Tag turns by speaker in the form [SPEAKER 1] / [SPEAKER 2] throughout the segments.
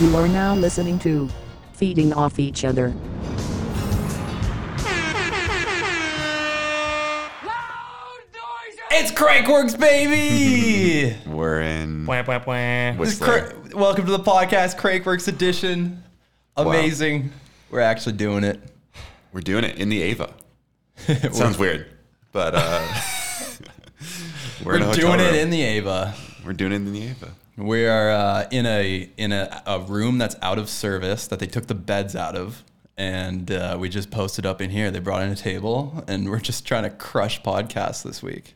[SPEAKER 1] You are now listening to Feeding Off Each Other.
[SPEAKER 2] It's Crankworks, baby!
[SPEAKER 3] We're in.
[SPEAKER 2] Wah, wah, wah.
[SPEAKER 3] What's
[SPEAKER 2] This cra- Welcome to the podcast, Crankworks Edition. Amazing. We're actually doing it.
[SPEAKER 3] We're doing it in the Ava. It sounds weird, but uh, we're, in a
[SPEAKER 2] We're
[SPEAKER 3] hotel
[SPEAKER 2] doing it
[SPEAKER 3] room.
[SPEAKER 2] in the Ava.
[SPEAKER 3] We're doing it in the Ava.
[SPEAKER 2] We are uh, in a in a, a room that's out of service that they took the beds out of, and uh, we just posted up in here. They brought in a table, and we're just trying to crush podcasts this week.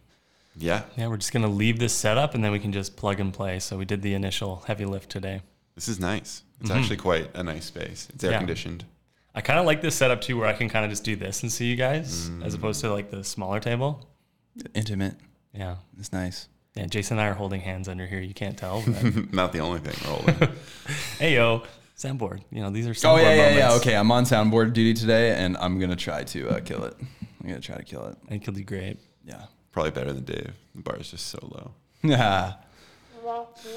[SPEAKER 3] Yeah,
[SPEAKER 4] Yeah, we're just gonna leave this setup and then we can just plug and play. So we did the initial heavy lift today.
[SPEAKER 3] this is nice. It's actually quite a nice space. It's air
[SPEAKER 4] Yeah.
[SPEAKER 3] conditioned.
[SPEAKER 4] I kind of like this setup too, where I can kind of just do this and see you guys,
[SPEAKER 2] Mm.
[SPEAKER 4] as opposed to like the smaller table.
[SPEAKER 2] Intimate,
[SPEAKER 4] Yeah,
[SPEAKER 2] it's nice.
[SPEAKER 4] yeah. Jason and I are holding hands under here. You can't tell. But
[SPEAKER 3] Not the only thing rolling.
[SPEAKER 4] hey yo, soundboard. You know these are soundboard
[SPEAKER 2] Oh yeah, yeah,
[SPEAKER 4] moments.
[SPEAKER 2] yeah. Okay, I'm on soundboard duty today, and I'm gonna try to uh, kill it. I'm gonna try to kill it.
[SPEAKER 4] I think you'll do great.
[SPEAKER 2] Yeah.
[SPEAKER 3] Probably better than Dave. The bar is just so low.
[SPEAKER 2] Yeah.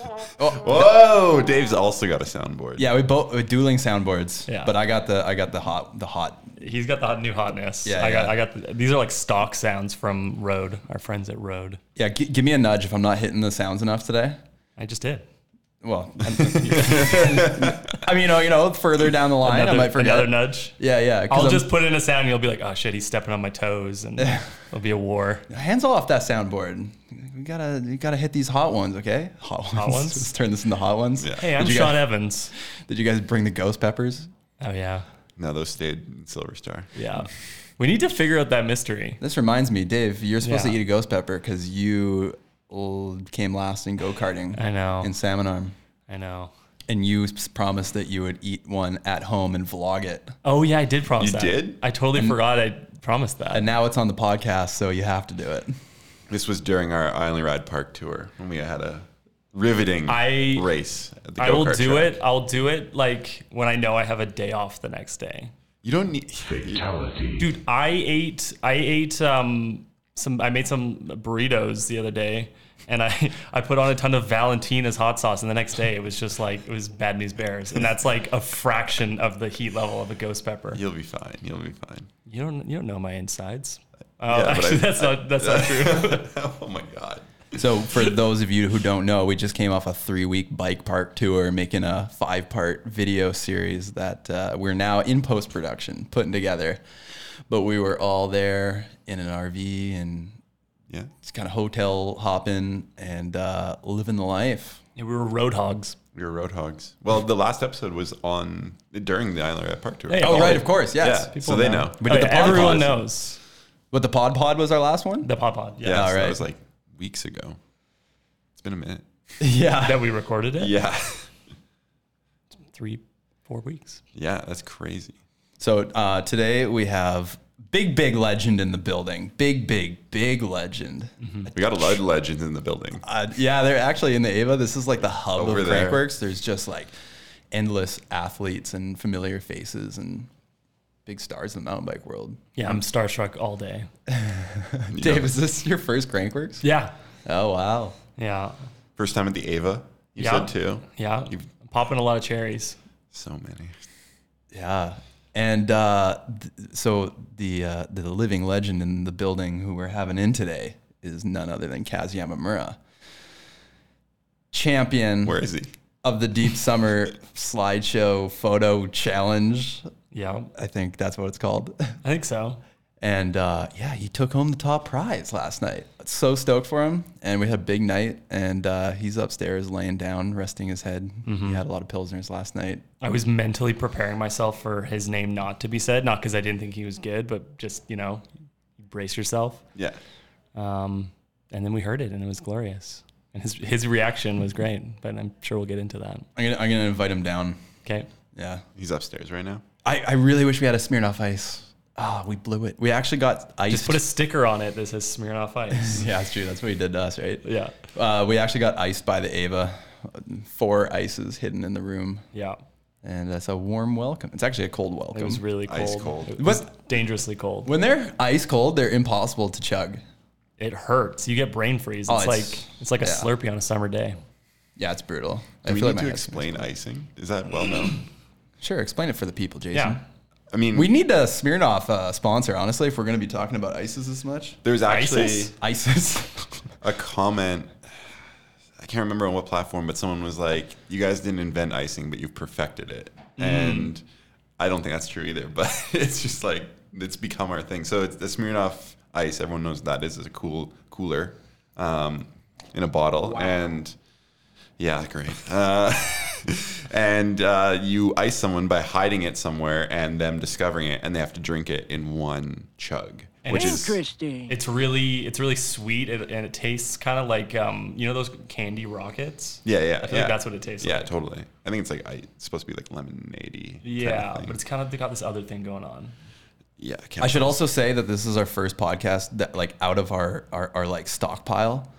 [SPEAKER 3] Whoa! Dave's also got a soundboard.
[SPEAKER 2] Yeah, we both we dueling soundboards.
[SPEAKER 4] Yeah.
[SPEAKER 2] But I got the I got the hot the hot.
[SPEAKER 4] He's got the hot, new hotness.
[SPEAKER 2] Yeah,
[SPEAKER 4] I got.
[SPEAKER 2] yeah.
[SPEAKER 4] I got. The, these are like stock sounds from Road, our friends at Road.
[SPEAKER 2] Yeah, g- give me a nudge if I'm not hitting the sounds enough today.
[SPEAKER 4] I just did.
[SPEAKER 2] Well, I mean, you know, you know, further down the line, Oh, I
[SPEAKER 4] Another,
[SPEAKER 2] might forget.
[SPEAKER 4] another nudge.
[SPEAKER 2] Yeah, yeah. 'cause
[SPEAKER 4] I'll
[SPEAKER 2] I'm-
[SPEAKER 4] just put in a sound and you'll be like, oh shit, he's stepping on my toes and it'll be a war.
[SPEAKER 2] hands off that soundboard. We gotta, you gotta hit these hot ones, okay? Hot ones.
[SPEAKER 4] ones?
[SPEAKER 2] Let's turn this into hot ones.
[SPEAKER 3] Yeah.
[SPEAKER 4] Hey, I'm
[SPEAKER 2] you
[SPEAKER 4] Sean
[SPEAKER 2] guys-
[SPEAKER 4] Evans.
[SPEAKER 2] Did you guys bring the ghost peppers?
[SPEAKER 4] Oh yeah,
[SPEAKER 3] No, those stayed in Silver Star.
[SPEAKER 4] yeah. We need to figure out that mystery.
[SPEAKER 2] This reminds me, Dave. You're supposed to
[SPEAKER 4] Yeah.
[SPEAKER 2] eat a ghost pepper because you l- came last in go karting.
[SPEAKER 4] I know.
[SPEAKER 2] In salmon arm,
[SPEAKER 4] I know.
[SPEAKER 2] and you s- promised that you would eat one at home and vlog it.
[SPEAKER 4] Oh yeah, I did
[SPEAKER 3] You
[SPEAKER 4] promise. that.
[SPEAKER 3] did?
[SPEAKER 4] I totally forgot. I promised that.
[SPEAKER 2] And now it's on the podcast, so you have to do it.
[SPEAKER 3] This was during our Island Ride Park tour when we had a riveting
[SPEAKER 4] I-
[SPEAKER 3] race. At the
[SPEAKER 4] I will
[SPEAKER 3] go-kart
[SPEAKER 4] do
[SPEAKER 3] track.
[SPEAKER 4] it. I'll do it like when I know I have a day off the next day.
[SPEAKER 3] You don't need.
[SPEAKER 4] Dude, I ate. I ate um some. I made some burritos the other day. And I, I put on a ton of Valentina's hot sauce, and the next day it was just like it was bad news bears, and that's like a fraction of the heat level of a ghost pepper.
[SPEAKER 3] You'll be fine. You'll be fine.
[SPEAKER 4] You don't you don't know my insides. Oh,
[SPEAKER 3] but
[SPEAKER 4] actually,
[SPEAKER 3] I-
[SPEAKER 4] that's not that's not true.
[SPEAKER 3] oh my god.
[SPEAKER 2] So, for those of you who don't know, we just came off a three week bike park tour, making a five part video series that uh, we're now in post production putting together. But we were all there in an RV and
[SPEAKER 3] Yeah.
[SPEAKER 2] it's kind of hotel hopping and uh, living the life.
[SPEAKER 4] Yeah, we were road hogs.
[SPEAKER 3] We were road hogs. Well, the last episode was on during the Island Ride Park tour.
[SPEAKER 4] Hey,
[SPEAKER 2] Oh,
[SPEAKER 4] Oh,
[SPEAKER 2] right,
[SPEAKER 4] yeah.
[SPEAKER 2] of course, yes.
[SPEAKER 3] yeah. So they know.
[SPEAKER 2] We did
[SPEAKER 4] Okay,
[SPEAKER 2] the pod pod.
[SPEAKER 4] everyone knows
[SPEAKER 2] But the Pod Pod was our last one?
[SPEAKER 4] the pod pod. Yeah,
[SPEAKER 3] Yeah.
[SPEAKER 2] all
[SPEAKER 3] so
[SPEAKER 2] right.
[SPEAKER 3] That was like weeks ago. It's been a minute.
[SPEAKER 2] yeah.
[SPEAKER 4] that we recorded it
[SPEAKER 3] Yeah.
[SPEAKER 4] three four weeks.
[SPEAKER 3] yeah. That's crazy.
[SPEAKER 2] So uh, today we have big, big legend in the building. Big, big, big legend.
[SPEAKER 3] We got a lot of legends in the building.
[SPEAKER 2] Uh, yeah, they're actually in the Ava. This is like the hub
[SPEAKER 3] Over
[SPEAKER 2] of
[SPEAKER 3] there.
[SPEAKER 2] Crankworks. There's just like endless athletes and familiar faces and big stars in the mountain bike world.
[SPEAKER 4] Yeah, I'm starstruck all day.
[SPEAKER 3] You
[SPEAKER 2] Dave,
[SPEAKER 3] know,
[SPEAKER 2] is this your first Crankworks?
[SPEAKER 4] Yeah,
[SPEAKER 2] Oh wow.
[SPEAKER 4] yeah,
[SPEAKER 3] first time at the Ava. You
[SPEAKER 4] Yeah.
[SPEAKER 3] said too.
[SPEAKER 4] yeah.
[SPEAKER 3] You've-
[SPEAKER 4] I'm popping a lot of cherries.
[SPEAKER 3] So many.
[SPEAKER 2] Yeah. And uh, th- so the uh, the living legend in the building who we're having in today is none other than Kaz Yamamura, champion
[SPEAKER 3] Where is he?
[SPEAKER 2] of the Deep Summer slideshow photo challenge.
[SPEAKER 4] Yeah,
[SPEAKER 2] I think that's what it's called.
[SPEAKER 4] I think so.
[SPEAKER 2] And uh, yeah, he took home the top prize last night. So stoked for him. And we had a big night. And uh, he's upstairs laying down, resting his head.
[SPEAKER 4] Mm-hmm.
[SPEAKER 2] He had a lot of Pilsners last night.
[SPEAKER 4] I was mentally preparing myself for his name not to be said, not because I didn't think he was good, but just you know, brace yourself.
[SPEAKER 3] Yeah.
[SPEAKER 4] Um, and then we heard it, and it was glorious. And his his reaction was great. But I'm sure we'll get into that.
[SPEAKER 2] I'm going to I'm gonna invite him down.
[SPEAKER 4] Okay.
[SPEAKER 2] Yeah.
[SPEAKER 3] He's upstairs right now.
[SPEAKER 2] I, I really wish we had a Smirnoff ice. Ah, we blew it. We actually got ice.
[SPEAKER 4] Just put a sticker on it that says Smirnoff Ice.
[SPEAKER 2] yeah, that's true. That's what he did to us, right?
[SPEAKER 4] yeah.
[SPEAKER 2] Uh, we actually got iced by the Ava. Four ices hidden in the room.
[SPEAKER 4] Yeah.
[SPEAKER 2] And that's a warm welcome. It's actually a cold welcome.
[SPEAKER 4] It was really cold.
[SPEAKER 3] Ice cold.
[SPEAKER 4] It was
[SPEAKER 2] What-
[SPEAKER 4] dangerously cold.
[SPEAKER 2] when they're ice cold, they're impossible to chug.
[SPEAKER 4] It hurts. You get brain freeze. It's,
[SPEAKER 2] Oh,
[SPEAKER 4] like
[SPEAKER 2] it's-
[SPEAKER 4] it's like a
[SPEAKER 2] yeah.
[SPEAKER 4] Slurpee on a summer day.
[SPEAKER 2] Yeah, it's brutal.
[SPEAKER 3] Do we
[SPEAKER 2] feel
[SPEAKER 3] need
[SPEAKER 2] my
[SPEAKER 3] to
[SPEAKER 2] head's-
[SPEAKER 3] explain icing? Is that well known?
[SPEAKER 2] Sure, explain it for the people, Jason.
[SPEAKER 4] Yeah.
[SPEAKER 3] I mean,
[SPEAKER 2] We need a Smirnoff uh, sponsor, honestly, if we're going to be talking about ISIS this much.
[SPEAKER 3] there's actually
[SPEAKER 4] ISIS?
[SPEAKER 2] ISIS.
[SPEAKER 3] a comment. I can't remember on what platform, but someone was like, "You guys didn't invent icing, but you've perfected it."
[SPEAKER 4] Mm-hmm.
[SPEAKER 3] And I don't think that's true either. But it's just like it's become our thing. So it's the Smirnoff Ice. Everyone knows that is is a cool cooler um, in a bottle, and yeah, great. Uh, and uh, you ice someone by hiding it somewhere and them discovering it, and they have to drink it in one chug,
[SPEAKER 4] And
[SPEAKER 3] which is
[SPEAKER 5] Interesting.
[SPEAKER 4] It's really it's really sweet and, and it tastes kind of like um you know those candy rockets.
[SPEAKER 3] Yeah, yeah.
[SPEAKER 4] I feel
[SPEAKER 3] yeah.
[SPEAKER 4] like that's what it tastes
[SPEAKER 3] yeah,
[SPEAKER 4] like.
[SPEAKER 3] totally. I think it's like I, it's supposed to be like lemonade.
[SPEAKER 4] Yeah, but it's kind of they got this other thing going on.
[SPEAKER 3] yeah. I, can't
[SPEAKER 2] I should also say that this is our first podcast that, like, out of our, our, our like, stockpile.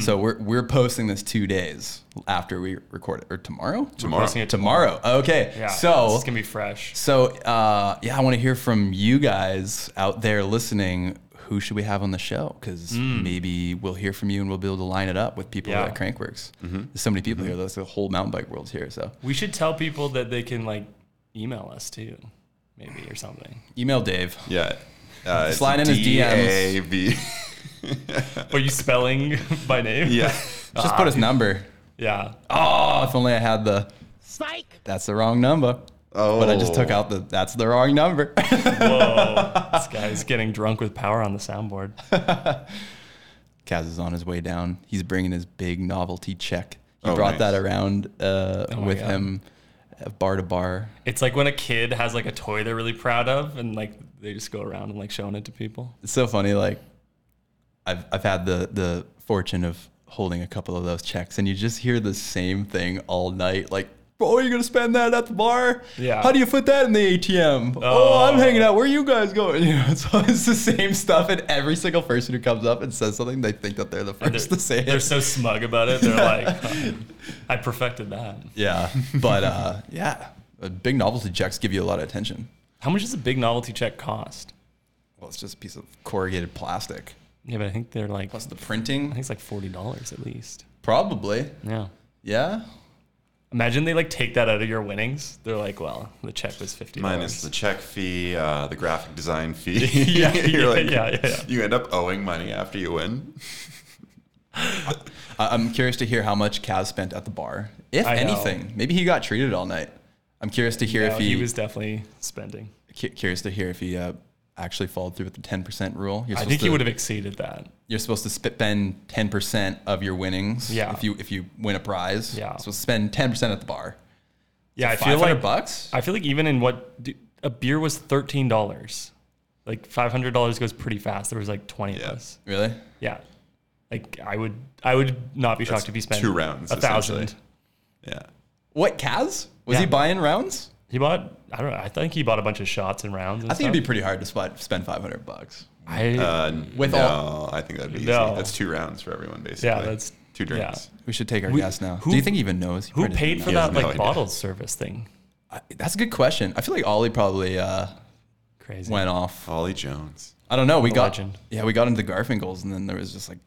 [SPEAKER 2] So we're, we're posting this two days after we record it, or tomorrow?
[SPEAKER 3] tomorrow.
[SPEAKER 4] Posting it
[SPEAKER 2] Tomorrow. Okay.
[SPEAKER 4] Yeah,
[SPEAKER 2] so
[SPEAKER 4] it's gonna be fresh.
[SPEAKER 2] So, uh, yeah, I want to hear from you guys out there listening. Who should we have on the show? Because maybe we'll hear from you and we'll be able to line it up with people
[SPEAKER 4] Yeah.
[SPEAKER 2] at Crankworks. There's so many people here. That's the whole mountain bike world's here. So,
[SPEAKER 4] We should tell people that they can like email us too, maybe or something.
[SPEAKER 2] email Dave.
[SPEAKER 3] Yeah. Uh,
[SPEAKER 2] Slide in his DMs.
[SPEAKER 3] DAV.
[SPEAKER 4] Are you spelling by name?
[SPEAKER 3] yeah.
[SPEAKER 2] Just put his number.
[SPEAKER 4] Yeah.
[SPEAKER 2] Oh, if only I had the.
[SPEAKER 5] Psych.
[SPEAKER 2] That's the wrong number. But I just took
[SPEAKER 3] Oh.
[SPEAKER 2] out the. That's the wrong number.
[SPEAKER 4] This guy's getting drunk with power on the soundboard.
[SPEAKER 2] Kaz is on his way down. He's bringing his big novelty check. He
[SPEAKER 3] Oh,
[SPEAKER 2] brought
[SPEAKER 3] nice.
[SPEAKER 2] that around uh,
[SPEAKER 4] my
[SPEAKER 2] with
[SPEAKER 4] God.
[SPEAKER 2] him, uh, bar to bar.
[SPEAKER 4] It's like when a kid has like a toy they're really proud of and like they just go around and like showing it to people.
[SPEAKER 2] it's so funny. Like, I've I've had the the fortune of holding a couple of those checks, and you just hear the same thing all night. Like, oh, you're gonna spend that at the bar?
[SPEAKER 4] Yeah.
[SPEAKER 2] How do you put that in the ATM? Oh, I'm hanging out. Where you guys going? You know, so it's the same stuff, and every single person who comes up and says something, they think that they're the
[SPEAKER 4] They're,
[SPEAKER 2] first to say
[SPEAKER 4] they're
[SPEAKER 2] it.
[SPEAKER 4] so smug about it. They're like, "Oh, I perfected that.
[SPEAKER 2] Yeah, but uh, yeah, uh, big novelty checks give you a lot of attention.
[SPEAKER 4] How much does a big novelty check cost?
[SPEAKER 2] Well, it's just a piece of corrugated plastic.
[SPEAKER 4] Yeah, but I think they're like, I
[SPEAKER 2] Plus
[SPEAKER 4] think
[SPEAKER 2] the printing,
[SPEAKER 4] it's like $40 at least.
[SPEAKER 2] probably.
[SPEAKER 4] Yeah.
[SPEAKER 2] Yeah,
[SPEAKER 4] Imagine they like take that out of your winnings. They're like, well, the check was $50.
[SPEAKER 3] Minus the check fee, uh, the graphic design fee.
[SPEAKER 4] Yeah,
[SPEAKER 3] You're
[SPEAKER 4] yeah,
[SPEAKER 3] like,
[SPEAKER 4] yeah, yeah, yeah.
[SPEAKER 3] You end up owing money after you win.
[SPEAKER 2] I- I'm curious to hear how much Kaz spent at the bar, if
[SPEAKER 4] I know.
[SPEAKER 2] anything. Maybe he got treated all night. I'm curious to hear
[SPEAKER 4] No,
[SPEAKER 2] if he,
[SPEAKER 4] he was definitely spending.
[SPEAKER 2] cu- curious to hear if he uh, actually followed through with the 10% rule. You're
[SPEAKER 4] I
[SPEAKER 2] supposed
[SPEAKER 4] think
[SPEAKER 2] to,
[SPEAKER 4] he would have exceeded that.
[SPEAKER 2] You're supposed to spend 10% of your winnings.
[SPEAKER 4] Yeah.
[SPEAKER 2] If you if you win a prize,
[SPEAKER 4] Yeah.
[SPEAKER 2] You're supposed to spend 10% at the bar.
[SPEAKER 4] Yeah, I feel
[SPEAKER 2] 500
[SPEAKER 4] like
[SPEAKER 2] bucks.
[SPEAKER 4] I feel like even in what dude, a beer was thirteen dollars, like five hundred dollars goes pretty fast. There was like twenty
[SPEAKER 3] Yeah.
[SPEAKER 4] of us.
[SPEAKER 2] Really?
[SPEAKER 4] Yeah, like I would I would not be shocked if he spent
[SPEAKER 3] two rounds,
[SPEAKER 4] a thousand.
[SPEAKER 3] essentially. Yeah.
[SPEAKER 2] What Kaz? Was he
[SPEAKER 4] Yeah.
[SPEAKER 2] buying rounds?
[SPEAKER 4] He bought I don't know. I think he bought a bunch of shots and rounds. And
[SPEAKER 2] I think
[SPEAKER 4] stuff.
[SPEAKER 2] it'd be pretty hard to spot, spend 500 bucks.
[SPEAKER 4] I
[SPEAKER 3] Uh,
[SPEAKER 2] With
[SPEAKER 3] no,
[SPEAKER 2] all-
[SPEAKER 3] I think that'd be
[SPEAKER 4] No.
[SPEAKER 3] easy. That's two rounds for everyone, basically.
[SPEAKER 4] yeah. That's
[SPEAKER 3] two
[SPEAKER 4] yeah.
[SPEAKER 3] drinks.
[SPEAKER 2] We should take our
[SPEAKER 4] We-
[SPEAKER 2] guess now.
[SPEAKER 4] who-
[SPEAKER 2] Do you think he even knows? He
[SPEAKER 4] Who
[SPEAKER 2] probably doesn't
[SPEAKER 4] paid
[SPEAKER 2] know.
[SPEAKER 4] for
[SPEAKER 3] He
[SPEAKER 4] that
[SPEAKER 3] has no
[SPEAKER 4] like
[SPEAKER 3] idea.
[SPEAKER 4] bottle service thing?
[SPEAKER 2] I- That's a good question. I feel like Ollie probably uh,
[SPEAKER 4] Crazy.
[SPEAKER 2] went off.
[SPEAKER 3] Ollie Jones.
[SPEAKER 2] I don't know. We got
[SPEAKER 4] legend.
[SPEAKER 2] yeah, we got into Garfinkel's, and then there was just like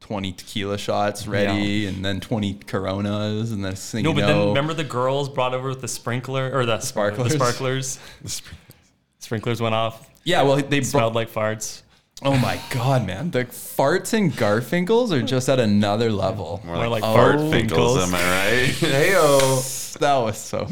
[SPEAKER 2] twenty tequila shots ready, and then twenty Coronas, and then next thing
[SPEAKER 4] no,
[SPEAKER 2] you
[SPEAKER 4] but then
[SPEAKER 2] know,
[SPEAKER 4] remember the girls brought over with the sprinkler or the
[SPEAKER 2] Sparklers.
[SPEAKER 4] The sparklers. Sprinklers went off.
[SPEAKER 2] yeah, well they brought.
[SPEAKER 4] Smelled like farts.
[SPEAKER 2] Oh my god, man, the farts and Garfinkel's are just at another level.
[SPEAKER 3] More,
[SPEAKER 4] More
[SPEAKER 3] like,
[SPEAKER 4] like Oh.
[SPEAKER 3] fart
[SPEAKER 4] Fartwinkles.
[SPEAKER 3] finkles, am I right?
[SPEAKER 2] Heyo, that was so.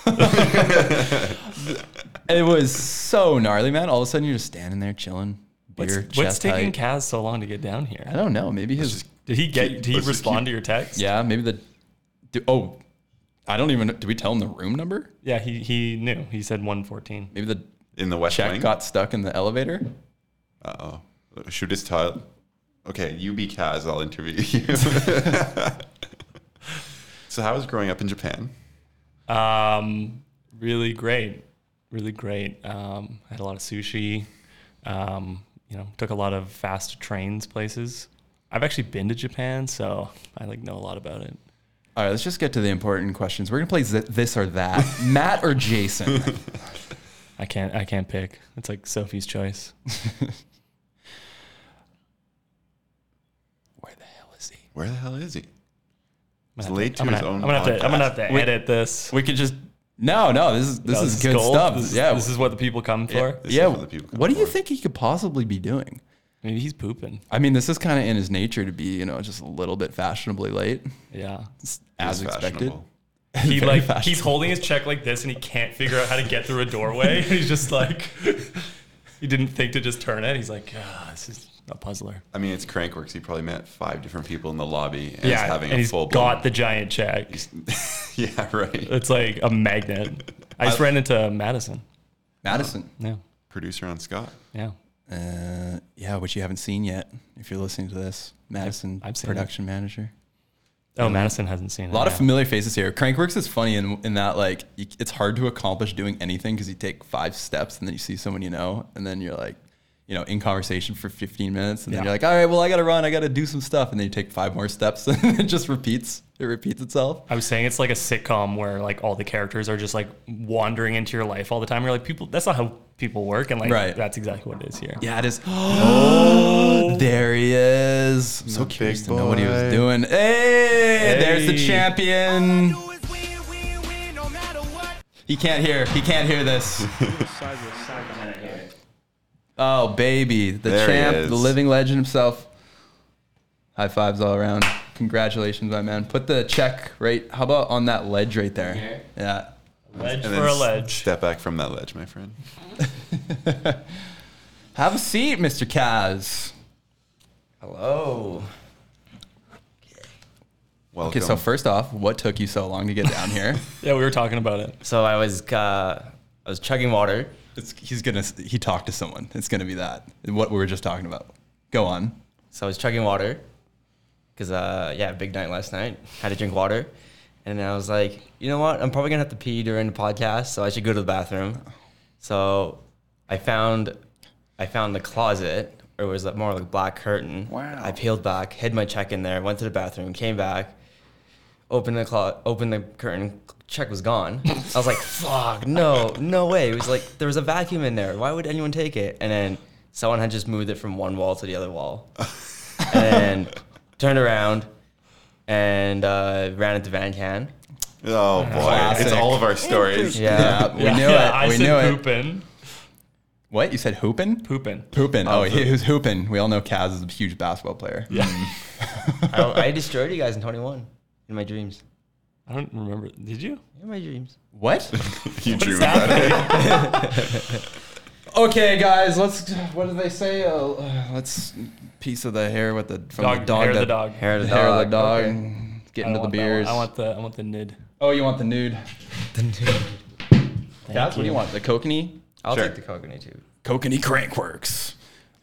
[SPEAKER 2] it was so gnarly, man. All of a sudden, you're just standing there chilling,
[SPEAKER 4] What's,
[SPEAKER 2] beer
[SPEAKER 4] what's
[SPEAKER 2] chest
[SPEAKER 4] taking
[SPEAKER 2] height.
[SPEAKER 4] Kaz so long to get down here?
[SPEAKER 2] I don't know. Maybe his
[SPEAKER 4] Did he get?
[SPEAKER 3] Keep-
[SPEAKER 4] did he
[SPEAKER 3] let's just
[SPEAKER 4] respond
[SPEAKER 3] keep-
[SPEAKER 4] to your text?
[SPEAKER 2] Yeah, maybe the. Do, oh, I don't even. Did we tell him the room number?
[SPEAKER 4] Yeah. He he knew. He said one fourteen.
[SPEAKER 2] Maybe the
[SPEAKER 3] In the West
[SPEAKER 2] check
[SPEAKER 3] Wing.
[SPEAKER 2] got stuck in the elevator.
[SPEAKER 3] Uh oh. Shoot his tile. Okay, you be Kaz, I'll interview you. so, how was growing up in Japan?
[SPEAKER 4] Um, really great, really great. Um, I had a lot of sushi. Um, you know, took a lot of fast trains places. I've actually been to Japan, so I like know a lot about it.
[SPEAKER 2] All right, let's just get to the important questions. We're gonna play th- this or that, Matt or Jason.
[SPEAKER 4] I can't I can't pick. It's like Sophie's choice.
[SPEAKER 2] Where the hell is he?
[SPEAKER 3] Where the hell is he? It's late to
[SPEAKER 4] I'm gonna,
[SPEAKER 3] his own
[SPEAKER 4] I'm gonna have to. I'm gonna
[SPEAKER 3] podcast.
[SPEAKER 4] have to edit this.
[SPEAKER 2] We could just no, no. This is this
[SPEAKER 4] No,
[SPEAKER 2] is good
[SPEAKER 4] gold.
[SPEAKER 2] stuff.
[SPEAKER 4] This,
[SPEAKER 2] yeah,
[SPEAKER 4] this is what the people come for.
[SPEAKER 3] This is
[SPEAKER 2] yeah.
[SPEAKER 3] what the people come
[SPEAKER 2] What do you
[SPEAKER 3] for.
[SPEAKER 2] think he could possibly be doing?
[SPEAKER 4] Maybe he's pooping.
[SPEAKER 2] I mean, this is kind of in his nature to be, you know, just a little bit fashionably late,
[SPEAKER 4] Yeah,
[SPEAKER 3] It's
[SPEAKER 2] as expected.
[SPEAKER 3] fashionable.
[SPEAKER 4] he
[SPEAKER 2] Very
[SPEAKER 4] like
[SPEAKER 2] fast.
[SPEAKER 4] he's holding his check like this, and he can't figure out how to get through a doorway. he's just like, he didn't think to just turn it. He's like, ah, this is a puzzler.
[SPEAKER 3] I mean, it's Crankworks. He probably met five different people in the lobby and is
[SPEAKER 4] Yeah,
[SPEAKER 3] having
[SPEAKER 4] and
[SPEAKER 3] a
[SPEAKER 4] he's
[SPEAKER 3] full
[SPEAKER 4] got the giant check.
[SPEAKER 3] yeah, right.
[SPEAKER 4] It's like a magnet. I just ran into Madison.
[SPEAKER 2] Madison.
[SPEAKER 4] Yeah,
[SPEAKER 3] Producer on Scott.
[SPEAKER 4] yeah.
[SPEAKER 2] Uh, yeah, which you haven't seen yet. If you're listening to this, Madison
[SPEAKER 4] I've seen it.
[SPEAKER 2] production manager.
[SPEAKER 4] Oh, Madison hasn't seen it.
[SPEAKER 2] A lot of familiar faces here. Crankworks is funny in, in that like you, it's hard to accomplish doing anything because you take five steps and then you see someone you know and then you're like, you know, in conversation for 15 minutes and then
[SPEAKER 4] Yeah.
[SPEAKER 2] you're like, all right, well I gotta run, I gotta do some stuff, and then you take five more steps and it just repeats. It repeats itself.
[SPEAKER 4] I was saying it's like a sitcom where like all the characters are just like wandering into your life all the time. You're like people. That's not how people work, and like
[SPEAKER 2] Right.
[SPEAKER 4] that's exactly what it is here.
[SPEAKER 2] Yeah, it is. Oh, there he is. I'm so
[SPEAKER 3] The
[SPEAKER 2] curious
[SPEAKER 3] big
[SPEAKER 2] to know what he was
[SPEAKER 3] boy.
[SPEAKER 2] doing. Hey, there's the
[SPEAKER 4] Hey.
[SPEAKER 2] champion. He can't hear. He can't hear this. oh, baby. The
[SPEAKER 3] There he
[SPEAKER 2] champ,
[SPEAKER 3] is.
[SPEAKER 2] the living legend himself. High fives all around. Congratulations, my man. Put the check right. How about on that ledge right there? Yeah.
[SPEAKER 4] Ledge
[SPEAKER 3] And
[SPEAKER 4] for a
[SPEAKER 3] s-
[SPEAKER 4] ledge.
[SPEAKER 3] Step back from that ledge, my friend.
[SPEAKER 2] Have a seat, Mr. Kaz. Hello.
[SPEAKER 3] Welcome.
[SPEAKER 2] Okay, so first off, what took you so long to get down here?
[SPEAKER 4] Yeah, we were talking about it.
[SPEAKER 5] So I was uh, I was chugging water.
[SPEAKER 2] It's, he's gonna he talked to someone. It's gonna be that what we were just talking about. Go on.
[SPEAKER 5] So I was chugging water because uh, yeah, big night last night. Had to drink water, and then I was like, you know what? I'm probably gonna have to pee during the podcast, so I should go to the bathroom. So I found I found the closet, or it was like more like a black curtain.
[SPEAKER 2] Wow.
[SPEAKER 5] I peeled back, hid my check in there, went to the bathroom, came back, opened the clo- opened the curtain. Check was gone. I was like, "Fuck, no, no way!" It was like there was a vacuum in there. Why would anyone take it? And then someone had just moved it from one wall to the other wall, and then turned around and uh, ran into Van Can.
[SPEAKER 3] oh boy,
[SPEAKER 2] Classic.
[SPEAKER 3] it's all of our stories.
[SPEAKER 5] Yeah,
[SPEAKER 2] we knew it.
[SPEAKER 4] I
[SPEAKER 2] we
[SPEAKER 4] said
[SPEAKER 2] knew it.
[SPEAKER 4] pooping,
[SPEAKER 2] What you said? Hoopin?
[SPEAKER 4] pooping.
[SPEAKER 2] Hoopin. Oh, he, who's hoopin? We all know Kaz is a huge basketball player. Mm. Yeah.
[SPEAKER 5] I, I destroyed you guys in 21 in my dreams.
[SPEAKER 4] I don't remember. Did you?
[SPEAKER 5] In my dreams.
[SPEAKER 2] What?
[SPEAKER 3] you drew that.
[SPEAKER 2] okay, guys. Let's. What did they say? Oh, uh, let's piece of the hair with the from the
[SPEAKER 4] Dog,
[SPEAKER 2] dog.
[SPEAKER 4] hair of
[SPEAKER 2] that,
[SPEAKER 4] the dog.
[SPEAKER 5] Hair of
[SPEAKER 2] The
[SPEAKER 5] the
[SPEAKER 2] hair
[SPEAKER 5] dog.
[SPEAKER 2] of the dog.
[SPEAKER 5] Okay.
[SPEAKER 2] Get
[SPEAKER 4] I don't
[SPEAKER 2] into the
[SPEAKER 4] want that one.
[SPEAKER 2] beers.
[SPEAKER 4] I want the I want the nid.
[SPEAKER 2] oh, you want the nude? Kaz, what do you want? The kokanee?
[SPEAKER 5] I'll
[SPEAKER 3] Sure.
[SPEAKER 5] take the coconut too.
[SPEAKER 2] Kokanee Crankworks.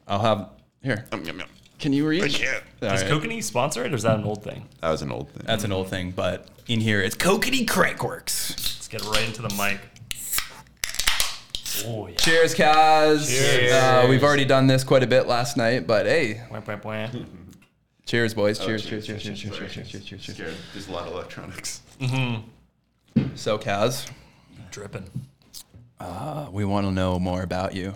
[SPEAKER 2] I'll have here.
[SPEAKER 3] Yum, yum, yum.
[SPEAKER 2] Can you reach?
[SPEAKER 3] can't.
[SPEAKER 2] All
[SPEAKER 4] Is
[SPEAKER 2] right.
[SPEAKER 4] Kokanee sponsor it or is that an old thing?
[SPEAKER 3] That was an old thing.
[SPEAKER 2] That's an old thing, but in here it's Kokanee Crankworks.
[SPEAKER 4] Let's get right into the mic. Oh yeah.
[SPEAKER 2] Cheers, Kaz.
[SPEAKER 4] Cheers.
[SPEAKER 2] Uh, we've already done this quite a bit last night, but hey,
[SPEAKER 4] Wah, wah, wah.
[SPEAKER 2] cheers, boys. Cheers, Oh, cheers, cheers, cheers, cheers,
[SPEAKER 3] Sorry.
[SPEAKER 2] cheers, cheers, cheers, cheers.
[SPEAKER 3] Scared. There's a lot of electronics.
[SPEAKER 2] So, Kaz,
[SPEAKER 4] Dripping.
[SPEAKER 2] uh, we want to know more about you,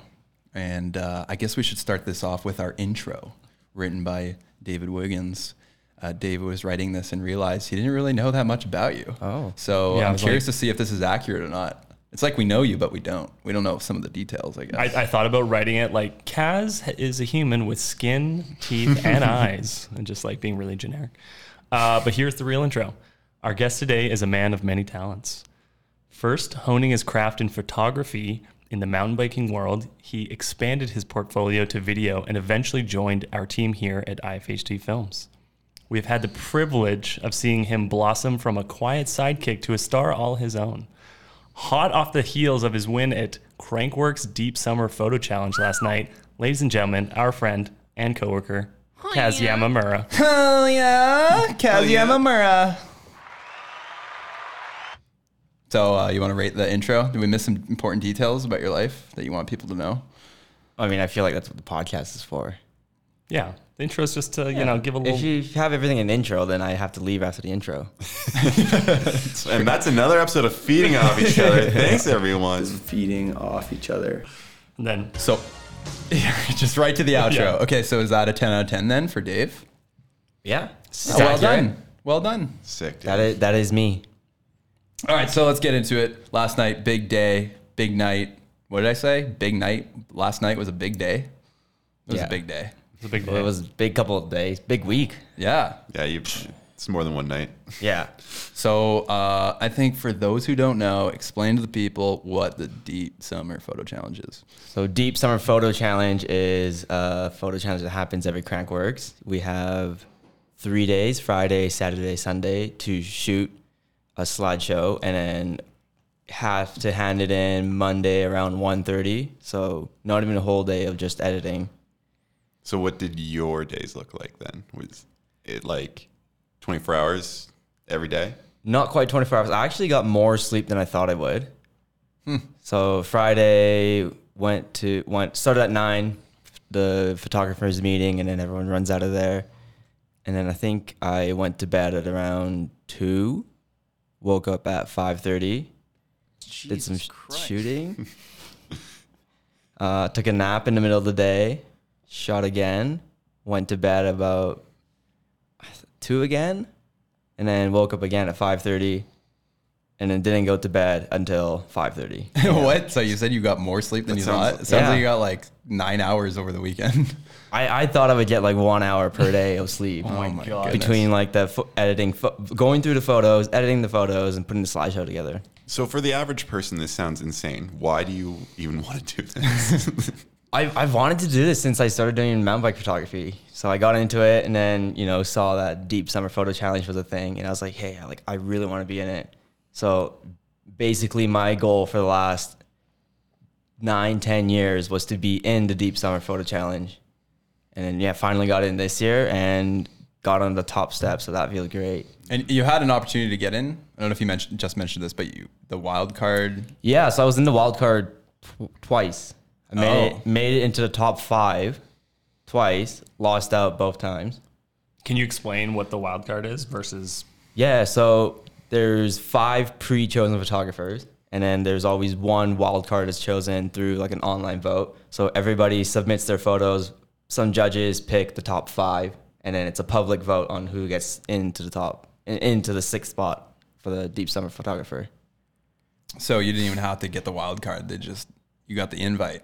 [SPEAKER 2] and uh, I guess we should start this off with our intro, written by David Wiggins. Uh, David was writing this and realized he didn't really know that much about you.
[SPEAKER 5] Oh.
[SPEAKER 2] so
[SPEAKER 4] Yeah, I
[SPEAKER 2] I'm
[SPEAKER 4] was
[SPEAKER 2] curious
[SPEAKER 4] like-
[SPEAKER 2] to see if this is accurate or not. It's like we know you, but we don't. We don't know some of the details. I guess.
[SPEAKER 4] I, I thought about writing it like Kaz is a human with skin, teeth, and eyes, and just like being really generic. Uh, but here's the real intro. Our guest today is a man of many talents. First, honing his craft in photography in the mountain biking world, he expanded his portfolio to video and eventually joined our team here at IFHT Films. We've had the privilege of seeing him blossom from a quiet sidekick to a star all his own hot off the heels of his win at Crankworks Deep Summer Photo Challenge last night, ladies and gentlemen, our friend and coworker Kaz Yamamura.
[SPEAKER 2] Oh yeah, Kaz
[SPEAKER 3] yeah.
[SPEAKER 2] Yamamura. So uh, you want to rate the intro? Did we miss some important details about your life that you want people to know?
[SPEAKER 5] I mean, I feel like that's what the podcast is for.
[SPEAKER 4] yeah, the intro is just to you know give a little.
[SPEAKER 5] If you have everything in intro, then I have to leave after the intro.
[SPEAKER 3] And that's another episode of feeding off each other. Thanks, everyone.
[SPEAKER 5] Feeding off each other.
[SPEAKER 4] and then
[SPEAKER 2] So just right to the outro.
[SPEAKER 4] Yeah.
[SPEAKER 2] Okay, so is that a ten out of ten then for Dave?
[SPEAKER 5] Yeah.
[SPEAKER 2] Oh, well done. Well done.
[SPEAKER 3] Sick. Dude.
[SPEAKER 5] That is, that is me.
[SPEAKER 2] All right, so let's get into it. Last night, big day, big night. What did I say? Big night. Last night was a big day. It was
[SPEAKER 5] Yeah.
[SPEAKER 2] a big day.
[SPEAKER 4] It's a big
[SPEAKER 5] Well,
[SPEAKER 4] day.
[SPEAKER 5] it was a big couple of days, big week.
[SPEAKER 2] Yeah.
[SPEAKER 3] Yeah, you. It's more than one night.
[SPEAKER 5] Yeah.
[SPEAKER 2] So uh, I think for those who don't know, explain to the people what the deep summer photo challenge is.
[SPEAKER 5] So deep summer photo challenge is a photo challenge that happens every Crankworks. We have three days: Friday, Saturday, Sunday, to shoot a slideshow, and then have to hand it in Monday around 1.30. So not even a whole day of just editing.
[SPEAKER 3] So what did your days look like then? Was it like 24 hours every day?
[SPEAKER 5] Not quite 24 hours. I actually got more sleep than I thought I would. So Friday went to went started at nine, the photographers meeting, and then everyone runs out of there. And then I think I went to bed at around two, woke up at five thirty, did some sh- shooting, uh, took a nap in the middle of the day, shot again, went to bed about two again, and then woke up again at five thirty, and then didn't go to bed until five thirty.
[SPEAKER 2] what? So you said you got more sleep than
[SPEAKER 3] That
[SPEAKER 2] you
[SPEAKER 3] sounds-
[SPEAKER 2] thought? It sounds
[SPEAKER 5] yeah.
[SPEAKER 2] like you got like nine hours over the weekend.
[SPEAKER 5] I, I thought I would get like one hour per day of sleep.
[SPEAKER 2] Oh my God.
[SPEAKER 5] Between like the pho- editing, pho- going through the photos, editing the photos, and putting the slideshow together.
[SPEAKER 3] So for the average person, this sounds insane. Why do you even want to do this?
[SPEAKER 5] I, I've wanted to do this since I started doing mountain bike photography. So I got into it and then, you know, saw that deep summer photo challenge was a thing. And I was like, hey, I, like, I really want to be in it. So basically, my goal for the last nine, 10 years was to be in the deep summer photo challenge. And then, yeah, finally got in this year and got on the top step. So that feels great.
[SPEAKER 2] and you had an opportunity to get in. I don't know if you mentioned just mentioned this, but you the wild card.
[SPEAKER 5] Yeah, so I was in the wild card tw- twice. I made,
[SPEAKER 2] Oh.
[SPEAKER 5] it, made it into the top five twice, lost out both times.
[SPEAKER 4] Can you explain what the wild card is versus?
[SPEAKER 5] Yeah, so there's five pre-chosen photographers, and then there's always one wild card that's chosen through like an online vote. So everybody submits their photos. Some judges pick the top five, and then it's a public vote on who gets into the top, in- into the sixth spot for the deep summer photographer.
[SPEAKER 2] So you didn't even have to get the wild card. They just you got the invite.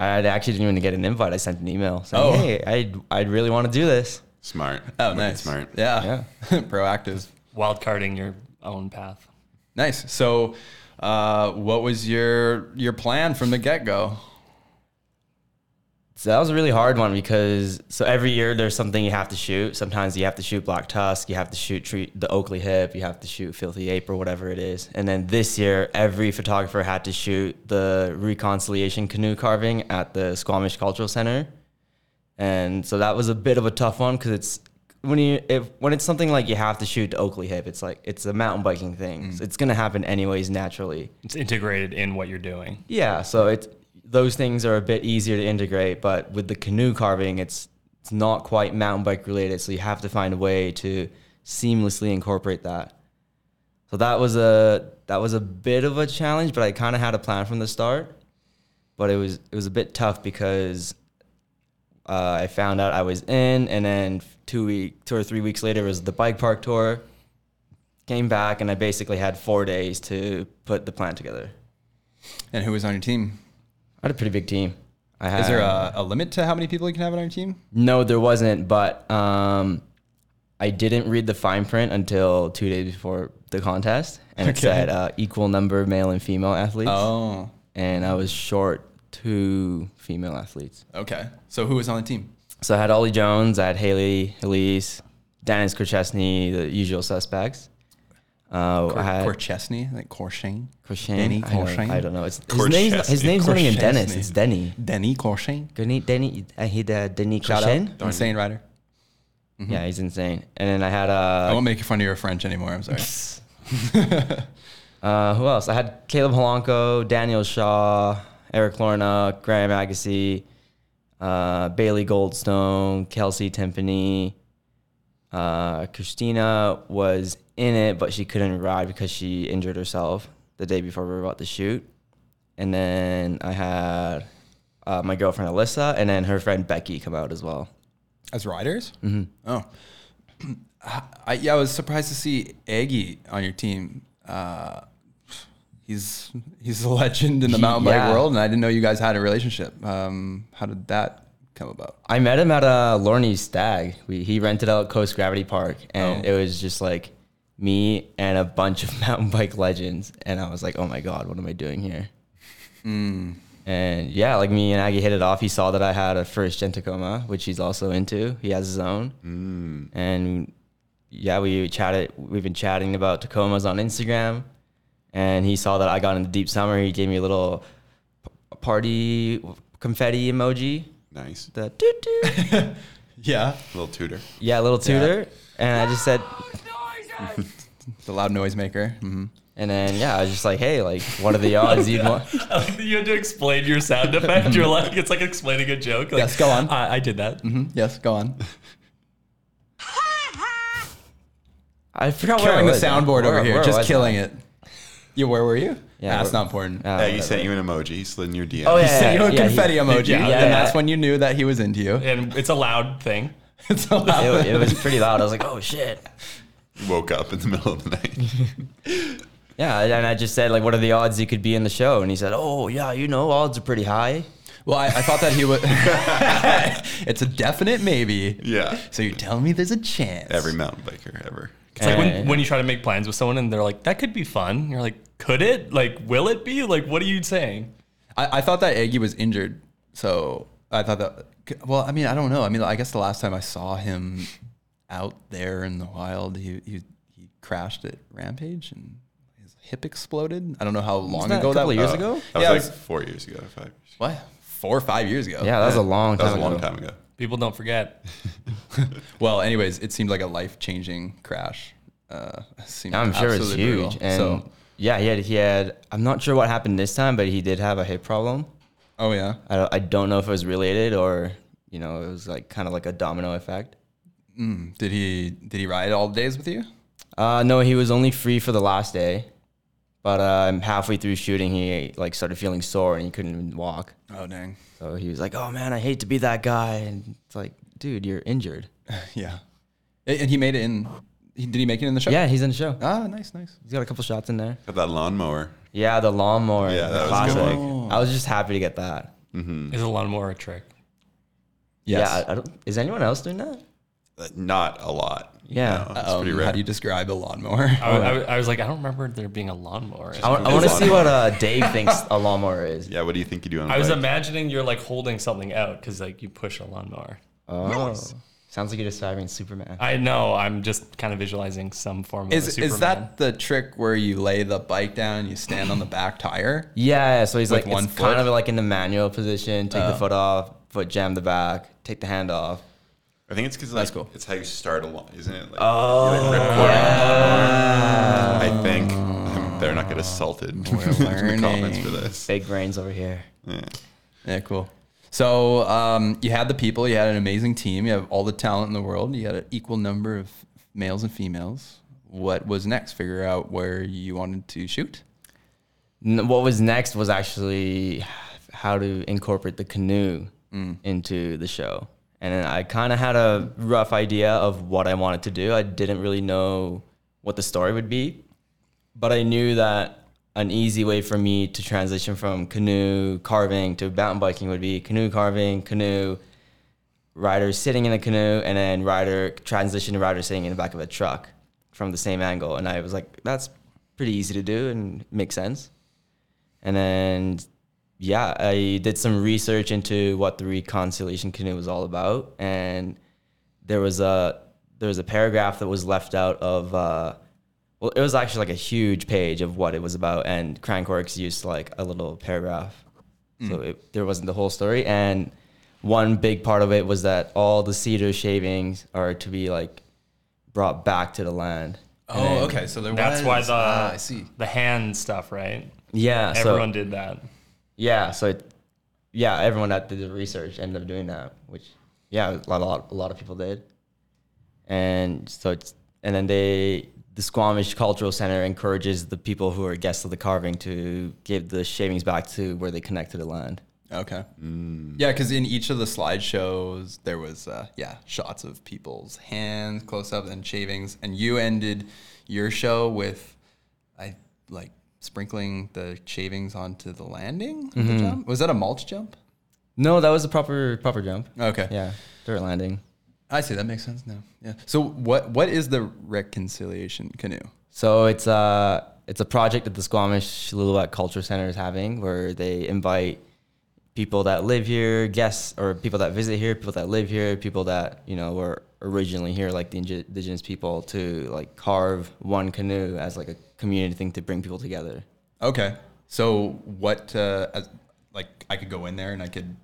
[SPEAKER 5] I actually didn't even get an invite. I sent an email saying,
[SPEAKER 2] Oh.
[SPEAKER 5] "Hey, I I really want to do this."
[SPEAKER 3] smart.
[SPEAKER 2] Oh,
[SPEAKER 3] Fucking
[SPEAKER 2] nice.
[SPEAKER 3] Smart.
[SPEAKER 2] Yeah. Proactive.
[SPEAKER 4] Wild carding your own path.
[SPEAKER 2] Nice. So, uh, what was your your plan from the get go?
[SPEAKER 5] So that was a really hard one because so every year there's something you have to shoot. Sometimes you have to shoot Black Tusk, you have to shoot tree, the Oakley Hip, you have to shoot Filthy Ape or whatever it is. And then this year, every photographer had to shoot the Reconciliation Canoe carving at the Squamish Cultural Center. And so that was a bit of a tough one because it's when you if when it's something like you have to shoot the Oakley Hip, it's like it's a mountain biking thing. So it's gonna happen anyways naturally.
[SPEAKER 4] It's integrated in what you're doing.
[SPEAKER 5] Yeah, so it's those things are a bit easier to integrate, but with the canoe carving, it's it's not quite mountain bike related, so you have to find a way to seamlessly incorporate that. So that was a that was a bit of a challenge, but I kind of had a plan from the start. But it was it was a bit tough because uh, I found out I was in, and then two week two or three weeks later was the bike park tour. Came back, and I basically had four days to put the plan together.
[SPEAKER 2] And who was on your team?
[SPEAKER 5] I had a pretty big team. I had,
[SPEAKER 2] Is there a, a limit to how many people you can have on your team?
[SPEAKER 5] no? There wasn't, but um, I didn't read the fine print until two days before the contest, and it
[SPEAKER 2] Okay.
[SPEAKER 5] said uh, equal number of male and female athletes,
[SPEAKER 2] Oh,
[SPEAKER 5] and I was short two female athletes.
[SPEAKER 2] okay. So who was on the team?
[SPEAKER 5] So I had Ollie Jones, I had Haley, Elise, Dennis Korchesny, the usual suspects. Uh, I had
[SPEAKER 2] Korchesny, I think Korshane.
[SPEAKER 5] Korchesny.
[SPEAKER 2] Denny
[SPEAKER 5] I, don't,
[SPEAKER 2] Korshane.
[SPEAKER 5] I don't know. It's, his name's not- his
[SPEAKER 3] Korchesny.
[SPEAKER 5] name's not even Dennis.
[SPEAKER 2] Korchesny.
[SPEAKER 5] It's Denny.
[SPEAKER 2] Denny Korshane.
[SPEAKER 5] Denny. Denny. I hate uh, Denny
[SPEAKER 2] Shout
[SPEAKER 5] Korchesny.
[SPEAKER 2] out, insane rider.
[SPEAKER 5] Yeah, he's insane. And then I had
[SPEAKER 2] I
[SPEAKER 5] uh,
[SPEAKER 2] won't make fun of your French anymore. I'm sorry.
[SPEAKER 5] Uh, who else? I had Caleb Holanko, Daniel Shaw, Eric Lorna, Graham Agassi, uh, Bailey Goldstone, Kelsey Timpany. Uh, Christina was in it, but she couldn't ride because she injured herself the day before we were about to shoot. And then I had uh, my girlfriend Alyssa and then her friend Becky come out as well.
[SPEAKER 2] As riders? Mm-hmm. Oh, I, yeah, I was surprised to see Aggie on your team. Uh, he's he's a legend in the mountain
[SPEAKER 5] Yeah.
[SPEAKER 2] bike world, and I didn't know you guys had a relationship. Um, how did that come about?
[SPEAKER 5] I met him at uh, Lorne's stag. We, he rented out Coast Gravity Park, and
[SPEAKER 2] Oh.
[SPEAKER 5] it was just like me and a bunch of mountain bike legends. And I was like, oh my god, what am I doing here? And yeah, like me and Aggie hit it off. He saw that I had a first gen Tacoma, which he's also into. He has his own, and yeah, we chatted. We've been chatting about Tacomas on Instagram, and he saw that I got into deep summer. He gave me a little p- party confetti emoji.
[SPEAKER 3] Nice.
[SPEAKER 5] The doot doot.
[SPEAKER 2] Yeah,
[SPEAKER 3] Little tutor.
[SPEAKER 5] Yeah, little tutor. And I just said,
[SPEAKER 2] the loud noisemaker. Mm-hmm.
[SPEAKER 5] and then yeah, I was just like, hey, like, what are the odds you'd want?
[SPEAKER 4] you had to explain your sound effect. You're like, it's like explaining a joke. Like,
[SPEAKER 2] Yes, go on.
[SPEAKER 4] I, I did that.
[SPEAKER 5] Mm-hmm.
[SPEAKER 2] Yes, go on.
[SPEAKER 5] I forgot where I
[SPEAKER 2] Killing the
[SPEAKER 5] was.
[SPEAKER 2] soundboard
[SPEAKER 5] Where-
[SPEAKER 2] over here,
[SPEAKER 5] where
[SPEAKER 2] just
[SPEAKER 5] was
[SPEAKER 2] killing
[SPEAKER 5] I?
[SPEAKER 2] it. Yeah, where were you?
[SPEAKER 5] Yeah,
[SPEAKER 2] Yeah, that's
[SPEAKER 5] where-
[SPEAKER 2] not important.
[SPEAKER 5] Yeah,
[SPEAKER 3] Yeah, you
[SPEAKER 5] whatever.
[SPEAKER 3] sent you an emoji. He slid in your DM.
[SPEAKER 5] Oh yeah,
[SPEAKER 2] He sent you a
[SPEAKER 5] yeah, he-
[SPEAKER 2] confetti emoji,
[SPEAKER 4] Yeah,
[SPEAKER 2] and
[SPEAKER 4] yeah.
[SPEAKER 2] that's when you knew that he was into you.
[SPEAKER 4] And it's a loud thing.
[SPEAKER 2] It's so loud.
[SPEAKER 5] It, it was pretty loud. I was like, oh shit.
[SPEAKER 3] You woke up in the middle of the night.
[SPEAKER 5] Yeah, and I just said like, what are the odds you could be in the show? And he said, oh yeah, you know, odds are pretty high.
[SPEAKER 2] Well, I, I thought that he was. it's a definite maybe.
[SPEAKER 3] yeah.
[SPEAKER 2] So you're telling me there's a chance.
[SPEAKER 3] Every mountain biker ever.
[SPEAKER 4] It's like when,
[SPEAKER 2] Eh.
[SPEAKER 5] And-
[SPEAKER 4] when you try to make plans with someone and they're like, that could be fun. You're like, could it? Like, will it be? Like, what are you saying?
[SPEAKER 2] I, I thought that Aggie was injured, so I thought that. Well, I mean, I don't know. I mean, I guess the last time I saw him out there in the wild, he he, he crashed at Rampage and his hip exploded. I don't know how long
[SPEAKER 5] that a
[SPEAKER 2] ago that
[SPEAKER 5] couple
[SPEAKER 2] was.
[SPEAKER 5] of years
[SPEAKER 3] Oh, That
[SPEAKER 5] ago?
[SPEAKER 3] was
[SPEAKER 2] Yeah, it
[SPEAKER 3] like
[SPEAKER 2] was-
[SPEAKER 3] four years ago, five years ago.
[SPEAKER 2] What? Four or five years ago.
[SPEAKER 5] Yeah, that was a long
[SPEAKER 3] That
[SPEAKER 5] time.
[SPEAKER 3] was a long
[SPEAKER 5] ago.
[SPEAKER 3] time ago.
[SPEAKER 4] People don't forget.
[SPEAKER 2] Well, anyways, it seemed like a life changing crash. Uh, it seemed
[SPEAKER 5] I'm sure it's
[SPEAKER 2] absolutely
[SPEAKER 5] huge.
[SPEAKER 2] brutal.
[SPEAKER 5] And
[SPEAKER 2] so,
[SPEAKER 5] yeah, he had he had. I'm not sure what happened this time, but he did have a hip problem.
[SPEAKER 2] oh yeah.
[SPEAKER 5] I don't, I don't know if it was related or you know it was like kind of like a domino effect.
[SPEAKER 2] Did he did he ride all the days with you?
[SPEAKER 5] Uh, no, he was only free for the last day, but um, halfway through shooting, he like started feeling sore and he couldn't even walk.
[SPEAKER 2] Oh dang.
[SPEAKER 5] So he was like, "Oh man, I hate to be that guy," and it's like, "Dude, you're injured."
[SPEAKER 2] Yeah. And and he made it in. he- Did he make it in the show?
[SPEAKER 5] Yeah, he's in the show.
[SPEAKER 2] Ah, nice, nice.
[SPEAKER 5] He's got a couple shots in there.
[SPEAKER 3] Got that lawnmower.
[SPEAKER 5] Yeah, the lawnmower.
[SPEAKER 3] Yeah,
[SPEAKER 5] the
[SPEAKER 3] that was a
[SPEAKER 5] classic.
[SPEAKER 3] good
[SPEAKER 5] I was just happy to get that.
[SPEAKER 2] Hmm.
[SPEAKER 4] Is a lawnmower a trick?
[SPEAKER 5] Yeah, I, I don't, is anyone else doing that?
[SPEAKER 3] Uh, Not a lot.
[SPEAKER 5] Yeah.
[SPEAKER 3] No, it's
[SPEAKER 2] Um,
[SPEAKER 3] pretty rare.
[SPEAKER 2] How do you describe a lawnmower?
[SPEAKER 4] I, I, I was like, I don't remember there being a lawnmower.
[SPEAKER 5] I, wa- I
[SPEAKER 3] Is
[SPEAKER 5] want to
[SPEAKER 3] lawn-
[SPEAKER 5] see what uh, Dave thinks a lawnmower is.
[SPEAKER 3] yeah, what do you think you do on a
[SPEAKER 4] I was
[SPEAKER 3] bike?
[SPEAKER 4] imagining you're like holding something out because like you push a lawnmower.
[SPEAKER 5] Oh, sounds like you're describing Superman.
[SPEAKER 4] I know. I'm just kind of visualizing some form of a
[SPEAKER 2] Is,
[SPEAKER 4] Superman.
[SPEAKER 2] is that the trick where you lay the bike down and you stand on the back tire?
[SPEAKER 5] Yeah, so he's
[SPEAKER 2] With
[SPEAKER 5] like
[SPEAKER 2] one
[SPEAKER 5] it's kind
[SPEAKER 2] foot? Oh.
[SPEAKER 5] of like in the manual position. Take the foot off, foot jam the back, take the hand off.
[SPEAKER 3] I think it's because like,
[SPEAKER 2] cool.
[SPEAKER 3] it's how you start a lawn, isn't it? Like, oh, you like rip cord on the lawnmower. I think um, they're not get assaulted in the comments
[SPEAKER 2] learning.
[SPEAKER 3] for this.
[SPEAKER 5] Big brains over here.
[SPEAKER 3] Yeah.
[SPEAKER 2] Yeah, cool. So um, you had the people, you had an amazing team, you have all the talent in the world, you had an equal number of males and females. What was next? Figure out where you wanted to shoot.
[SPEAKER 5] N- What was next was actually how to incorporate the canoe into the show. And then I kind of had a rough idea of what I wanted to do. I didn't really know what the story would be, but I knew that an easy way for me to transition from canoe carving to mountain biking would be canoe carving, canoe, rider sitting in a canoe, and then rider transition to rider sitting in the back of a truck from the same angle. And I was like, that's pretty easy to do and makes sense. And then, yeah, I did some research into what the reconciliation canoe was all about, and there was a there was a paragraph that was left out of. Uh, well, it was actually like a huge page of what it was about, and Crankworks used like a little paragraph, so it, there wasn't the whole story. And one big part of it was that all the cedar shavings are to be like brought back to the land. And then-
[SPEAKER 2] Oh, okay. So there Ah,
[SPEAKER 4] That's why the the hand stuff, right?
[SPEAKER 5] Yeah, so-
[SPEAKER 4] Everyone did that.
[SPEAKER 5] Yeah, so it, yeah, everyone that did the research ended up doing that, which yeah, a lot, a lot, a lot of people did. And so it's and then they the Squamish Cultural Center encourages the people who are guests of the carving to give the shavings back to where they connect to the land.
[SPEAKER 2] Okay. Yeah, because in each of the slideshows, there was uh, yeah shots of people's hands, close ups, and shavings. And you ended your show with I like sprinkling the shavings onto the landing. of
[SPEAKER 4] Mm-hmm.
[SPEAKER 2] the jump? Was that a mulch jump?
[SPEAKER 5] No, that was a proper proper jump.
[SPEAKER 2] Okay.
[SPEAKER 5] Yeah, dirt landing.
[SPEAKER 2] I see. That makes sense now. Yeah. So what what is the reconciliation canoe?
[SPEAKER 5] So it's a it's a project that the Squamish Lillooet Culture Center is having, where they invite people that live here, guests or people that visit here, people that live here, people that you know were originally here, like the indi- indigenous people, to like carve one canoe as like a community thing to bring people together.
[SPEAKER 2] Okay. So what? Uh, as, like I could go in there and I could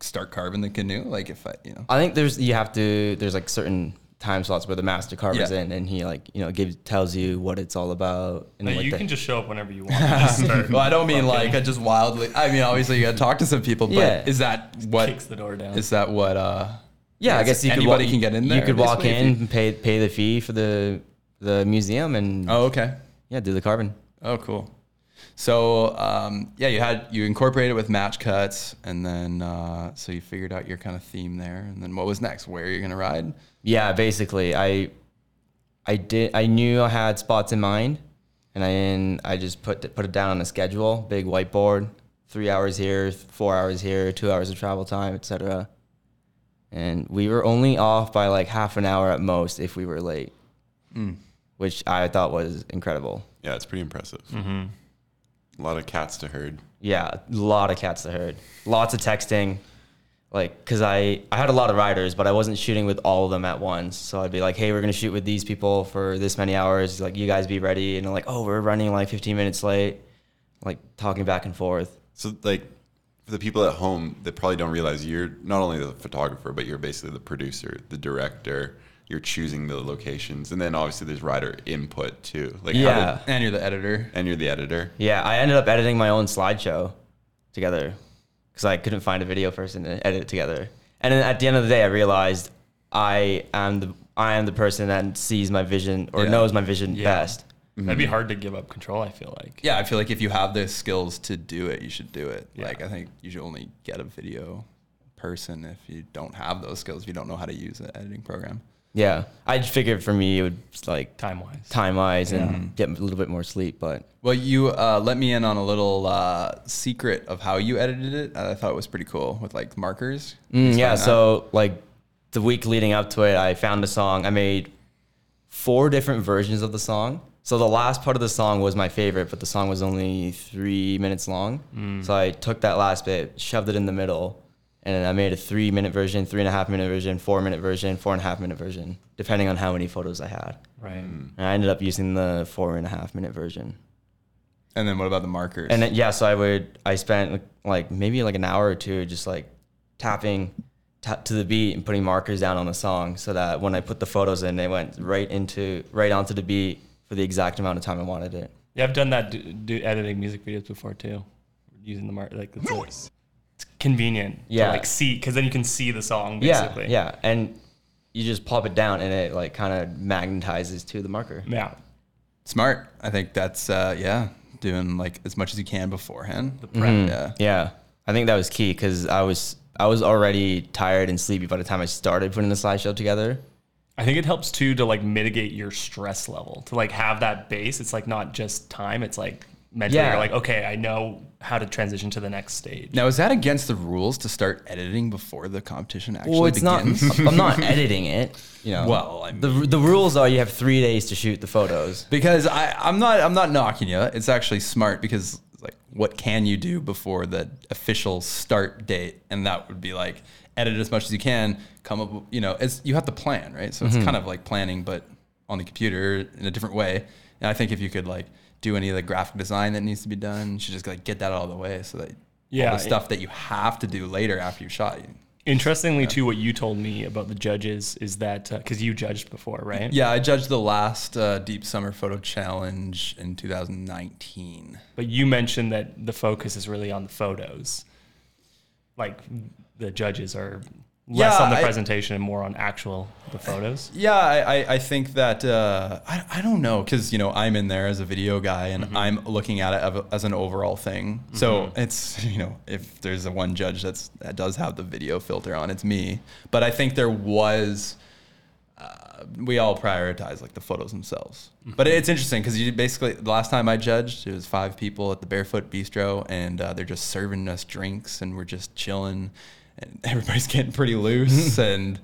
[SPEAKER 2] start carving the canoe. Like if I you know.
[SPEAKER 5] I think there's you have to there's like certain time slots where the master carver's
[SPEAKER 2] Yeah.
[SPEAKER 5] in and he like you know gives tells you what it's all about and
[SPEAKER 4] No,
[SPEAKER 5] like
[SPEAKER 4] you
[SPEAKER 5] the-
[SPEAKER 4] can just show up whenever you want. Just start.
[SPEAKER 2] Well, I don't mean like I just wildly. I mean, obviously, you got to talk to some people. But
[SPEAKER 5] Yeah.
[SPEAKER 2] is that what?
[SPEAKER 4] kicks the door down.
[SPEAKER 2] Is that what? Uh,
[SPEAKER 5] Yeah, I
[SPEAKER 2] is-
[SPEAKER 5] guess you
[SPEAKER 2] anybody
[SPEAKER 5] could walk,
[SPEAKER 2] can get in there.
[SPEAKER 5] You could walk
[SPEAKER 2] basically, if
[SPEAKER 5] in,
[SPEAKER 2] you-
[SPEAKER 5] and pay pay the fee for the the museum, and
[SPEAKER 2] oh, okay.
[SPEAKER 5] yeah, do the carbon.
[SPEAKER 2] Oh, cool. So um, yeah, you had you incorporated with match cuts, and then uh, so you figured out your kind of theme there, and then what was next? Where you're gonna ride?
[SPEAKER 5] Yeah, basically, I I did I knew I had spots in mind, and I and I just put put it down on a schedule, big whiteboard, three hours here, four hours here, two hours of travel time, etc. And we were only off by like half an hour at most if we were late,
[SPEAKER 2] Hmm.
[SPEAKER 5] which I thought was incredible.
[SPEAKER 3] Yeah, it's pretty impressive. A lot of cats to herd.
[SPEAKER 5] Yeah, a lot of cats to herd. Lots of texting. Like, cause I, I had a lot of riders, but I wasn't shooting with all of them at once. So I'd be like, hey, we're gonna shoot with these people for this many hours. Like, you guys be ready. And they're like, oh, we're running like 15 minutes late. Like talking back and forth.
[SPEAKER 3] So, like, for the people at home that probably don't realize you're not only the photographer, but you're basically the producer, the director. You're choosing the locations, and then obviously there's rider input too. Like, how
[SPEAKER 5] Yeah.
[SPEAKER 3] did-
[SPEAKER 2] And you're the editor.
[SPEAKER 3] and you're the editor.
[SPEAKER 5] Yeah, I ended up editing my own slideshow together because I couldn't find a video person to edit it together. And then at the end of the day, I realized I am the I am the person that sees my vision or
[SPEAKER 2] Yeah.
[SPEAKER 5] knows my vision best.
[SPEAKER 4] That'd be hard to give up control. I feel like.
[SPEAKER 2] Hmm. Yeah, I feel like if you have the skills to do it, you should do it. Like I think you should only get a video person if you don't have those skills. If you don't know how to use an editing program.
[SPEAKER 5] Yeah, I just figured for me it would just, like
[SPEAKER 4] Time wise.
[SPEAKER 5] time wise and get a little bit more sleep. But
[SPEAKER 2] Well, you uh, let me in on a little uh, secret of how you edited it. that I thought was pretty cool with like markers.
[SPEAKER 5] Mm, yeah, so like the week leading up to it, I found a song. I made four different versions of the song. So the last part of the song was my favorite, but the song was only three minutes long. So I took that last bit, shoved it in the middle, and I made a three minute version, three and a half minute version, four minute version, four and a half minute version, depending on how many photos I had.
[SPEAKER 4] Right.
[SPEAKER 2] Hmm.
[SPEAKER 5] And I ended up using the four and a half minute version.
[SPEAKER 2] And then what about the markers?
[SPEAKER 5] And then, yeah, so I would, I spent like maybe like an hour or two just like tapping ta to the beat and putting markers down on the song so that when I put the photos in, they went right into, right onto the beat for the exact amount of time I wanted it.
[SPEAKER 4] Yeah, I've done that do, do editing music videos before too, using the mark like it's, a- it's convenient.
[SPEAKER 5] Yeah.
[SPEAKER 4] To like see, because then you can see the song
[SPEAKER 5] Yeah.
[SPEAKER 4] basically.
[SPEAKER 5] Yeah. And you just pop it down and it like kind of magnetizes to the marker.
[SPEAKER 4] Yeah.
[SPEAKER 2] Smart. I think that's uh, yeah, doing like as much as you can beforehand. The prep.
[SPEAKER 5] Mm-hmm.
[SPEAKER 2] Yeah.
[SPEAKER 5] Yeah. I think that was key because I was, I was already tired and sleepy by the time I started putting the slideshow together.
[SPEAKER 4] I think it helps too to like mitigate your stress level to like have that base. It's like not just time. It's like mentally
[SPEAKER 5] Yeah.
[SPEAKER 4] you're like okay, I know how to transition to the next stage.
[SPEAKER 2] Now is that against the rules to start editing before the competition actually
[SPEAKER 5] Well, it's
[SPEAKER 2] begins?
[SPEAKER 5] not. I'm not editing it. You know.
[SPEAKER 2] Well, I
[SPEAKER 5] the the rules are you have three days to shoot the photos.
[SPEAKER 2] because I, I'm not I'm not knocking you. It's actually smart because like what can you do before the official start date? And that would be like edit as much as you can. Come up, with- you know, it's you have to plan, right? So
[SPEAKER 4] Mm-hmm.
[SPEAKER 2] it's kind of like planning, but on the computer in a different way. And I think if you could like do any of the graphic design that needs to be done, you should just like get that out of the way so that
[SPEAKER 4] Yeah,
[SPEAKER 2] all
[SPEAKER 4] it-
[SPEAKER 2] the stuff that you have to do later after you shot. You,
[SPEAKER 4] Interestingly too, what you told me about the judges is that because you judged before, right?
[SPEAKER 2] yeah, I judged the last uh, Deep Summer Photo Challenge in 2019.
[SPEAKER 4] But you mentioned that the focus is really on the photos. Like the judges are less
[SPEAKER 2] Yeah,
[SPEAKER 4] on the
[SPEAKER 2] I-
[SPEAKER 4] presentation and more on actual the photos.
[SPEAKER 2] Yeah, I, I, I think that uh, I, I don't know because you know I'm in there as a video guy and I'm looking at it of- as an overall thing. So it's you know if there's a one judge that's that does have the video filter on, it's me. But I think there was uh, we all prioritize like the photos themselves. But it's interesting because you basically the last time I judged, it was five people at the Barefoot Bistro, and uh, they're just serving us drinks, and we're just chilling, and everybody's getting pretty loose. and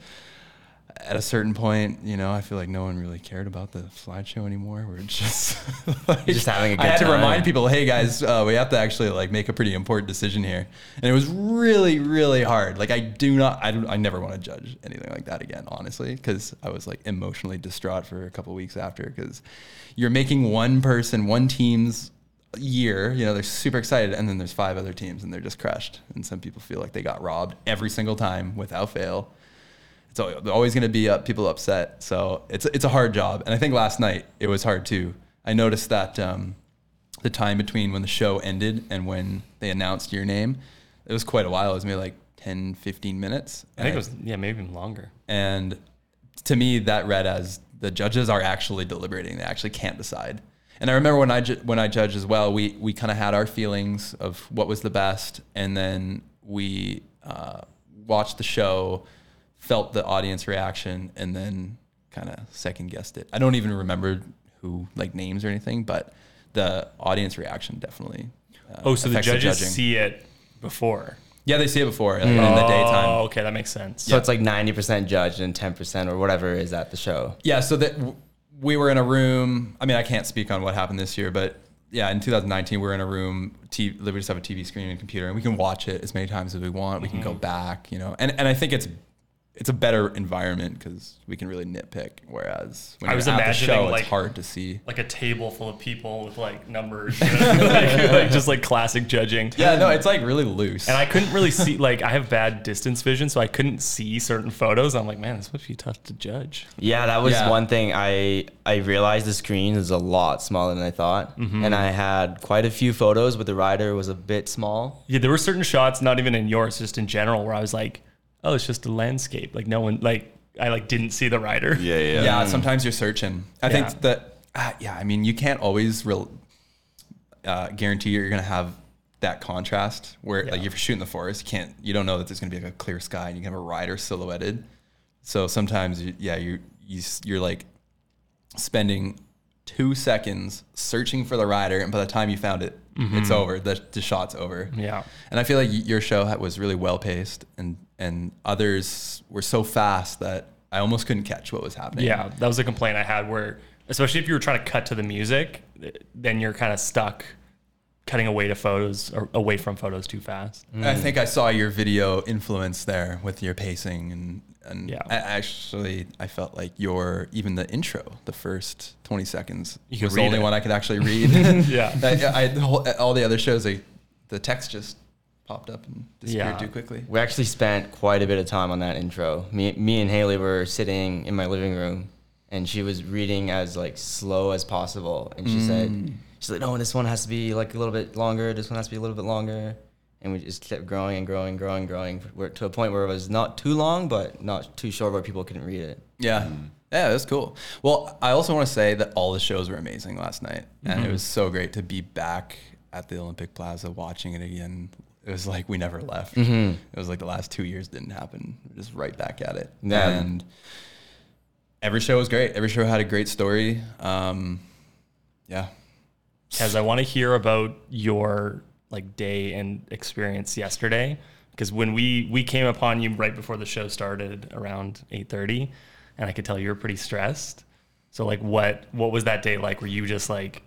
[SPEAKER 2] at a certain point, you know, I feel like no one really cared about the slideshow anymore. We're just like,
[SPEAKER 5] Just having a
[SPEAKER 2] I
[SPEAKER 5] good
[SPEAKER 2] had to
[SPEAKER 5] time.
[SPEAKER 2] remind people, hey guys, uh, we have to actually like make a pretty important decision here, and it was really, really hard. Like I do not, I, don't- I never want to judge anything like that again, honestly, because I was like emotionally distraught for a couple weeks after, because you're making one person, one team's year, you know, they're super excited, and then there's five other teams, and they're just crushed, and some people feel like they got robbed every single time without fail it's al- always going to be up, people upset. So it's it's a hard job, and I think last night it was hard too. I noticed that um, the time between when the show ended and when they announced your name, it was quite a while. It was maybe like 10, 15 minutes.
[SPEAKER 4] I think it was yeah, maybe even longer.
[SPEAKER 2] And to me, that read as the judges are actually deliberating. They actually can't decide. And I remember when I ju- when I judged as well, we we kind of had our feelings of what was the best, and then we uh, watched the show, felt the audience reaction, and then kind of second guessed it. I don't even remember who like names or anything, but the audience reaction definitely. uh,
[SPEAKER 4] Oh, so the
[SPEAKER 2] affects
[SPEAKER 4] judges
[SPEAKER 2] judging.
[SPEAKER 4] see it before.
[SPEAKER 2] Yeah, they see it before like, in the daytime.
[SPEAKER 4] Oh, okay, that makes sense.
[SPEAKER 5] So it's like 90% judged and 10% or whatever is at the show.
[SPEAKER 2] Yeah, so that w- we were in a room. I mean, I can't speak on what happened this year, but yeah, in 2019, we were in a room. T- we just have a TV screen and a computer, and we can watch it as many times as we want. We can
[SPEAKER 4] Mm-hmm.
[SPEAKER 2] go back, you know. And and I think it's it's a better environment because we can really nitpick. Whereas when
[SPEAKER 4] I
[SPEAKER 2] you're
[SPEAKER 4] was
[SPEAKER 2] at the
[SPEAKER 4] imagining,
[SPEAKER 2] show,
[SPEAKER 4] like-
[SPEAKER 2] it's hard to see.
[SPEAKER 4] Like a table full of people with like numbers, you know? like, like just like classic judging.
[SPEAKER 2] Yeah, no, it's like really loose.
[SPEAKER 4] And I couldn't really see, like, I have bad distance vision, so I couldn't see certain photos. I'm like, man, this must be tough to judge.
[SPEAKER 5] Yeah, that was
[SPEAKER 2] Yeah.
[SPEAKER 5] one thing I I realized the screen is a lot smaller than I thought, and I had quite a few photos, but the rider was a bit small.
[SPEAKER 4] Yeah, there were certain shots, not even in yours, just in general, where I was like, oh, it's just a landscape. Like, no one, like, I like didn't see the rider.
[SPEAKER 3] Yeah, yeah.
[SPEAKER 2] yeah, sometimes you're searching. I
[SPEAKER 4] Yeah.
[SPEAKER 2] think that uh, yeah, I mean, you can't always real uh, guarantee you're gonna have that contrast where like if you're shooting the forest, you can't you don't know that there's gonna be like a clear sky and you can have a rider silhouetted. So sometimes you, yeah, you you s- you're like spending two seconds searching for the rider, and by the time you found it, it's over. The, the shot's over.
[SPEAKER 4] Mm-hmm. Yeah.
[SPEAKER 2] And I feel like y- your show ha- was really well paced, and and others were so fast that I almost couldn't catch what was happening.
[SPEAKER 4] Yeah, that was a complaint I had where, especially if you were trying to cut to the music, then you're kind of stuck cutting away to photos or away from photos too fast.
[SPEAKER 2] I think I saw your video influence there with your pacing and and
[SPEAKER 4] Yeah.
[SPEAKER 2] I actually I felt like your even the intro, the first twenty seconds
[SPEAKER 4] could
[SPEAKER 2] was the
[SPEAKER 4] read
[SPEAKER 2] only
[SPEAKER 4] it.
[SPEAKER 2] one I could actually read.
[SPEAKER 4] Yeah.
[SPEAKER 2] I, I, the whole, all the other shows, they, the text just popped up and disappeared
[SPEAKER 4] Yeah.
[SPEAKER 2] too quickly.
[SPEAKER 5] We actually spent quite a bit of time on that intro. Me me and Haley were sitting in my living room, and she was reading as like slow as possible, and she
[SPEAKER 4] Mm.
[SPEAKER 5] said she's like, no, this one has to be like a little bit longer. This one has to be a little bit longer. And we just kept growing and growing, growing, growing, where- to a point where it was not too long, but not too short where people couldn't read it.
[SPEAKER 2] Yeah. Yeah, that's cool. Well, I also want to say that all the shows were amazing last night. And it was so great to be back at the Olympic Plaza watching it again. It was like we never left. It was like the last two years didn't happen. We're just right back at it.
[SPEAKER 5] Yeah.
[SPEAKER 2] And every show was great. Every show had a great story. Um, yeah.
[SPEAKER 4] Because I want to hear about your like day and experience yesterday. Because when we we came upon you right before the show started around eight thirty, and I could tell you were pretty stressed. So like, what what was that day like? Were you just like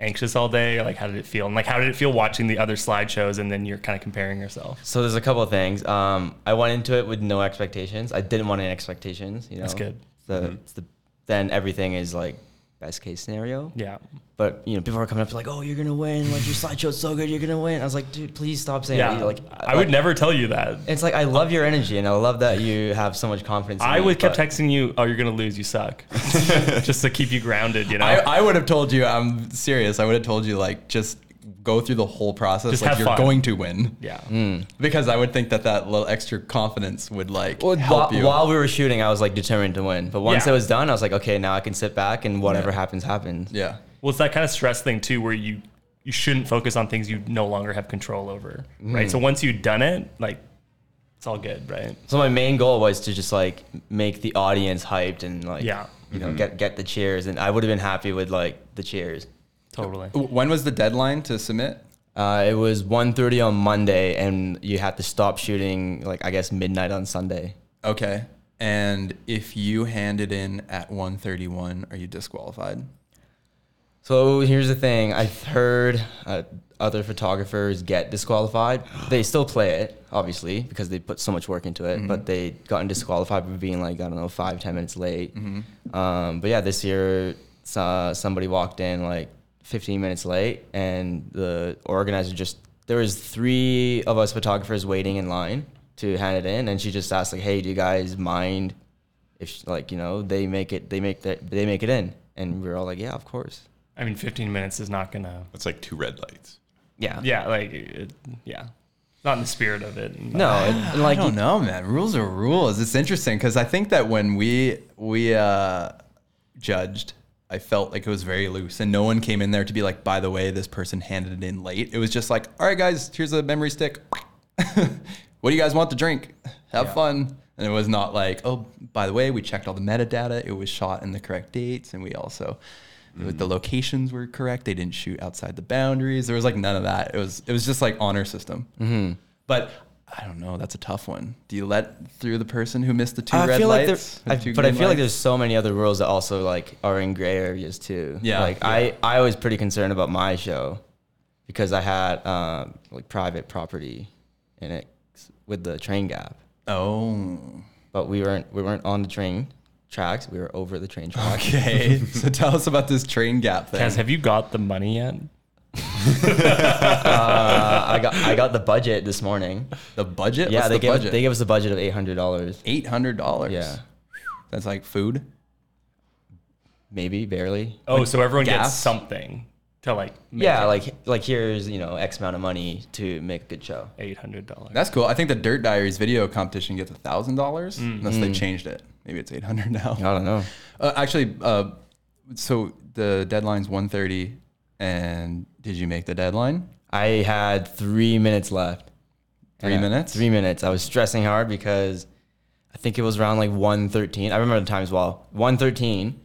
[SPEAKER 4] anxious all day, or like how did it feel? And like, how did it feel watching the other slideshows, and then you're kind of comparing yourself?
[SPEAKER 5] So there's a couple of things. Um, I went into it with no expectations. I didn't want any expectations. You know,
[SPEAKER 4] That's good. Mm-hmm.
[SPEAKER 5] The, it's the then everything is like best case scenario.
[SPEAKER 4] Yeah,
[SPEAKER 5] But you know, people are coming up to like, "Oh, you're gonna win! Like your slideshow's so good, you're gonna win." I was like, "Dude, please stop saying
[SPEAKER 4] yeah.
[SPEAKER 5] that." Like,
[SPEAKER 4] I would
[SPEAKER 5] like-
[SPEAKER 4] never tell you that.
[SPEAKER 5] It's like I love your energy, and I love that you have so much confidence. in
[SPEAKER 4] I
[SPEAKER 5] me,
[SPEAKER 4] would kept
[SPEAKER 5] but-
[SPEAKER 4] texting you, "Oh, you're gonna lose. You suck," just to keep you grounded. You know.
[SPEAKER 2] I, I would have told you, I'm serious. I would have told you, like, just go through the whole process
[SPEAKER 4] Just
[SPEAKER 2] like
[SPEAKER 4] have
[SPEAKER 2] you're
[SPEAKER 4] fun.
[SPEAKER 2] going to win.
[SPEAKER 4] Yeah.
[SPEAKER 2] Because I would think that that little extra confidence would like
[SPEAKER 5] Well,
[SPEAKER 2] help
[SPEAKER 5] whi-
[SPEAKER 2] you.
[SPEAKER 5] while we were shooting, I was like determined to win. But once
[SPEAKER 4] Yeah.
[SPEAKER 5] it was done, I was like, okay, now I can sit back and whatever happens, happens.
[SPEAKER 2] yeah.
[SPEAKER 4] Well, it's that kind of stress thing too, where you you shouldn't focus on things you no longer have control over, right? So once you've done it, like it's all good, right?
[SPEAKER 5] So my main goal was to just like make the audience hyped and like,
[SPEAKER 4] Yeah. Mm-hmm.
[SPEAKER 5] you know, get get the cheers. And I would have been happy with like the cheers.
[SPEAKER 4] Totally.
[SPEAKER 2] W- When was the deadline to submit?
[SPEAKER 5] Uh, it was 1.30 on Monday, and you had to stop shooting like I guess midnight on Sunday.
[SPEAKER 2] Okay. And if you hand it in at 131, are you disqualified?
[SPEAKER 5] So here's the thing: I've heard uh, other photographers get disqualified. They still play it, obviously, because they put so much work into it. But they gotten disqualified for being like I don't know, five ten minutes late. Um, but yeah, this year uh, somebody walked in like 15 minutes late, and the organizer just there was three of us photographers waiting in line to hand it in, and she just asked like, "Hey, do you guys mind if like you know they make it they make that they make it in?" And we were all like, "Yeah, of course."
[SPEAKER 4] I mean, 15 minutes is not gonna.
[SPEAKER 3] That's like two red lights.
[SPEAKER 5] Yeah.
[SPEAKER 4] Yeah, like it, yeah, not in the spirit of it.
[SPEAKER 5] No, and, and
[SPEAKER 2] I
[SPEAKER 5] like
[SPEAKER 2] don't know, man. Rules are rules. It's interesting because I think that when we we uh, judged, I felt like it was very loose, and no one came in there to be like, by the way, this person handed it in late. It was just like, all right, guys, here's a memory stick. what do you guys want to drink? Have fun. And it was not like, oh, by the way, we checked all the metadata. It was shot in the correct dates, and we also.
[SPEAKER 5] Mm.
[SPEAKER 2] The locations were correct. They didn't shoot outside the boundaries. There was like none of that. It was it was just like honor system.
[SPEAKER 5] Mm-hmm.
[SPEAKER 2] But I don't know. That's a tough one. Do you let through the person who missed the two
[SPEAKER 5] I
[SPEAKER 2] red
[SPEAKER 5] feel like
[SPEAKER 2] lights?
[SPEAKER 5] there's,
[SPEAKER 2] or two
[SPEAKER 5] but I
[SPEAKER 2] green
[SPEAKER 5] feel like
[SPEAKER 2] lights?
[SPEAKER 5] there's so many other rules that also like are in gray areas too.
[SPEAKER 2] Yeah,
[SPEAKER 5] like I, I was pretty concerned about my show because I had um, like private property in it with the train gap,
[SPEAKER 2] Oh,
[SPEAKER 5] but we weren't we weren't on the train tracks. We were over the train track.
[SPEAKER 2] okay. so tell us about this train gap thing.
[SPEAKER 4] Kaz, have you got the money yet?
[SPEAKER 5] Uh, I got I got the budget this morning.
[SPEAKER 2] the budget?
[SPEAKER 5] yeah,
[SPEAKER 2] What's
[SPEAKER 5] they
[SPEAKER 2] the
[SPEAKER 5] gave
[SPEAKER 2] budget?
[SPEAKER 5] they gave us a budget of eight hundred dollars.
[SPEAKER 2] eight hundred dollars.
[SPEAKER 5] Yeah,
[SPEAKER 2] that's like food.
[SPEAKER 5] maybe barely.
[SPEAKER 4] Oh, so everyone
[SPEAKER 2] gas?
[SPEAKER 4] gets something to like. Make
[SPEAKER 5] Yeah, like like here's you know X amount of money to make a good show.
[SPEAKER 4] eight hundred dollars.
[SPEAKER 2] That's cool. I think the Dirt Diaries video competition gets a thousand dollars unless they changed it. Maybe it's eight hundred now.
[SPEAKER 5] Mm. I don't know.
[SPEAKER 2] Uh, actually, uh, so the deadline's one thirty, and did you make the deadline?
[SPEAKER 5] I had three minutes left.
[SPEAKER 2] Three
[SPEAKER 5] Yeah,
[SPEAKER 2] minutes?
[SPEAKER 5] Three minutes. I was stressing hard because I think it was around like one thirteen. I remember the time as well. One thirteen.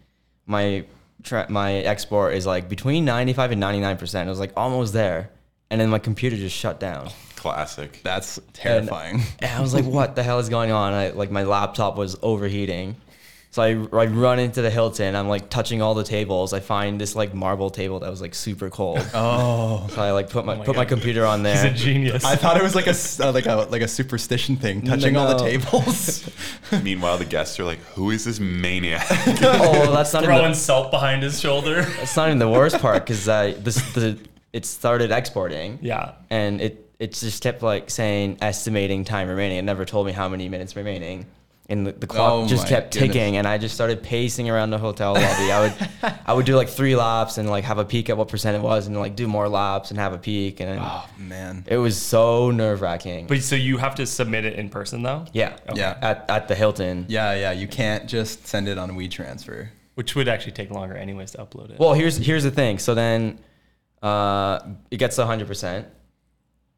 [SPEAKER 5] My tra- my export is like between ninety five and ninety nine percent. It was like almost there, and then my computer just shut down.
[SPEAKER 3] Classic.
[SPEAKER 2] That's terrifying.
[SPEAKER 5] And I was like, what the hell is going on? I, like my laptop was overheating. So I, I run into the Hilton. I'm like touching all the tables. I find this like marble table that was like super cold.
[SPEAKER 2] oh.
[SPEAKER 5] So I like put my,
[SPEAKER 4] my
[SPEAKER 5] put my
[SPEAKER 4] God.
[SPEAKER 5] computer on there.
[SPEAKER 4] He's a genius.
[SPEAKER 2] I thought it was like a s- uh, like a like a superstition thing, touching all the
[SPEAKER 5] no.
[SPEAKER 2] tables.
[SPEAKER 3] Meanwhile, the guests are like, "Who is this maniac?"
[SPEAKER 5] oh, that's not even
[SPEAKER 4] throwing
[SPEAKER 5] the,
[SPEAKER 4] salt behind his shoulder.
[SPEAKER 5] that's not even the worst part because uh, this the it started exporting.
[SPEAKER 4] yeah.
[SPEAKER 5] and it it just kept like saying estimating time remaining. It never told me how many minutes remaining. And the, the clock
[SPEAKER 2] Oh
[SPEAKER 5] just
[SPEAKER 2] my
[SPEAKER 5] kept
[SPEAKER 2] goodness.
[SPEAKER 5] ticking, and I just started pacing around the hotel lobby. I would, I would do like three laps and like have a peek at what percent it was, and like do more laps and have a peek, and
[SPEAKER 2] Oh man.
[SPEAKER 5] it was so nerve wracking.
[SPEAKER 4] But so you have to submit it in person though.
[SPEAKER 5] Yeah,
[SPEAKER 2] Yeah.
[SPEAKER 5] at, at the Hilton.
[SPEAKER 2] Yeah, yeah. You can't just send it on WeTransfer.
[SPEAKER 4] Which would actually take longer anyways to upload it.
[SPEAKER 5] Well, here's here's the thing. So then, uh, it gets hundred percent,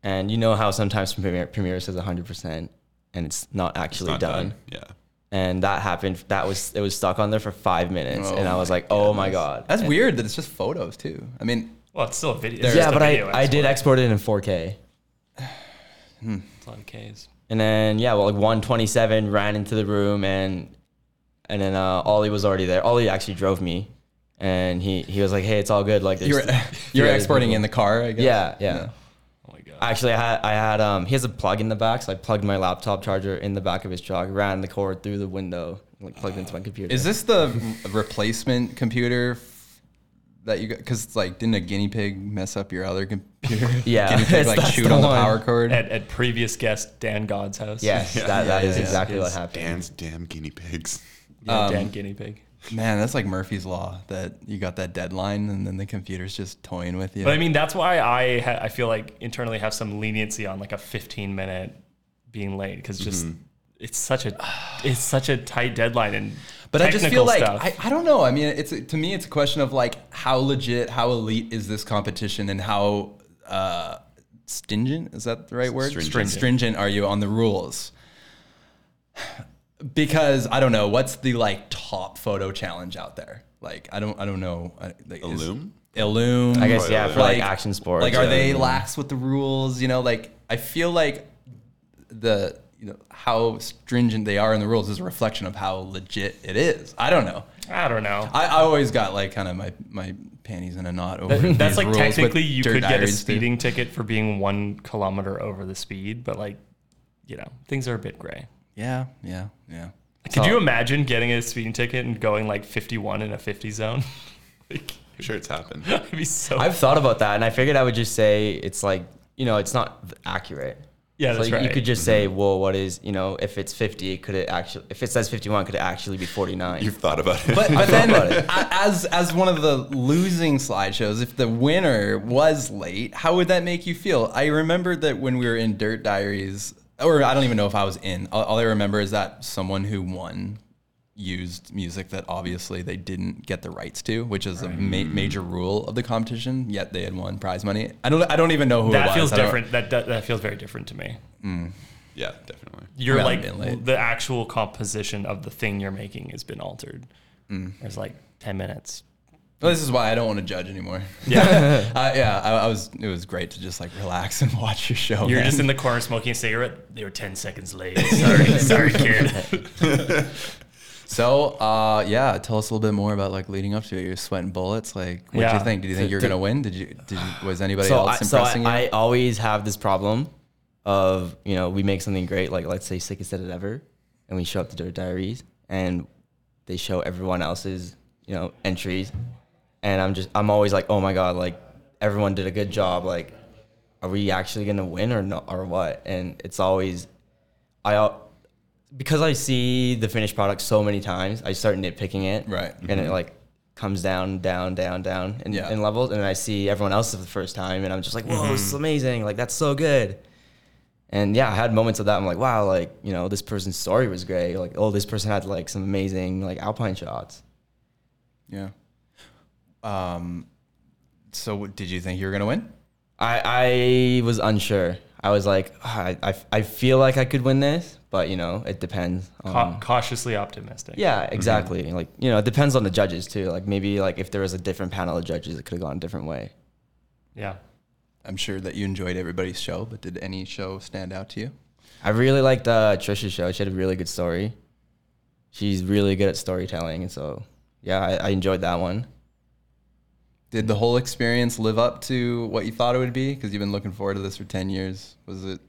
[SPEAKER 5] and you know how sometimes Premiere Premiere says hundred percent, and it's not actually
[SPEAKER 3] Not
[SPEAKER 5] done.
[SPEAKER 3] Yeah.
[SPEAKER 5] And that happened. That was it was stuck on there for five minutes,
[SPEAKER 2] Oh
[SPEAKER 5] and I was like, oh my god.
[SPEAKER 2] That's weird that it's just photos too. I mean,
[SPEAKER 4] Well, it's still a video.
[SPEAKER 2] Yeah,
[SPEAKER 4] It's
[SPEAKER 5] yeah,
[SPEAKER 4] just a
[SPEAKER 5] but I,
[SPEAKER 4] video
[SPEAKER 5] I did
[SPEAKER 4] export.
[SPEAKER 5] export it in 4K,
[SPEAKER 4] It's a lot of Ks.
[SPEAKER 5] and then yeah, well like 127 ran into the room, and and then uh, Ollie was already there. Ollie actually drove me, and he he was like, hey, it's all good. Like there's
[SPEAKER 2] you're
[SPEAKER 5] th-
[SPEAKER 2] you're
[SPEAKER 5] three other
[SPEAKER 2] exporting
[SPEAKER 5] people.
[SPEAKER 2] in the car, I guess.
[SPEAKER 5] Yeah, yeah.
[SPEAKER 4] Oh my god.
[SPEAKER 5] Actually, I had I had um he has a plug in the back, so I plugged my laptop charger in the back of his truck, ran the cord through the window, like plugged into my computer.
[SPEAKER 2] Is this the r- replacement computer f- that you got? Because it's like, didn't a guinea pig mess up your other computer?
[SPEAKER 5] Yeah,
[SPEAKER 2] guinea pig
[SPEAKER 5] it's-
[SPEAKER 2] like
[SPEAKER 5] that's
[SPEAKER 2] shoot
[SPEAKER 5] the
[SPEAKER 2] on the
[SPEAKER 5] one.
[SPEAKER 2] power cord.
[SPEAKER 4] at, at previous guest Dan God's house.
[SPEAKER 5] yes, that, that is
[SPEAKER 2] yeah,
[SPEAKER 5] exactly what
[SPEAKER 4] yes.
[SPEAKER 5] happened.
[SPEAKER 3] Dan's damn guinea pigs.
[SPEAKER 4] Yeah,
[SPEAKER 2] Um,
[SPEAKER 4] Dan Guinea Pig.
[SPEAKER 2] Man, that's like Murphy's Law that you got that deadline and then the computer's just toying with you.
[SPEAKER 4] But I mean, that's why I ha- I feel like internally have some leniency on like a 15 minute being late because just
[SPEAKER 2] Mm-hmm.
[SPEAKER 4] it's such a it's such a tight deadline and
[SPEAKER 2] But I just feel
[SPEAKER 4] technical
[SPEAKER 2] like
[SPEAKER 4] stuff.
[SPEAKER 2] I, I don't know. I mean, it's to me, it's a question of like how legit, how elite is this competition, and how uh, stingent is that the right word?
[SPEAKER 3] Stringent.
[SPEAKER 2] Stringent. are you on the rules? Because I don't know what's the like top photo challenge out there. Like I don't I don't know. I- Like, is-
[SPEAKER 3] Illume?
[SPEAKER 2] Illume.
[SPEAKER 5] I guess
[SPEAKER 3] Right,
[SPEAKER 5] yeah
[SPEAKER 3] right,
[SPEAKER 5] for like,
[SPEAKER 2] Like-
[SPEAKER 5] action sports.
[SPEAKER 2] Like, are
[SPEAKER 5] yeah.
[SPEAKER 2] they lax with the rules? You know, like I feel like the you know how stringent they are in the rules is a reflection of how legit it is. I don't know.
[SPEAKER 4] I don't know.
[SPEAKER 2] I, I always got like kind of my my panties in a knot over these
[SPEAKER 4] that's like
[SPEAKER 2] rules with
[SPEAKER 4] technically you
[SPEAKER 2] Dirt
[SPEAKER 4] could get a
[SPEAKER 2] Diaries, too.
[SPEAKER 4] speeding ticket for being one kilometer over the speed, but like you know things are a bit gray.
[SPEAKER 2] Yeah, yeah, yeah.
[SPEAKER 4] Could you imagine getting a speeding ticket and going like 51 in a 50 zone? like,
[SPEAKER 3] I'm sure it's happened.
[SPEAKER 4] it'd be so.
[SPEAKER 5] I've thought about that, and I figured I would just say it's like you know it's not accurate.
[SPEAKER 4] yeah,
[SPEAKER 5] So
[SPEAKER 4] that's
[SPEAKER 5] you-
[SPEAKER 4] right.
[SPEAKER 5] You could just
[SPEAKER 2] Mm-hmm.
[SPEAKER 5] say, "Well, what is you know? If it's fifty, could it actually? If it says fifty-one, could it actually be 49
[SPEAKER 3] You've thought about it.
[SPEAKER 2] But, but then,
[SPEAKER 5] about it.
[SPEAKER 2] a- as as one of the losing slideshows, if the winner was late, how would that make you feel? I remember that when we were in Dirt Diaries, or I don't even know if I was in. All, all I remember is that someone who won used music that obviously they didn't get the rights to, which is a ma-
[SPEAKER 4] Mm-hmm.
[SPEAKER 2] major rule of the competition. Yet they had won prize money. I don't I don't even know who it
[SPEAKER 4] that
[SPEAKER 2] was.
[SPEAKER 4] feels
[SPEAKER 2] I don't-
[SPEAKER 4] different. That, that that feels very different to me.
[SPEAKER 3] yeah, definitely.
[SPEAKER 4] You're
[SPEAKER 2] Rather
[SPEAKER 4] like
[SPEAKER 2] than late.
[SPEAKER 4] the actual composition of the thing you're making has been altered.
[SPEAKER 2] Mm.
[SPEAKER 4] There's like 10 minutes.
[SPEAKER 2] Well, this is why I don't want to judge anymore.
[SPEAKER 4] Yeah,
[SPEAKER 2] Uh, yeah, I, I was. It was great to just like relax and watch your show.
[SPEAKER 4] you're
[SPEAKER 2] man.
[SPEAKER 4] just in the corner smoking a cigarette. They were 10 seconds late. Sorry, sorry, kid.
[SPEAKER 2] So, uh, yeah, tell us a little bit more about like leading up to it. You're sweating bullets. Like, what did
[SPEAKER 4] Yeah.
[SPEAKER 2] you think? Did you think you were gonna win? Did you? Did you was anybody
[SPEAKER 5] so I,
[SPEAKER 2] else
[SPEAKER 5] so
[SPEAKER 2] impressing
[SPEAKER 5] I,
[SPEAKER 2] you?
[SPEAKER 5] I always have this problem of you know we make something great like let's say sickest edit ever and we show up to dirt diaries and they show everyone else's you know entries and i'm just i'm always like oh my god like everyone did a good job like are we actually gonna win or not or what and it's always i al- because i see the finished product so many times i start nitpicking it
[SPEAKER 2] Right.
[SPEAKER 5] and it like comes down down down down and,
[SPEAKER 2] Yeah.
[SPEAKER 5] and levels and i see everyone else for the first time and i'm just like whoa this is amazing like that's so good and yeah i had moments of that i'm like wow like you know this person's story was great like oh this person had like some amazing like alpine shots
[SPEAKER 2] yeah. Um. So, w- did you think you were gonna win?
[SPEAKER 5] i i was unsure i was like "Ah, I, I, I feel like i could win this but you know it depends
[SPEAKER 2] Um,
[SPEAKER 5] on
[SPEAKER 4] Ca- cautiously optimistic.
[SPEAKER 5] yeah exactly like you know it depends on the judges too like maybe like if there was a different panel of judges it could have gone a different way
[SPEAKER 4] Yeah.
[SPEAKER 2] I'm sure that you enjoyed everybody's show, but did any show stand out to you?
[SPEAKER 5] I really liked uh, Trisha's show. She had a really good story. She's really good at storytelling, and so yeah, I, I enjoyed that one.
[SPEAKER 2] Did the whole experience live up to what you thought it would be? Because you've been looking forward to this for ten years. Was it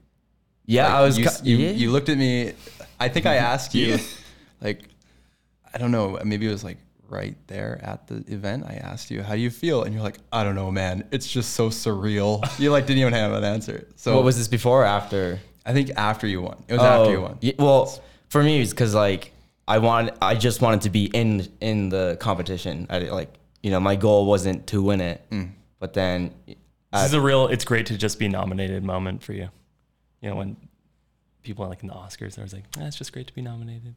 [SPEAKER 5] Yeah,
[SPEAKER 2] Like,
[SPEAKER 5] I was.
[SPEAKER 2] You,
[SPEAKER 5] ki-
[SPEAKER 2] you,
[SPEAKER 5] yeah.
[SPEAKER 2] you looked at me. I think I asked you, like, I don't know. Maybe it was like right there at the event. I asked you, "How do you feel?" And you're like, "I don't know, man. It's just so surreal." You like didn't even have an answer. So
[SPEAKER 5] what was Oh, this before or after?
[SPEAKER 2] I think after you won. It was after you won.
[SPEAKER 5] ye- well, for me, it's because like I want, I just wanted to be in in the competition. I did, like you know, my goal wasn't to win it,
[SPEAKER 2] Mm.
[SPEAKER 5] but then
[SPEAKER 4] This is a real, it's great to just be nominated moment for you. You know, when people are like in the Oscars, I was like, "Ah, it's just great to be nominated.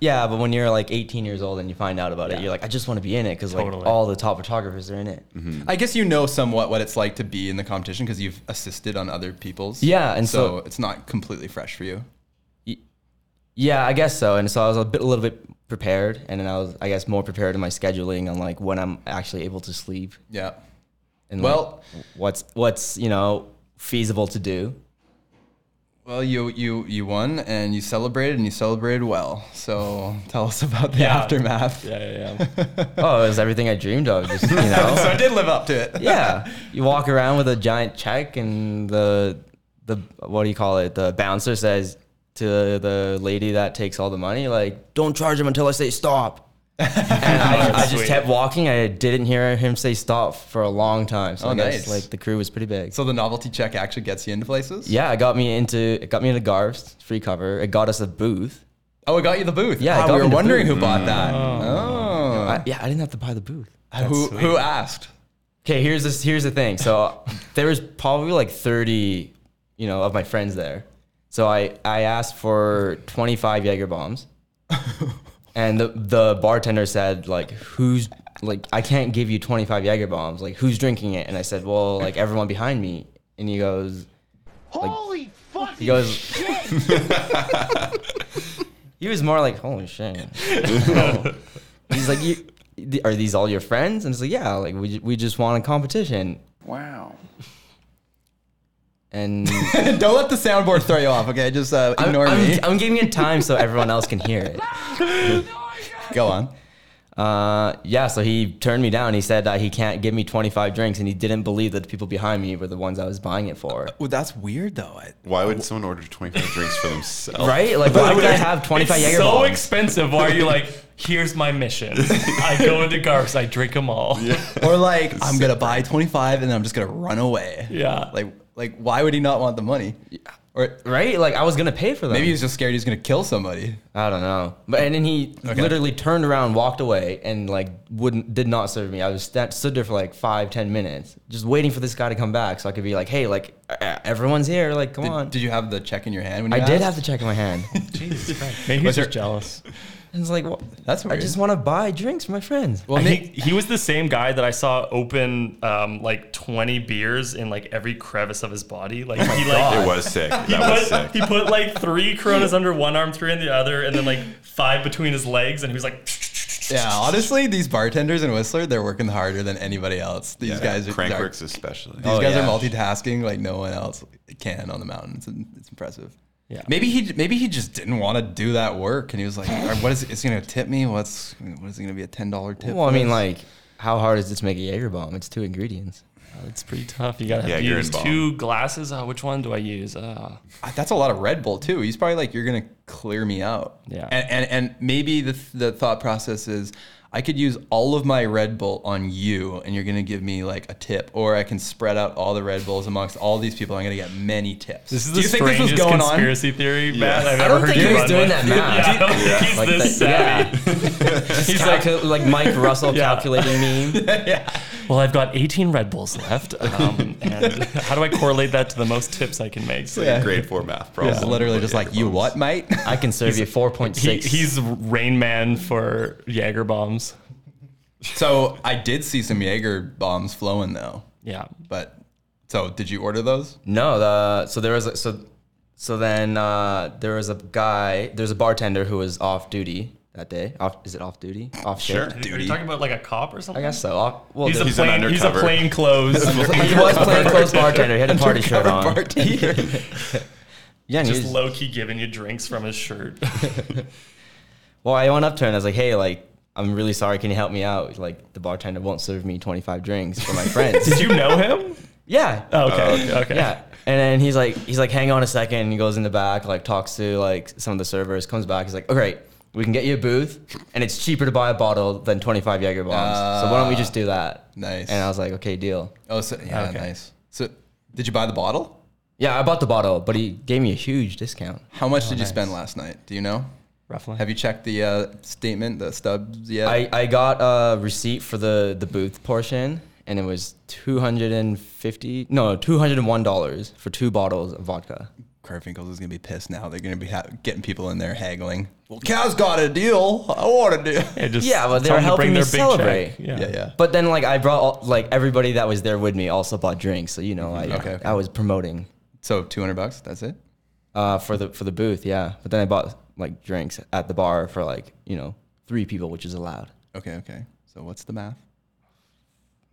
[SPEAKER 5] yeah, but when you're like 18 years old and you find out about it, you're like, I just want to be in it because
[SPEAKER 4] Totally.
[SPEAKER 5] like all the top photographers are in it.
[SPEAKER 2] I guess you know somewhat what it's like to be in the competition because you've assisted on other people's.
[SPEAKER 5] Yeah, and so-
[SPEAKER 2] it's not completely fresh for you.
[SPEAKER 5] Yeah, I guess so. And so I was a bit, a little bit prepared, and then I was, I guess, more prepared in my scheduling on like when I'm actually able to sleep
[SPEAKER 2] Yeah.
[SPEAKER 5] and
[SPEAKER 2] Well-
[SPEAKER 5] like, what's what's you know feasible to do.
[SPEAKER 2] Well, you you you won and you celebrated and you celebrated well. So tell us about the aftermath.
[SPEAKER 4] Yeah, yeah, yeah.
[SPEAKER 5] Oh, it was everything I dreamed of. Just you know,
[SPEAKER 2] So I did live up to it.
[SPEAKER 5] yeah. You walk around with a giant check, and the the what do you call it? The bouncer says to the lady that takes all the money, like, "Don't charge him until I say stop." and I, I just
[SPEAKER 4] Sweet.
[SPEAKER 5] kept walking. I didn't hear him say stop for a long time. So
[SPEAKER 2] Oh,
[SPEAKER 5] I guess
[SPEAKER 2] nice.
[SPEAKER 5] like the crew was pretty big.
[SPEAKER 2] So the novelty check actually gets you into places.
[SPEAKER 5] Yeah, it got me into it got me into Garf's free cover. It got us a booth.
[SPEAKER 2] Oh, it got you the booth.
[SPEAKER 5] Yeah, it
[SPEAKER 2] Ah,
[SPEAKER 5] got
[SPEAKER 2] we
[SPEAKER 5] me
[SPEAKER 2] were
[SPEAKER 5] the
[SPEAKER 2] wondering
[SPEAKER 5] booth.
[SPEAKER 2] who bought that. Oh,
[SPEAKER 5] I, yeah, I didn't have to buy the booth.
[SPEAKER 2] Who who asked?
[SPEAKER 5] Okay, here's this. Here's the thing. So there was probably like 30, you know, of my friends there. So I I asked for 25 Jaeger bombs, and the the bartender said like, who's like I can't give you 25 Jaeger bombs. Like who's drinking it? And I said, well, like everyone behind me. And he goes,
[SPEAKER 6] Holy fuck!
[SPEAKER 5] he goes. he was more like, holy shit. He's like, you, are these all your friends? And it's like, yeah, like we, we just won a competition.
[SPEAKER 6] Wow.
[SPEAKER 5] And
[SPEAKER 2] Don't let the soundboard throw you off. Okay, just uh,
[SPEAKER 5] I'm,
[SPEAKER 2] ignore
[SPEAKER 5] I'm-
[SPEAKER 2] me.
[SPEAKER 5] I'm giving it time so everyone else can hear it.
[SPEAKER 2] Go on.
[SPEAKER 5] Uh, yeah, so he turned me down. He said that he can't give me 25 drinks, and he didn't believe that the people behind me were the ones I was buying it for.
[SPEAKER 2] Well, that's weird though. I,
[SPEAKER 3] Why would someone order 25 drinks for themselves?
[SPEAKER 5] Right? Like, why would I have 25
[SPEAKER 4] it's
[SPEAKER 5] Jaeger
[SPEAKER 4] so
[SPEAKER 5] bombs?
[SPEAKER 4] expensive. Why are you like, here's my mission? I go into Garf's, I drink them all. Yeah.
[SPEAKER 2] or like I'm gonna buy 25 and then I'm just gonna run away.
[SPEAKER 4] Yeah.
[SPEAKER 2] Like like why would he not want the money? Or
[SPEAKER 5] right? Like, I was gonna pay for them.
[SPEAKER 2] maybe he's just scared he's gonna kill somebody.
[SPEAKER 5] I don't know. But and then he literally turned around, walked away, and like wouldn't did not serve me. I was sta stood there for like five, ten minutes, just waiting for this guy to come back so I could be like, hey, like uh, uh, everyone's here, like come on.
[SPEAKER 2] Did, did you have the check in your hand when
[SPEAKER 5] I
[SPEAKER 2] you
[SPEAKER 5] did
[SPEAKER 2] asked?
[SPEAKER 5] have the check in my hand. and
[SPEAKER 4] Maybe he's
[SPEAKER 2] Was
[SPEAKER 4] just
[SPEAKER 2] there-
[SPEAKER 4] jealous.
[SPEAKER 5] it's like, what?
[SPEAKER 2] That's
[SPEAKER 5] I
[SPEAKER 2] weird.
[SPEAKER 5] just want to buy drinks for my friends.
[SPEAKER 2] Well,
[SPEAKER 4] he,
[SPEAKER 2] Nick,
[SPEAKER 4] he was the same guy that I saw open um, like 20 beers in like every crevice of his body. Like he like
[SPEAKER 3] It was sick. That
[SPEAKER 4] he
[SPEAKER 3] was
[SPEAKER 4] put,
[SPEAKER 3] sick.
[SPEAKER 4] he put like three coronas under one arm, three in the other, and then like five between his legs, and he was like
[SPEAKER 2] yeah, honestly, these bartenders in Whistler, they're working harder than anybody else. These guys are
[SPEAKER 3] Crankworks especially.
[SPEAKER 2] These
[SPEAKER 5] Oh,
[SPEAKER 2] guys are
[SPEAKER 5] yeah.
[SPEAKER 2] multitasking like no one else can on the mountain. It's, it's impressive.
[SPEAKER 4] Yeah.
[SPEAKER 2] Maybe he maybe he just didn't want to do that work, and he was like, "All right, "What is it's gonna tip me? What's what is it gonna be a ten dollar tip?"
[SPEAKER 5] Well, I
[SPEAKER 2] for
[SPEAKER 5] mean,
[SPEAKER 2] this?"
[SPEAKER 5] like, how hard is it to make a Jaeger bomb? It's two ingredients.
[SPEAKER 4] It's pretty tough. You gotta
[SPEAKER 3] Yeah,
[SPEAKER 4] have to
[SPEAKER 3] you're
[SPEAKER 4] use
[SPEAKER 3] involved.
[SPEAKER 4] two glasses. Oh, which one do I use? Uh,
[SPEAKER 2] I- that's a lot of Red Bull too. He's probably like, you're gonna clear me out.
[SPEAKER 4] Yeah.
[SPEAKER 2] And and, and maybe the the thought process is, I could use all of my Red Bull on you, and you're gonna give me like a tip, or I can spread out all the Red Bulls amongst all these people. I'm gonna get many tips.
[SPEAKER 4] this is the strangest conspiracy theory Matt, I've
[SPEAKER 5] I
[SPEAKER 4] ever
[SPEAKER 5] don't
[SPEAKER 4] heard
[SPEAKER 5] think
[SPEAKER 4] you
[SPEAKER 5] he was
[SPEAKER 4] run
[SPEAKER 5] doing
[SPEAKER 4] with.
[SPEAKER 5] that math.
[SPEAKER 4] Yeah, I don't think he's
[SPEAKER 5] Like
[SPEAKER 4] this
[SPEAKER 5] that-
[SPEAKER 4] savvy.
[SPEAKER 5] He's like, like Mike Russell
[SPEAKER 4] Yeah.
[SPEAKER 5] calculating meme.
[SPEAKER 4] Well, I've got 18 Red Bulls left, um, and how do I correlate that to the most tips I can make?
[SPEAKER 3] Like a grade four math problem.
[SPEAKER 2] It's literally just like, you what, mate?
[SPEAKER 5] I can serve you four point
[SPEAKER 4] He,
[SPEAKER 5] six.
[SPEAKER 4] he's Rain Man for Jaeger bombs.
[SPEAKER 2] so I did see some Jaeger bombs flowing though,
[SPEAKER 4] Yeah,
[SPEAKER 2] but so did you order those?
[SPEAKER 5] No, the so there was a, so so then uh, there was a guy. There's a bartender who was off duty that day. Off is it off duty? Off shift.
[SPEAKER 4] are you talking about like a cop or
[SPEAKER 5] I
[SPEAKER 4] something?
[SPEAKER 5] guess so. Off, well,
[SPEAKER 4] He's,
[SPEAKER 5] there-
[SPEAKER 3] He's
[SPEAKER 4] a
[SPEAKER 3] an
[SPEAKER 4] plain, he's a
[SPEAKER 3] undercover.
[SPEAKER 4] plain clothes.
[SPEAKER 5] he was plainclothes bartender. He had a party shirt
[SPEAKER 2] Covered
[SPEAKER 5] on.
[SPEAKER 2] bartender.
[SPEAKER 5] Yeah, and he
[SPEAKER 4] Just
[SPEAKER 5] was-
[SPEAKER 4] low key giving you drinks from his shirt.
[SPEAKER 5] well, I went up to him. and I was like, "Hey, like, I'm really sorry. Can you help me out? Like, the bartender won't serve me 25 drinks for my friends."
[SPEAKER 4] Did you know him?
[SPEAKER 5] yeah,
[SPEAKER 3] Oh,
[SPEAKER 4] Okay, okay.
[SPEAKER 5] yeah. And then he's like, he's like, hang on a second. And he goes in the back, like talks to like some of the servers, comes back. He's like, all right, we can get you a booth, and it's cheaper to buy a bottle than 25 Jaeger bombs. so why don't we just do that?
[SPEAKER 2] nice.
[SPEAKER 5] And I was like, okay, deal.
[SPEAKER 2] oh, so, yeah,
[SPEAKER 4] Okay.
[SPEAKER 2] nice. So did you buy the bottle?
[SPEAKER 5] Yeah, I bought the bottle, but he gave me a huge discount.
[SPEAKER 2] How much did you spend last night? Do you know?
[SPEAKER 4] Roughly.
[SPEAKER 2] Have you checked the uh, statement, the stubs yet?
[SPEAKER 5] I, I got a receipt for the the booth portion, and it was 250 no 201 dollars for two bottles of vodka.
[SPEAKER 2] Garfinkel's is gonna be pissed now. They're gonna be ha- getting people in there haggling. Well, Cal's got a deal. I want a deal.
[SPEAKER 4] Yeah, just
[SPEAKER 5] Yeah, well, they
[SPEAKER 4] tell
[SPEAKER 5] were
[SPEAKER 4] him to bring
[SPEAKER 5] helping me
[SPEAKER 4] their big check.
[SPEAKER 5] celebrate.
[SPEAKER 4] Yeah.
[SPEAKER 2] Yeah, yeah.
[SPEAKER 5] But then, like, I brought all, like everybody that was there with me also bought drinks. So you know, I
[SPEAKER 2] Okay, okay.
[SPEAKER 5] I was promoting
[SPEAKER 2] So two hundred bucks. That's it.
[SPEAKER 5] uh, for the for the booth, yeah. But then I bought like drinks at the bar for like you know three people, which is allowed.
[SPEAKER 2] Okay, okay. So what's the math?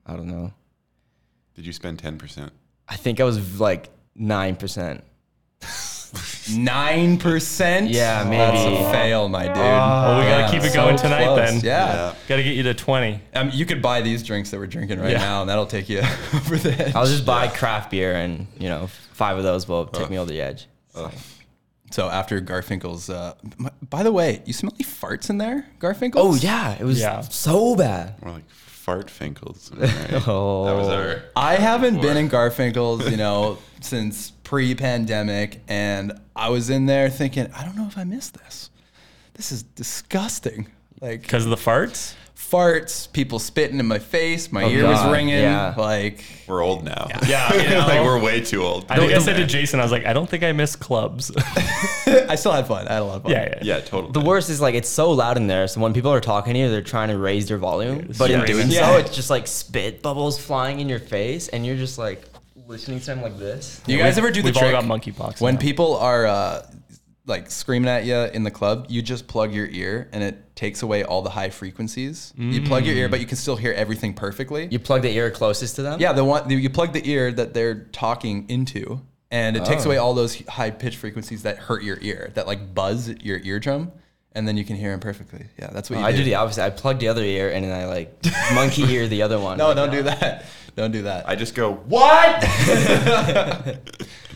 [SPEAKER 5] I don't know.
[SPEAKER 3] Did you spend 10%?
[SPEAKER 5] I think I was like nine percent.
[SPEAKER 2] Nine percent.
[SPEAKER 5] Yeah,
[SPEAKER 2] That's
[SPEAKER 5] maybe.
[SPEAKER 2] a fail, my dude.
[SPEAKER 4] Well, we gotta
[SPEAKER 2] Yeah,
[SPEAKER 4] keep it
[SPEAKER 2] so
[SPEAKER 4] going tonight
[SPEAKER 2] close.
[SPEAKER 4] then.
[SPEAKER 2] Yeah.
[SPEAKER 4] Gotta get you to 20.
[SPEAKER 2] Um, you could buy these drinks that we're drinking right
[SPEAKER 4] Yeah.
[SPEAKER 2] now, and that'll take you over the edge.
[SPEAKER 5] I'll just buy craft beer, and you know, five of those will take me over the edge.
[SPEAKER 2] So after Garfinkel's, uh, m- by the way, you smell like farts in there, Garfinkel.
[SPEAKER 5] Oh yeah, it was
[SPEAKER 4] Yeah.
[SPEAKER 5] so bad.
[SPEAKER 3] More like fart finkles. Right?
[SPEAKER 5] Oh,
[SPEAKER 3] That was our.
[SPEAKER 2] I haven't been in Garfinkel's, you know, since pre-pandemic, and I was in there thinking, I don't know if I missed this. This is disgusting. Like
[SPEAKER 4] Because of the farts?
[SPEAKER 2] farts, people spitting in my face, my
[SPEAKER 5] Oh,
[SPEAKER 2] ear
[SPEAKER 5] God,
[SPEAKER 2] was ringing.
[SPEAKER 5] yeah.
[SPEAKER 2] Like,
[SPEAKER 3] We're old now.
[SPEAKER 4] Yeah, you know.
[SPEAKER 3] like we're way too old.
[SPEAKER 4] I think I said to Jason, I was like, I don't think I miss clubs.
[SPEAKER 2] I still had fun. I had a lot of fun.
[SPEAKER 4] yeah, yeah.
[SPEAKER 3] yeah, totally.
[SPEAKER 5] Oh. The worst is like it's so loud in there. So when people are talking to you, they're trying to raise their volume, but in doing
[SPEAKER 2] screaming.
[SPEAKER 5] so,
[SPEAKER 2] Yeah.
[SPEAKER 5] it's just like spit bubbles flying in your face, and you're just like listening to them like this.
[SPEAKER 2] You guys ever do the
[SPEAKER 4] We've all
[SPEAKER 2] trick
[SPEAKER 4] got monkeypox
[SPEAKER 2] when
[SPEAKER 4] now.
[SPEAKER 2] people are uh, like screaming at you in the club? You just plug your ear and it takes away all the high frequencies. You plug your ear, but you can still hear everything perfectly.
[SPEAKER 5] You plug the ear closest to them.
[SPEAKER 2] yeah, the one you plug the ear that they're talking into, and it
[SPEAKER 5] Oh.
[SPEAKER 2] takes away all those high pitch frequencies that hurt your ear, that like buzz your eardrum, and then you can hear them perfectly. Yeah, that's what you
[SPEAKER 5] I
[SPEAKER 2] do.
[SPEAKER 5] do the opposite. I plug the other ear and then I like monkey ear the other one.
[SPEAKER 2] no, don't do that. Don't do that.
[SPEAKER 3] I just go, what?
[SPEAKER 4] You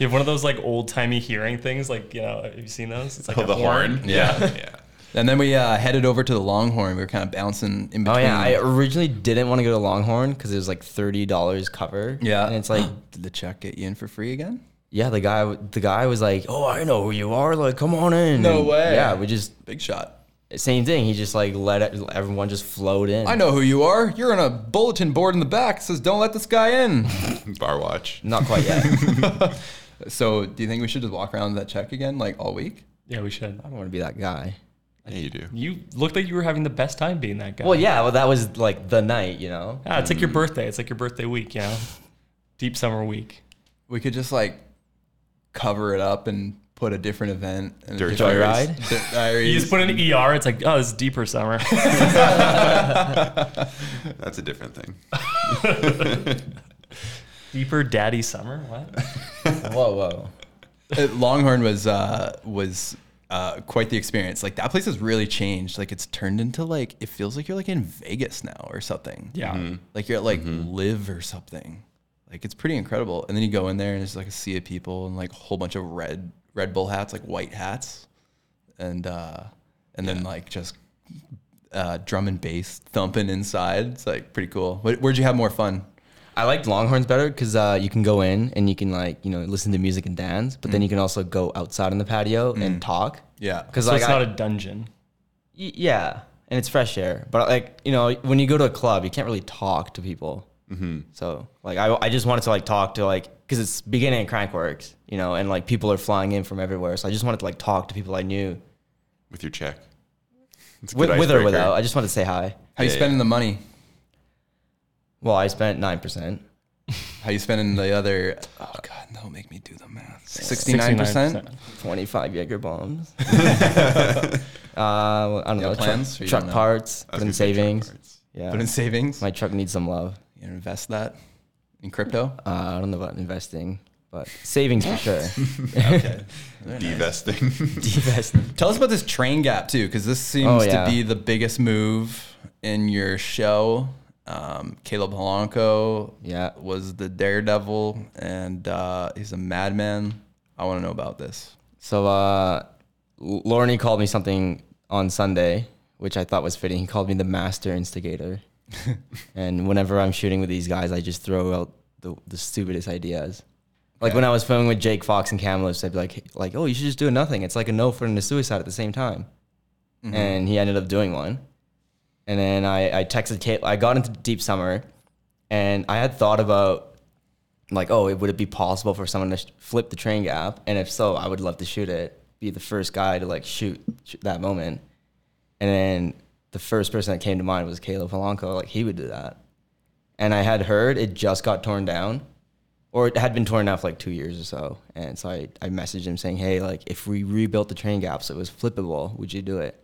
[SPEAKER 4] have one of those like old timey hearing things, like you know, have you seen those? It's like
[SPEAKER 3] Oh,
[SPEAKER 4] a
[SPEAKER 3] the horn.
[SPEAKER 2] Yeah.
[SPEAKER 3] yeah.
[SPEAKER 2] and then we uh, headed over to the Longhorn. We were kind of bouncing in between.
[SPEAKER 5] Oh yeah, I originally didn't want to go to Longhorn because it was like thirty dollars cover.
[SPEAKER 2] Yeah.
[SPEAKER 5] and it's like,
[SPEAKER 2] Did the check get you in for free again?
[SPEAKER 5] yeah, the guy, the guy was like, oh, I know who you are. Like, come on in.
[SPEAKER 2] No
[SPEAKER 5] And
[SPEAKER 2] way.
[SPEAKER 5] Yeah, we just
[SPEAKER 2] Big shot.
[SPEAKER 5] same thing. He just like let it, everyone just flowed in.
[SPEAKER 2] I know who you are. You're on a bulletin board in the back. It says, "Don't let this guy in."
[SPEAKER 3] Bar watch.
[SPEAKER 5] Not quite yet.
[SPEAKER 2] so, do you think we should just walk around that check again, like all week?
[SPEAKER 4] Yeah, we should.
[SPEAKER 5] I don't want to be that guy.
[SPEAKER 3] Yeah, you do.
[SPEAKER 4] You looked like you were having the best time being that guy.
[SPEAKER 5] Well, yeah, well, that was like the night, you know?
[SPEAKER 4] Yeah, it's like your birthday. It's like your birthday week, you know, deep summer week.
[SPEAKER 2] We could just like cover it up and put a different event. And a
[SPEAKER 3] Dirt
[SPEAKER 2] different-
[SPEAKER 5] Joyride?
[SPEAKER 2] Dirt
[SPEAKER 4] You
[SPEAKER 2] diaries.
[SPEAKER 4] just put in ER. It's like, oh, it's deeper summer.
[SPEAKER 3] That's a different thing.
[SPEAKER 4] deeper daddy summer. What?
[SPEAKER 5] Whoa, whoa.
[SPEAKER 2] Uh, Longhorn was uh, was uh, quite the experience. Like that place has really changed. Like it's turned into like it feels like you're like in Vegas now or something.
[SPEAKER 4] Yeah.
[SPEAKER 5] Mm-hmm.
[SPEAKER 2] Like you're at like live or something. Like it's pretty incredible. And then you go in there and it's like a sea of people and like a whole bunch of red Red Bull hats, like white hats, and uh, and then like just uh, drum and bass thumping inside. It's like pretty cool. Wh- Where'd you have more fun?
[SPEAKER 5] I liked Longhorns better because uh, you can go in and you can, like, you know, listen to music and dance, but then you can also go outside on the patio and talk.
[SPEAKER 2] Mm. Yeah.
[SPEAKER 5] Because,
[SPEAKER 4] So
[SPEAKER 5] like,
[SPEAKER 4] it's not
[SPEAKER 5] I-
[SPEAKER 4] a dungeon.
[SPEAKER 5] y- yeah, and it's fresh air. But, like, you know, when you go to a club, you can't really talk to people. Mm-hmm. So, like, I, I just wanted to, like, talk to, like, because it's beginning at Crankworks, you know, and, like, people are flying in from everywhere. So I just wanted to, like, talk to people I knew,
[SPEAKER 3] With your check. It's a
[SPEAKER 5] with,
[SPEAKER 3] good
[SPEAKER 5] with or
[SPEAKER 3] icebreaker.
[SPEAKER 5] without. I just wanted to say hi.
[SPEAKER 2] How you
[SPEAKER 3] Yeah, yeah.
[SPEAKER 2] spending the money?
[SPEAKER 5] Well, I spent 9%.
[SPEAKER 2] How you spending the other? Oh God, no! Make me do the math. Sixty-nine percent.
[SPEAKER 5] 25 Jaeger bombs. uh, well, I don't
[SPEAKER 2] You
[SPEAKER 5] know.
[SPEAKER 2] have plans, or you
[SPEAKER 5] Truck, truck
[SPEAKER 2] don't know?
[SPEAKER 5] parts,
[SPEAKER 3] I was
[SPEAKER 5] put in
[SPEAKER 3] gonna say check
[SPEAKER 5] savings.
[SPEAKER 3] cards.
[SPEAKER 5] Yeah.
[SPEAKER 2] Put in savings.
[SPEAKER 5] My truck needs some love.
[SPEAKER 2] you invest that in crypto.
[SPEAKER 5] Uh, I don't know about investing, but savings for sure.
[SPEAKER 3] Devesting.
[SPEAKER 5] Investing.
[SPEAKER 2] Tell us about this train gap too, because this seems
[SPEAKER 5] Oh, yeah.
[SPEAKER 2] to be the biggest move in your show. Um, Caleb Polanco,
[SPEAKER 5] Yeah.
[SPEAKER 2] was the daredevil, and uh, he's a madman. I want to know about this.
[SPEAKER 5] So uh, L- Lorne called me something on Sunday, which I thought was fitting. He called me the master instigator. and whenever I'm shooting with these guys, I just throw out the, the stupidest ideas. Like when I was filming with Jake Fox and Kamlos, I'd be like, like, oh, you should just do nothing. It's like a no foot and a suicide at the same time. And he ended up doing one. And then I, I texted Kate. I got into Deep Summer, and I had thought about like, oh, it- would it be possible for someone to sh- flip the train gap? And if so, I would love to shoot it. Be the first guy to like shoot, shoot that moment. And then the first person that came to mind was Caleb Polanco. Like he would do that. And I had heard it just got torn down, or it had been torn down for like two years or so. And so I, I messaged him saying, hey, like if we rebuilt the train gap so it was flippable, would you do it?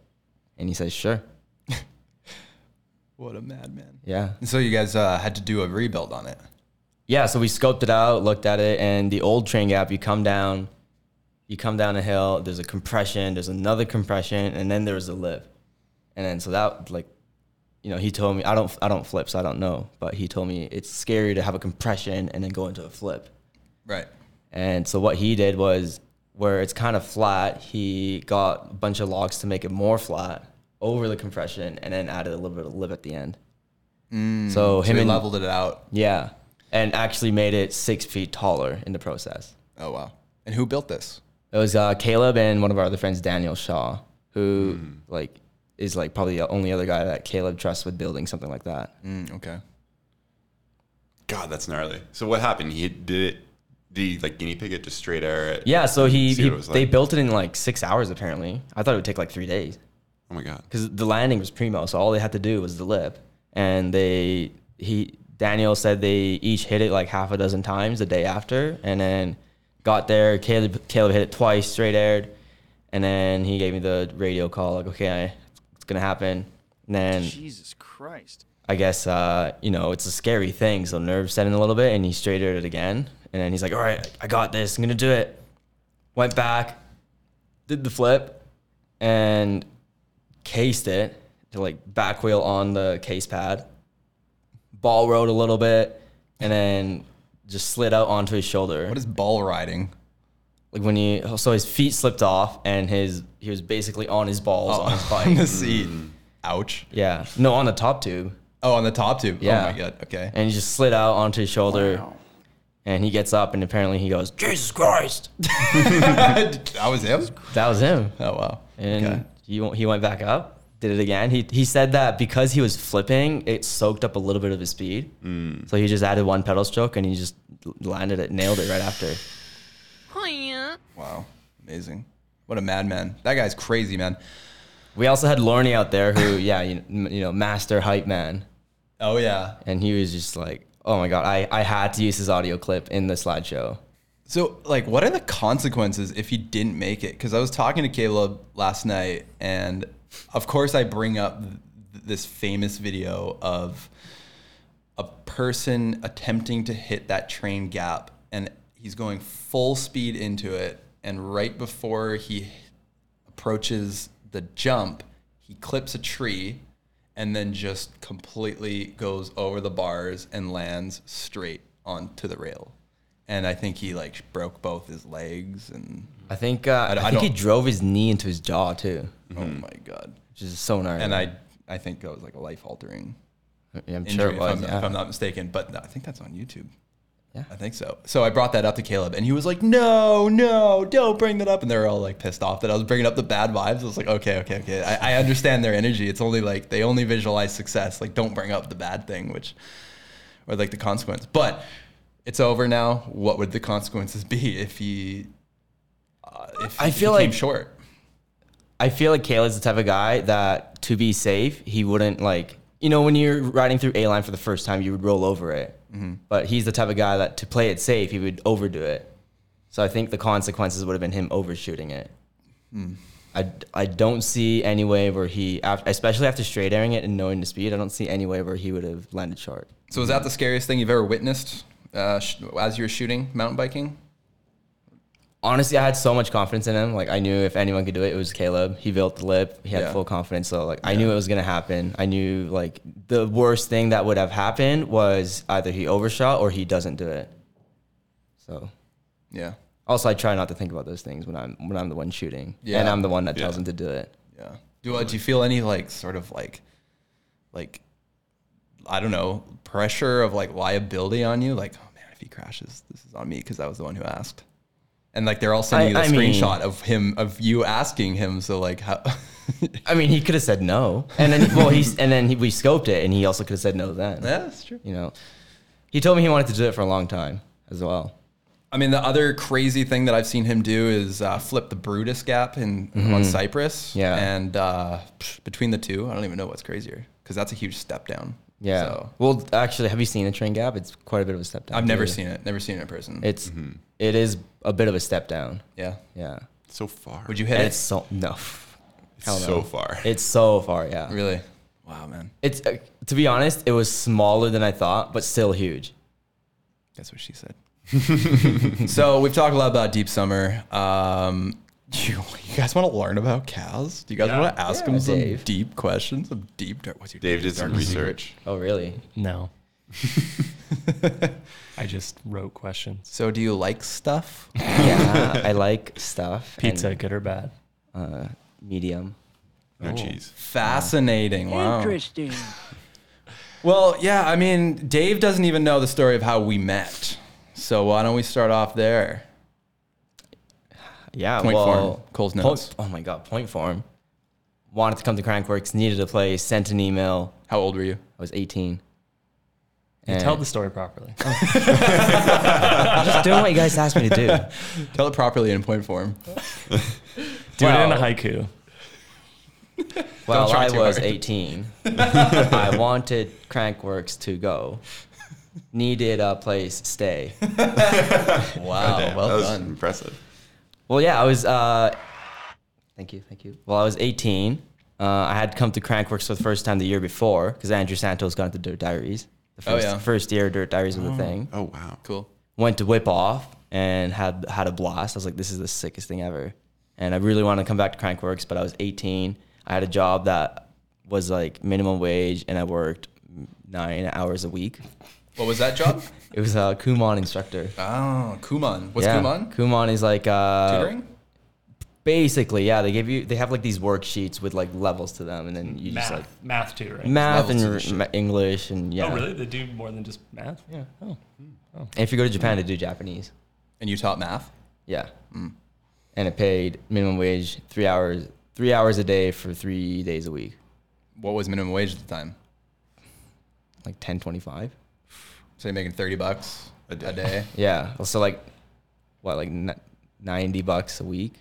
[SPEAKER 5] And he says, sure.
[SPEAKER 2] What a madman!
[SPEAKER 5] Yeah.
[SPEAKER 2] So you guys uh, had to do a rebuild on it.
[SPEAKER 5] Yeah, so we scoped it out, looked at it, and the old train gap, you come down, you come down a hill, there's a compression, there's another compression, and then there was a lip. And then so that like you know, he told me I don't I don't flip, so I don't know, but he told me it's scary to have a compression and then go into a flip.
[SPEAKER 2] Right.
[SPEAKER 5] And so what he did was where it's kind of flat, he got a bunch of logs to make it more flat over the compression and then added a little bit of lip at the end. so
[SPEAKER 2] So
[SPEAKER 5] him
[SPEAKER 2] we
[SPEAKER 5] and
[SPEAKER 2] leveled it out.
[SPEAKER 5] yeah, and actually made it six feet taller in the process.
[SPEAKER 2] Oh wow! And who built this?
[SPEAKER 3] Hmm.
[SPEAKER 5] It was uh, Caleb and one of our other friends, Daniel Shaw, who like is like probably the only other guy that Caleb trusts with building something like that.
[SPEAKER 3] Hmm.
[SPEAKER 2] Mm, okay.
[SPEAKER 3] God, that's gnarly. So what happened? He did it. Did he like guinea pig it just straight air it?
[SPEAKER 5] Yeah, so he,
[SPEAKER 3] See
[SPEAKER 5] he
[SPEAKER 3] what it was
[SPEAKER 5] they
[SPEAKER 3] like.
[SPEAKER 5] built it in like six hours apparently. I thought it would take like three days
[SPEAKER 3] Oh my god.
[SPEAKER 5] because the landing was primo, so all they had to do was the lip, and they he Daniel said they each hit it like half a dozen times the day after, and then got there. Caleb Caleb hit it twice, straight aired, and then he gave me the radio call like, okay, it's gonna happen. And then
[SPEAKER 6] Jesus Christ.
[SPEAKER 5] I guess uh, you know it's a scary thing. So nerves set in a little bit, and he straight aired it again. And then he's like, "All right, I got this. I'm gonna do it." Went back, did the flip, and cased it to like back wheel on the case pad. Ball rode a little bit, and then just slid out onto his shoulder.
[SPEAKER 2] What is ball riding?
[SPEAKER 5] like when he so his feet slipped off, and his he was basically on his balls on his
[SPEAKER 2] Oh. On the
[SPEAKER 5] bike.
[SPEAKER 2] seat. Ouch.
[SPEAKER 5] yeah, no, on the top tube,
[SPEAKER 2] Oh, on the top tube.
[SPEAKER 5] Yeah.
[SPEAKER 2] Oh my god. Okay.
[SPEAKER 5] and he just slid out onto his shoulder.
[SPEAKER 6] Wow.
[SPEAKER 5] And he gets up and apparently he goes, Jesus Christ.
[SPEAKER 2] that was him.
[SPEAKER 5] That was him.
[SPEAKER 2] Oh wow.
[SPEAKER 5] And
[SPEAKER 2] okay.
[SPEAKER 5] he, he went back up, did it again. He, he said that because he was flipping, it soaked up a little bit of his speed.
[SPEAKER 2] Mm.
[SPEAKER 5] So he just added one pedal stroke and he just landed it, nailed it right after.
[SPEAKER 2] Wow. Amazing. What a madman. That guy's crazy, man.
[SPEAKER 5] We also had Lorne out there who, yeah, you, you know, master hype man.
[SPEAKER 2] Oh yeah.
[SPEAKER 5] And he was just like, oh my God, I, I had to use his audio clip in the slideshow.
[SPEAKER 2] So, like, what are the consequences if he didn't make it? Because I was talking to Caleb last night, and of course, I bring up th- this famous video of a person attempting to hit that train gap, and he's going full speed into it. And right before he approaches the jump, he clips a tree and then just completely goes over the bars and lands straight onto the rail. And I think he like broke both his legs and
[SPEAKER 5] I think, uh, I,
[SPEAKER 2] I
[SPEAKER 5] think he
[SPEAKER 2] don't-
[SPEAKER 5] drove his knee into his jaw too,
[SPEAKER 2] oh my god.
[SPEAKER 5] which is so gnarly.
[SPEAKER 2] And I I think that was like a life altering
[SPEAKER 5] Yeah, I'm
[SPEAKER 2] injury
[SPEAKER 5] sure it was.
[SPEAKER 2] if, I'm,
[SPEAKER 5] yeah.
[SPEAKER 2] if I'm not mistaken. But I think that's on YouTube.
[SPEAKER 5] Yeah.
[SPEAKER 2] I think so. So I brought that up to Caleb, and he was like, "No, no, don't bring that up." And they were all like pissed off that I was bringing up the bad vibes. I was like, "Okay, okay, okay. I, I understand their energy. It's only like they only visualize success. Like, don't bring up the bad thing, which or like the consequence. But it's over now. What would the consequences be if he? Uh, if
[SPEAKER 5] I
[SPEAKER 2] if he
[SPEAKER 5] feel
[SPEAKER 2] came
[SPEAKER 5] like-
[SPEAKER 2] short.
[SPEAKER 5] I feel like Kayla's the type of guy that to be safe, he wouldn't like you know when you're riding through a line for the first time, you would roll over it.
[SPEAKER 2] Mm-hmm.
[SPEAKER 5] But he's the type of guy that to play it safe, he would overdo it. So I think the consequences would have been him overshooting it.
[SPEAKER 2] Hmm.
[SPEAKER 5] I, I don't see any way where he, af- especially after straight airing it and knowing the speed, I don't see any way where he would have landed short.
[SPEAKER 2] So was that the scariest thing you've ever witnessed uh, sh- as you were shooting mountain biking?
[SPEAKER 5] honestly, I had so much confidence in him. Like I knew if anyone could do it, it was Caleb. He built the lip. He had
[SPEAKER 2] Yeah.
[SPEAKER 5] full confidence. So like I knew it was gonna happen. I knew like the worst thing that would have happened was either he overshot or he doesn't do it. So
[SPEAKER 2] Yeah.
[SPEAKER 5] also I try not to think about those things when I'm when I'm the one shooting.
[SPEAKER 2] Yeah.
[SPEAKER 5] And I'm the one that tells
[SPEAKER 3] Yeah.
[SPEAKER 5] him to do it.
[SPEAKER 2] Yeah. Do uh, do you feel any like sort of like like I don't know pressure of like liability on you? Like, oh man, if he crashes, this is on me because I was the one who asked. And like they're all sending
[SPEAKER 5] I-
[SPEAKER 2] you the
[SPEAKER 5] I mean-
[SPEAKER 2] screenshot of him of you asking him. So like how?
[SPEAKER 5] I mean he could have said no. And then well he's and then he, we scoped it and he also could have said no then.
[SPEAKER 2] yeah, that's true.
[SPEAKER 5] You know. He told me he wanted to do it for a long time as well.
[SPEAKER 2] I mean, the other crazy thing that I've seen him do is uh, flip the Brutus gap in on Cyprus.
[SPEAKER 5] Mm-hmm. Yeah.
[SPEAKER 2] And uh, psh, between the two, I don't even know what's crazier because that's a huge step down.
[SPEAKER 5] Yeah.
[SPEAKER 2] So
[SPEAKER 5] Well, actually, have you seen a train gap? It's quite a bit of a step down.
[SPEAKER 2] I've never
[SPEAKER 5] too.
[SPEAKER 2] seen it. Never seen it in person.
[SPEAKER 5] It's it is a bit of a step down.
[SPEAKER 2] yeah.
[SPEAKER 5] Yeah.
[SPEAKER 3] So far.
[SPEAKER 2] Would you hit
[SPEAKER 5] And
[SPEAKER 2] it?
[SPEAKER 5] it's so no. Hell
[SPEAKER 3] so
[SPEAKER 5] no.
[SPEAKER 3] far.
[SPEAKER 5] It's so far, yeah.
[SPEAKER 2] Really? Wow, man.
[SPEAKER 5] It's uh, to be honest, it was smaller than I thought, but still huge.
[SPEAKER 2] That's what she said. so we've talked a lot about deep summer. Um, you, you guys want to learn about cows? Do you guys
[SPEAKER 4] Yeah.
[SPEAKER 2] want to ask
[SPEAKER 5] Yeah,
[SPEAKER 2] them some
[SPEAKER 5] Dave.
[SPEAKER 2] deep questions? Some deep dark. What's your
[SPEAKER 3] Dave did
[SPEAKER 2] deepest,
[SPEAKER 3] some
[SPEAKER 2] darkest
[SPEAKER 3] research.
[SPEAKER 5] Oh, really?
[SPEAKER 4] No. I just wrote questions.
[SPEAKER 2] So do you like stuff?
[SPEAKER 5] Yeah, I like stuff. and,
[SPEAKER 4] Pizza, good or bad?
[SPEAKER 5] uh, medium.
[SPEAKER 3] No cheese.
[SPEAKER 2] Fascinating. Wow.
[SPEAKER 6] Interesting.
[SPEAKER 2] Well, yeah. I mean, Dave doesn't even know the story of how we met. So why don't we start off there?
[SPEAKER 5] Yeah.
[SPEAKER 2] Point
[SPEAKER 5] well,
[SPEAKER 2] form. Cole's
[SPEAKER 5] point-
[SPEAKER 2] notes.
[SPEAKER 5] oh my god, point form. wanted to come to Crankworks, needed a place, sent an email.
[SPEAKER 2] How old were you?
[SPEAKER 5] I was 18.
[SPEAKER 4] You
[SPEAKER 5] And
[SPEAKER 4] tell the story properly.
[SPEAKER 5] I'm just doing what you guys asked me to do.
[SPEAKER 2] Tell it properly in point form.
[SPEAKER 4] Do it in a
[SPEAKER 5] Well,
[SPEAKER 4] haiku.
[SPEAKER 5] Well,
[SPEAKER 2] try
[SPEAKER 5] I
[SPEAKER 2] too
[SPEAKER 5] was
[SPEAKER 2] hard.
[SPEAKER 5] 18. I wanted Crankworks to go. Needed a place, stay. Oh,
[SPEAKER 2] Wow,
[SPEAKER 3] Damn,
[SPEAKER 2] well
[SPEAKER 3] that was
[SPEAKER 2] done.
[SPEAKER 3] impressive.
[SPEAKER 5] Well, yeah, I was. Uh, thank you, thank you. Well, I was 18. Uh, I had come to Crankworks for the first time the year before because Andrew Santos got into Dirt Diaries. The
[SPEAKER 2] Oh,
[SPEAKER 5] first,
[SPEAKER 2] yeah.
[SPEAKER 5] first year Dirt Diaries was a thing.
[SPEAKER 3] Oh wow,
[SPEAKER 2] Cool.
[SPEAKER 5] Went to Whip Off and had had a blast. I was like, this is the sickest thing ever. And I really wanted to come back to Crankworks, but I was 18. I had a job that was like minimum wage, and I worked nine hours a week.
[SPEAKER 2] What was that job?
[SPEAKER 5] It was a Kumon instructor.
[SPEAKER 2] oh, Kumon. What's Kumon?
[SPEAKER 5] Kumon is like uh,
[SPEAKER 2] Tutoring?
[SPEAKER 5] Basically, yeah, they give you they have like these worksheets with like levels to them, and then you
[SPEAKER 4] Math,
[SPEAKER 5] just like
[SPEAKER 4] math too, right?
[SPEAKER 5] math and
[SPEAKER 2] Levels and
[SPEAKER 5] r- ma- English and yeah.
[SPEAKER 4] Oh, really? They do more than just math?
[SPEAKER 5] Yeah. Oh. And if you go to Japan, they do Japanese.
[SPEAKER 2] And you taught math?
[SPEAKER 5] Yeah.
[SPEAKER 2] Mm.
[SPEAKER 5] And it paid minimum wage three hours three hours a day for three days a week,
[SPEAKER 2] What was minimum wage at the time?
[SPEAKER 5] like ten twenty five.
[SPEAKER 2] So you're making 30 bucks a day.
[SPEAKER 5] Yeah. So like, what like n- ninety bucks a week.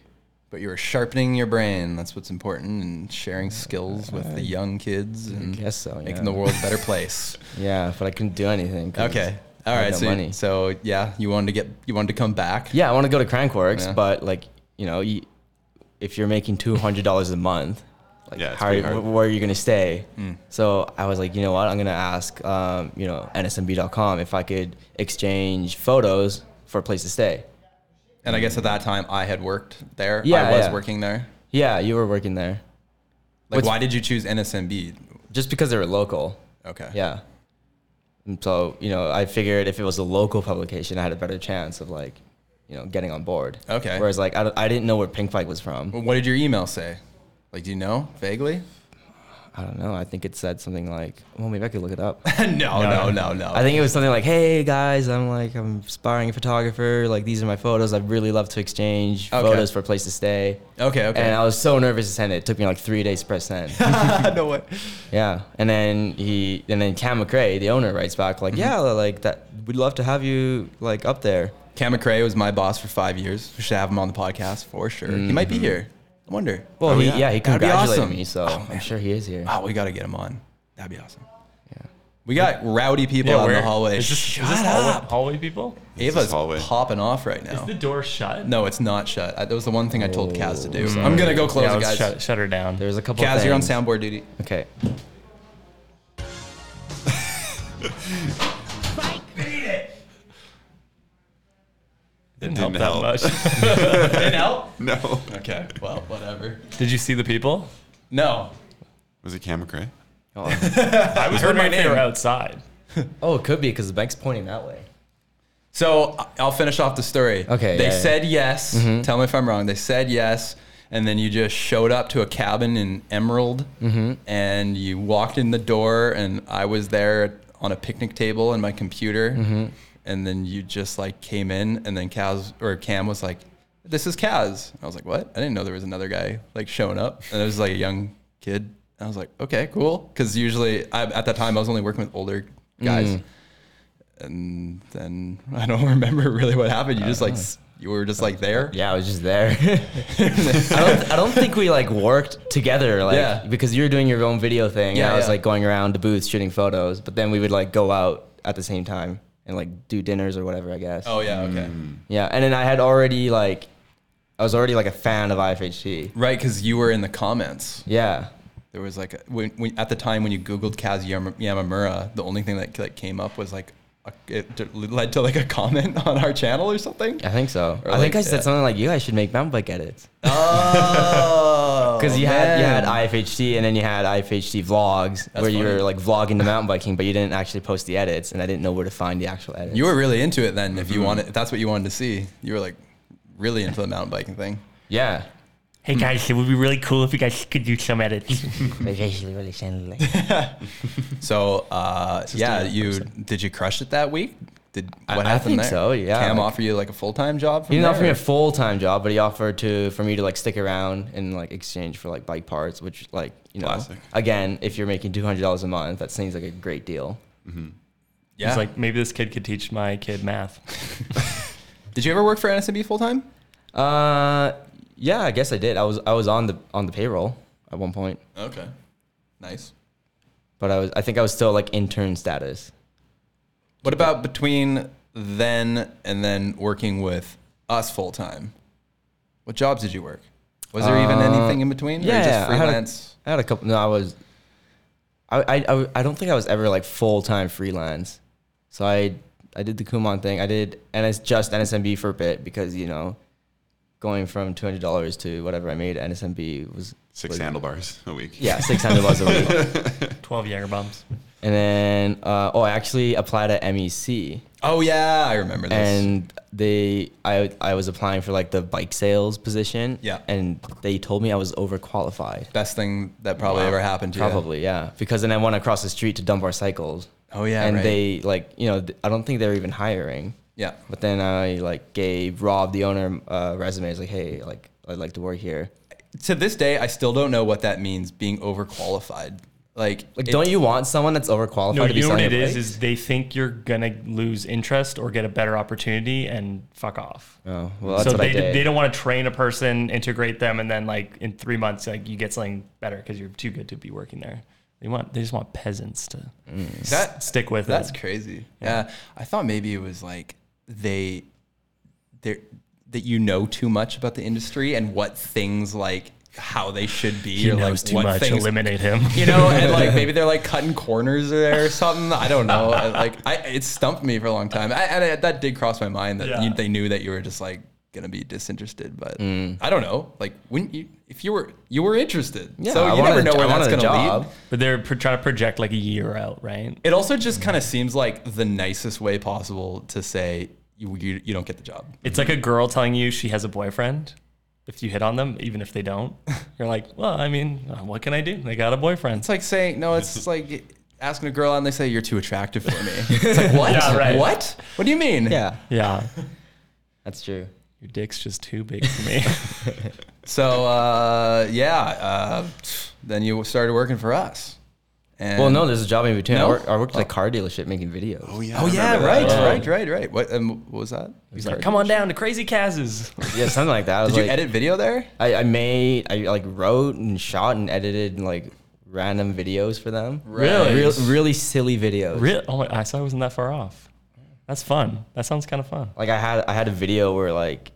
[SPEAKER 2] But you were sharpening your brain. That's what's important and sharing skills with the young kids and
[SPEAKER 5] guess so, yeah.
[SPEAKER 2] making the world a better place.
[SPEAKER 5] Yeah, but I couldn't do anything. 'cause
[SPEAKER 2] okay.
[SPEAKER 5] I
[SPEAKER 2] All
[SPEAKER 5] had
[SPEAKER 2] right.
[SPEAKER 5] no
[SPEAKER 2] so,
[SPEAKER 5] money.
[SPEAKER 2] so yeah, you wanted to get you wanted to come back.
[SPEAKER 5] Yeah, I want to go to Crankworks,
[SPEAKER 2] Yeah.
[SPEAKER 5] but like you know, you, if you're making two hundred dollars a month, like
[SPEAKER 3] Yeah, it's
[SPEAKER 5] how are
[SPEAKER 3] pretty
[SPEAKER 5] you-
[SPEAKER 3] hard.
[SPEAKER 5] wh- where are you gonna stay?
[SPEAKER 2] Mm.
[SPEAKER 5] So I was like, you know what, I'm gonna ask, um, you know, nsmb.com if I could exchange photos for a place to stay.
[SPEAKER 2] And I guess at that time I had worked there. I
[SPEAKER 5] Yeah,
[SPEAKER 2] was
[SPEAKER 5] yeah.
[SPEAKER 2] working there.
[SPEAKER 5] Yeah, you were working there
[SPEAKER 2] Like
[SPEAKER 5] What's-
[SPEAKER 2] why did you choose NSMB?
[SPEAKER 5] just because they were local.
[SPEAKER 2] Okay.
[SPEAKER 5] Yeah. And so you know, I figured if it was a local publication, I had a better chance of like, you know, getting on board.
[SPEAKER 2] Okay.
[SPEAKER 5] Whereas like I, don't- I didn't know where Pink Flag was from.
[SPEAKER 2] Well, what did your email say? Like do you know vaguely?
[SPEAKER 5] I don't know. I think it said something like, well, maybe I could look it up.
[SPEAKER 2] no, no, no, no.
[SPEAKER 5] I think it was something like, "Hey guys, I'm like I'm an aspiring photographer. Like these are my photos. I'd really love to exchange
[SPEAKER 2] Okay.
[SPEAKER 5] photos for a place to stay."
[SPEAKER 2] okay,
[SPEAKER 5] And I
[SPEAKER 2] okay.
[SPEAKER 5] was so nervous to send it. It took me like three days to press send.
[SPEAKER 2] no way.
[SPEAKER 5] yeah, and then he and then Cam McRae, the owner, writes back
[SPEAKER 2] Mm-hmm.
[SPEAKER 5] like, "Yeah, like that. We'd love to have you like up there."
[SPEAKER 2] Cam McRae was my boss for five years. We should have him on the podcast for sure. He might be here. I wonder.
[SPEAKER 5] Mm-hmm. Well,
[SPEAKER 2] Oh,
[SPEAKER 5] he, yeah. he
[SPEAKER 2] That'd be
[SPEAKER 5] congratulated
[SPEAKER 2] awesome.
[SPEAKER 5] me, so I'm sure he is here.
[SPEAKER 2] Oh, we got to get him on. That'd be awesome. We got rowdy people out in the hallway.
[SPEAKER 4] Is this,
[SPEAKER 2] Shut
[SPEAKER 4] is this hallway,
[SPEAKER 2] up.
[SPEAKER 4] hallway people?
[SPEAKER 2] Ava's
[SPEAKER 3] hallway?
[SPEAKER 2] popping off right
[SPEAKER 4] Is
[SPEAKER 2] now.
[SPEAKER 4] the door shut?
[SPEAKER 2] no, it's not shut. I, that was the one thing I told Kaz to do.
[SPEAKER 4] Mm.
[SPEAKER 2] I'm going to go close
[SPEAKER 4] Yeah,
[SPEAKER 2] it,
[SPEAKER 4] let's
[SPEAKER 2] guys.
[SPEAKER 4] shut, shut her down.
[SPEAKER 5] There's a couple.
[SPEAKER 2] Kaz, you're on
[SPEAKER 5] things.
[SPEAKER 2] soundboard duty.
[SPEAKER 5] Okay.
[SPEAKER 4] didn't,
[SPEAKER 3] Didn't
[SPEAKER 4] help,
[SPEAKER 3] help.
[SPEAKER 4] that much. didn't help?
[SPEAKER 3] No,
[SPEAKER 2] Okay. Well, whatever.
[SPEAKER 4] Did you see the people?
[SPEAKER 2] No.
[SPEAKER 3] was it Cam McRae?
[SPEAKER 4] I was
[SPEAKER 2] heard my
[SPEAKER 4] wondering if they were
[SPEAKER 2] name.
[SPEAKER 4] outside.
[SPEAKER 5] Oh, it could be because the bank's pointing that way.
[SPEAKER 2] So I- I'll finish off the story.
[SPEAKER 5] Okay,
[SPEAKER 2] They
[SPEAKER 5] yeah, Mm-hmm. yeah.
[SPEAKER 2] said yes. Tell me if I'm wrong. They said yes. And then you just showed up to a cabin in Emerald
[SPEAKER 5] Mm-hmm.
[SPEAKER 2] and you walked in the door, and I was there on a picnic table and my computer.
[SPEAKER 5] Mm-hmm.
[SPEAKER 2] And then you just like came in, and then Kaz or Cam was like, This is Kaz. I was like, What? I didn't know there was another guy like showing up. And it was like a young kid. And I was like, Okay, cool. Cause usually I, at that time I was only working with older guys
[SPEAKER 5] Mm.
[SPEAKER 2] and then I don't remember really what happened. You just like s- you were just like there.
[SPEAKER 5] Oh. Yeah, I was just there. I don't I don't think we like worked together like
[SPEAKER 2] Yeah.
[SPEAKER 5] because you were doing your own video thing and
[SPEAKER 2] Yeah,
[SPEAKER 5] I was
[SPEAKER 2] yeah.
[SPEAKER 5] like going around the booths shooting photos, but then we would like go out at the same time and like do dinners or whatever, I guess.
[SPEAKER 2] Oh yeah, okay.
[SPEAKER 5] Yeah, and then I had already like I was already like a fan of IFHG.
[SPEAKER 2] Right, because you were in the comments.
[SPEAKER 5] Yeah.
[SPEAKER 2] There was like a, when, when, at the time when you Googled Kaz Yama- Yamamura, the only thing that like came up was like a, it d- led to like a comment on our channel or something.
[SPEAKER 5] I think so.
[SPEAKER 2] Or,
[SPEAKER 5] I think
[SPEAKER 2] like,
[SPEAKER 5] I said
[SPEAKER 2] yeah.
[SPEAKER 5] something like you guys should make mountain bike edits.
[SPEAKER 2] Oh,
[SPEAKER 5] Because you had you had
[SPEAKER 2] man.
[SPEAKER 5] IFHD and then you had IFHD vlogs where you
[SPEAKER 2] funny.
[SPEAKER 5] were like vlogging the mountain biking, but you didn't actually post the edits, and I didn't know where to find the actual edits.
[SPEAKER 2] you were really into it then.
[SPEAKER 5] Mm-hmm.
[SPEAKER 2] If you wanted, if that's what you wanted to see, you were like really into the mountain biking thing.
[SPEAKER 5] yeah,
[SPEAKER 7] Hey guys, it would be really cool if you guys could do some edits.
[SPEAKER 2] So uh, yeah, you did you crush it that week? Did
[SPEAKER 5] I-
[SPEAKER 2] what
[SPEAKER 5] I
[SPEAKER 2] happened
[SPEAKER 5] think
[SPEAKER 2] there?
[SPEAKER 5] so, yeah,
[SPEAKER 2] Cam
[SPEAKER 5] like-
[SPEAKER 2] offer you like a full time job. From
[SPEAKER 5] He didn't offer me
[SPEAKER 2] there,
[SPEAKER 5] a full time job, but he offered to for me to like stick around in like exchange for like bike parts, which like you know,
[SPEAKER 3] Classic.
[SPEAKER 5] again, if you're making two hundred dollars a month, that seems like a great deal.
[SPEAKER 2] Yeah.
[SPEAKER 4] It's like maybe this kid could teach my kid math.
[SPEAKER 2] did you ever work for NSMB full time?
[SPEAKER 5] Uh, yeah, I guess I did. I was I was on the on the payroll at one point,
[SPEAKER 2] Okay. Nice.
[SPEAKER 5] but I was I think I was still like intern status.
[SPEAKER 2] What about between then and then working with us full time? What jobs did you work? Was there even anything in between? or just
[SPEAKER 5] Uh, I had a-
[SPEAKER 2] freelance?
[SPEAKER 5] I had a couple. No, I was. I I- I, w- I don't think I was ever like full time freelance. So I I did the Kumon thing. I did and it's just NSMB for a bit because you know, going from two hundred dollars to whatever I made at NSMB was
[SPEAKER 3] Six
[SPEAKER 5] was-
[SPEAKER 3] handlebars a week.
[SPEAKER 5] Yeah, six hundred dollars a week.
[SPEAKER 4] 12 Jager bombs.
[SPEAKER 5] And then uh, oh, I actually applied at MEC
[SPEAKER 2] oh yeah, I remember this.
[SPEAKER 5] and they I I was applying for like the bike sales position.
[SPEAKER 2] Yeah.
[SPEAKER 5] and they told me I was overqualified.
[SPEAKER 2] Best thing that probably
[SPEAKER 3] Wow.
[SPEAKER 2] ever happened to you.
[SPEAKER 5] Probably, yeah. Because then I went across the street to dump our cycles.
[SPEAKER 2] Oh, yeah,
[SPEAKER 5] And
[SPEAKER 2] right.
[SPEAKER 5] they like, you know, th- I don't think they were even hiring.
[SPEAKER 2] Yeah.
[SPEAKER 5] But then I like gave Rob, the owner, uh, resume. I was like, hey, like I'd like to work here.
[SPEAKER 2] To this day, I still don't know what that means. Being overqualified. Like,
[SPEAKER 5] Like,
[SPEAKER 2] it-
[SPEAKER 5] don't you want someone that's overqualified
[SPEAKER 4] No,
[SPEAKER 5] to be
[SPEAKER 4] you know what it
[SPEAKER 5] selling your
[SPEAKER 4] is?
[SPEAKER 5] bike?
[SPEAKER 4] Is they think you're gonna lose interest or get a better opportunity and fuck off.
[SPEAKER 5] Oh, well, that's
[SPEAKER 4] so
[SPEAKER 5] what
[SPEAKER 4] they
[SPEAKER 5] I did.
[SPEAKER 4] they don't want to train a person, integrate them, and then like in three months, like you get something better because you're too good to be working there. They want they just want peasants to
[SPEAKER 5] Mm.
[SPEAKER 4] s-
[SPEAKER 2] That-
[SPEAKER 4] stick with
[SPEAKER 2] That's
[SPEAKER 4] it.
[SPEAKER 2] crazy. Yeah. I thought maybe it was like they they that you know too much about the industry and what things like how they should be
[SPEAKER 4] He
[SPEAKER 2] or
[SPEAKER 4] knows
[SPEAKER 2] like
[SPEAKER 4] too
[SPEAKER 2] what
[SPEAKER 4] much.
[SPEAKER 2] things
[SPEAKER 4] Eliminate him.
[SPEAKER 2] you know and like maybe they're like cutting corners there or something i don't know And, like I, it stumped me for a long time I, and I, that did cross my mind that
[SPEAKER 4] Yeah.
[SPEAKER 2] you, they knew that you were just like gonna be disinterested but
[SPEAKER 5] Mm.
[SPEAKER 2] i don't know like wouldn't you if you were you were interested
[SPEAKER 5] yeah,
[SPEAKER 2] so
[SPEAKER 5] I
[SPEAKER 2] you never
[SPEAKER 5] wanted a
[SPEAKER 2] know
[SPEAKER 5] jo-
[SPEAKER 2] where
[SPEAKER 5] I
[SPEAKER 2] that's
[SPEAKER 5] wanted
[SPEAKER 2] gonna
[SPEAKER 5] a
[SPEAKER 2] lead
[SPEAKER 5] job.
[SPEAKER 4] but they're pro- trying to project like a year out, right?
[SPEAKER 2] it also just kind of seems like the nicest way possible to say you, you, you don't get the job.
[SPEAKER 4] It's like a girl telling you she has a boyfriend. If you hit on them, even if they don't, you're like, well, I mean, uh, what can I do? They got a boyfriend.
[SPEAKER 2] It's like saying, no, it's like asking a girl out and they say, you're too attractive for me. It's like, what?
[SPEAKER 4] Yeah, right.
[SPEAKER 2] What? What do you mean?
[SPEAKER 5] Yeah,
[SPEAKER 4] yeah,
[SPEAKER 5] that's true.
[SPEAKER 4] your dick's just too big for me.
[SPEAKER 2] So, uh, yeah, uh, then you started working for us. And
[SPEAKER 5] Well, no, there's a job in between.
[SPEAKER 2] No?
[SPEAKER 5] I, worked, I worked at a car dealership making videos.
[SPEAKER 3] Oh yeah.
[SPEAKER 2] Oh,
[SPEAKER 3] I
[SPEAKER 2] yeah,
[SPEAKER 3] remember that.
[SPEAKER 2] right, right, right, right. What, um, what was that?
[SPEAKER 4] He's like, come on down to Crazy Kaz's.
[SPEAKER 5] yeah, something like that. I was
[SPEAKER 2] Did you
[SPEAKER 5] like-
[SPEAKER 2] edit video there?
[SPEAKER 5] I, I made, I like wrote and shot and edited and like random videos for them.
[SPEAKER 2] Really?
[SPEAKER 5] Real, really silly videos.
[SPEAKER 4] Really? Oh, I saw I wasn't that far off. That's fun. That sounds kind of fun.
[SPEAKER 5] like I had I had a video where like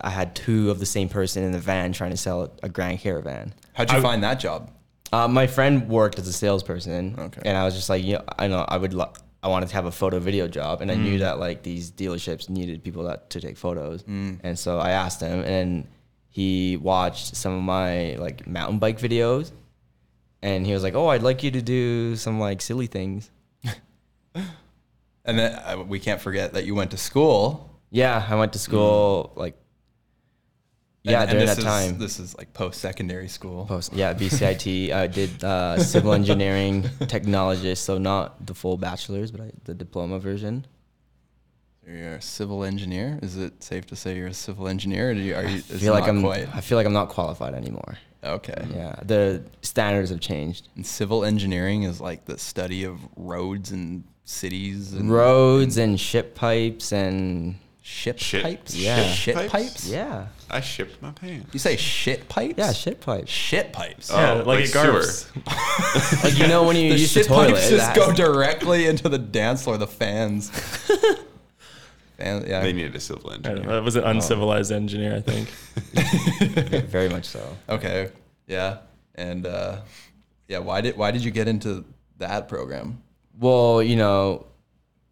[SPEAKER 5] I had two of the same person in the van trying to sell a Grand Caravan.
[SPEAKER 2] How'd you find that job?
[SPEAKER 5] Uh, my friend worked as a salesperson,
[SPEAKER 2] Okay.
[SPEAKER 5] and I was just like, you know, I know I would lo- I wanted to have a photo video job, and I knew that like these dealerships needed people that to take photos, and so I asked him, and he watched some of my like mountain bike videos, and he was like, oh, I'd like you to do some like silly things.
[SPEAKER 2] And then uh, we can't forget that you went to school.
[SPEAKER 5] Yeah, I went to school like
[SPEAKER 2] And-
[SPEAKER 5] yeah
[SPEAKER 2] and
[SPEAKER 5] during
[SPEAKER 2] this
[SPEAKER 5] that
[SPEAKER 2] is-
[SPEAKER 5] time.
[SPEAKER 2] This is like post secondary school.
[SPEAKER 5] Post, yeah, BCIT. I did uh, civil engineering technologist, so not the full bachelor's, but I, the diploma version.
[SPEAKER 2] You're a civil engineer. Is it safe to say you're a civil engineer? Or do you, are you?
[SPEAKER 5] I feel like I'm. I feel like I'm not qualified anymore.
[SPEAKER 2] okay.
[SPEAKER 5] Yeah, the standards have changed.
[SPEAKER 2] And civil engineering is like the study of roads and cities and
[SPEAKER 5] Roads and ship pipes and
[SPEAKER 2] ship,
[SPEAKER 3] Shit-
[SPEAKER 2] pipes.
[SPEAKER 5] Yeah.
[SPEAKER 2] shit
[SPEAKER 3] shit
[SPEAKER 2] pipes.
[SPEAKER 3] pipes?
[SPEAKER 5] yeah,
[SPEAKER 3] I shipped my pants.
[SPEAKER 2] You say shit pipes?
[SPEAKER 5] yeah, shit pipes.
[SPEAKER 2] Shit pipes.
[SPEAKER 3] Oh, like
[SPEAKER 4] garbs.
[SPEAKER 5] Like you know when you
[SPEAKER 2] the
[SPEAKER 5] use the
[SPEAKER 2] shit
[SPEAKER 5] toilet,
[SPEAKER 2] pipes just
[SPEAKER 5] that-
[SPEAKER 2] go directly into the dance floor. The fans. Fan- yeah.
[SPEAKER 3] They needed a civil
[SPEAKER 4] I
[SPEAKER 3] engineer.
[SPEAKER 4] don't know, That was an uncivilized engineer, I think.
[SPEAKER 5] very much so.
[SPEAKER 2] okay. Yeah. And uh, yeah. Why did Why did you get into that program?
[SPEAKER 5] well, you know,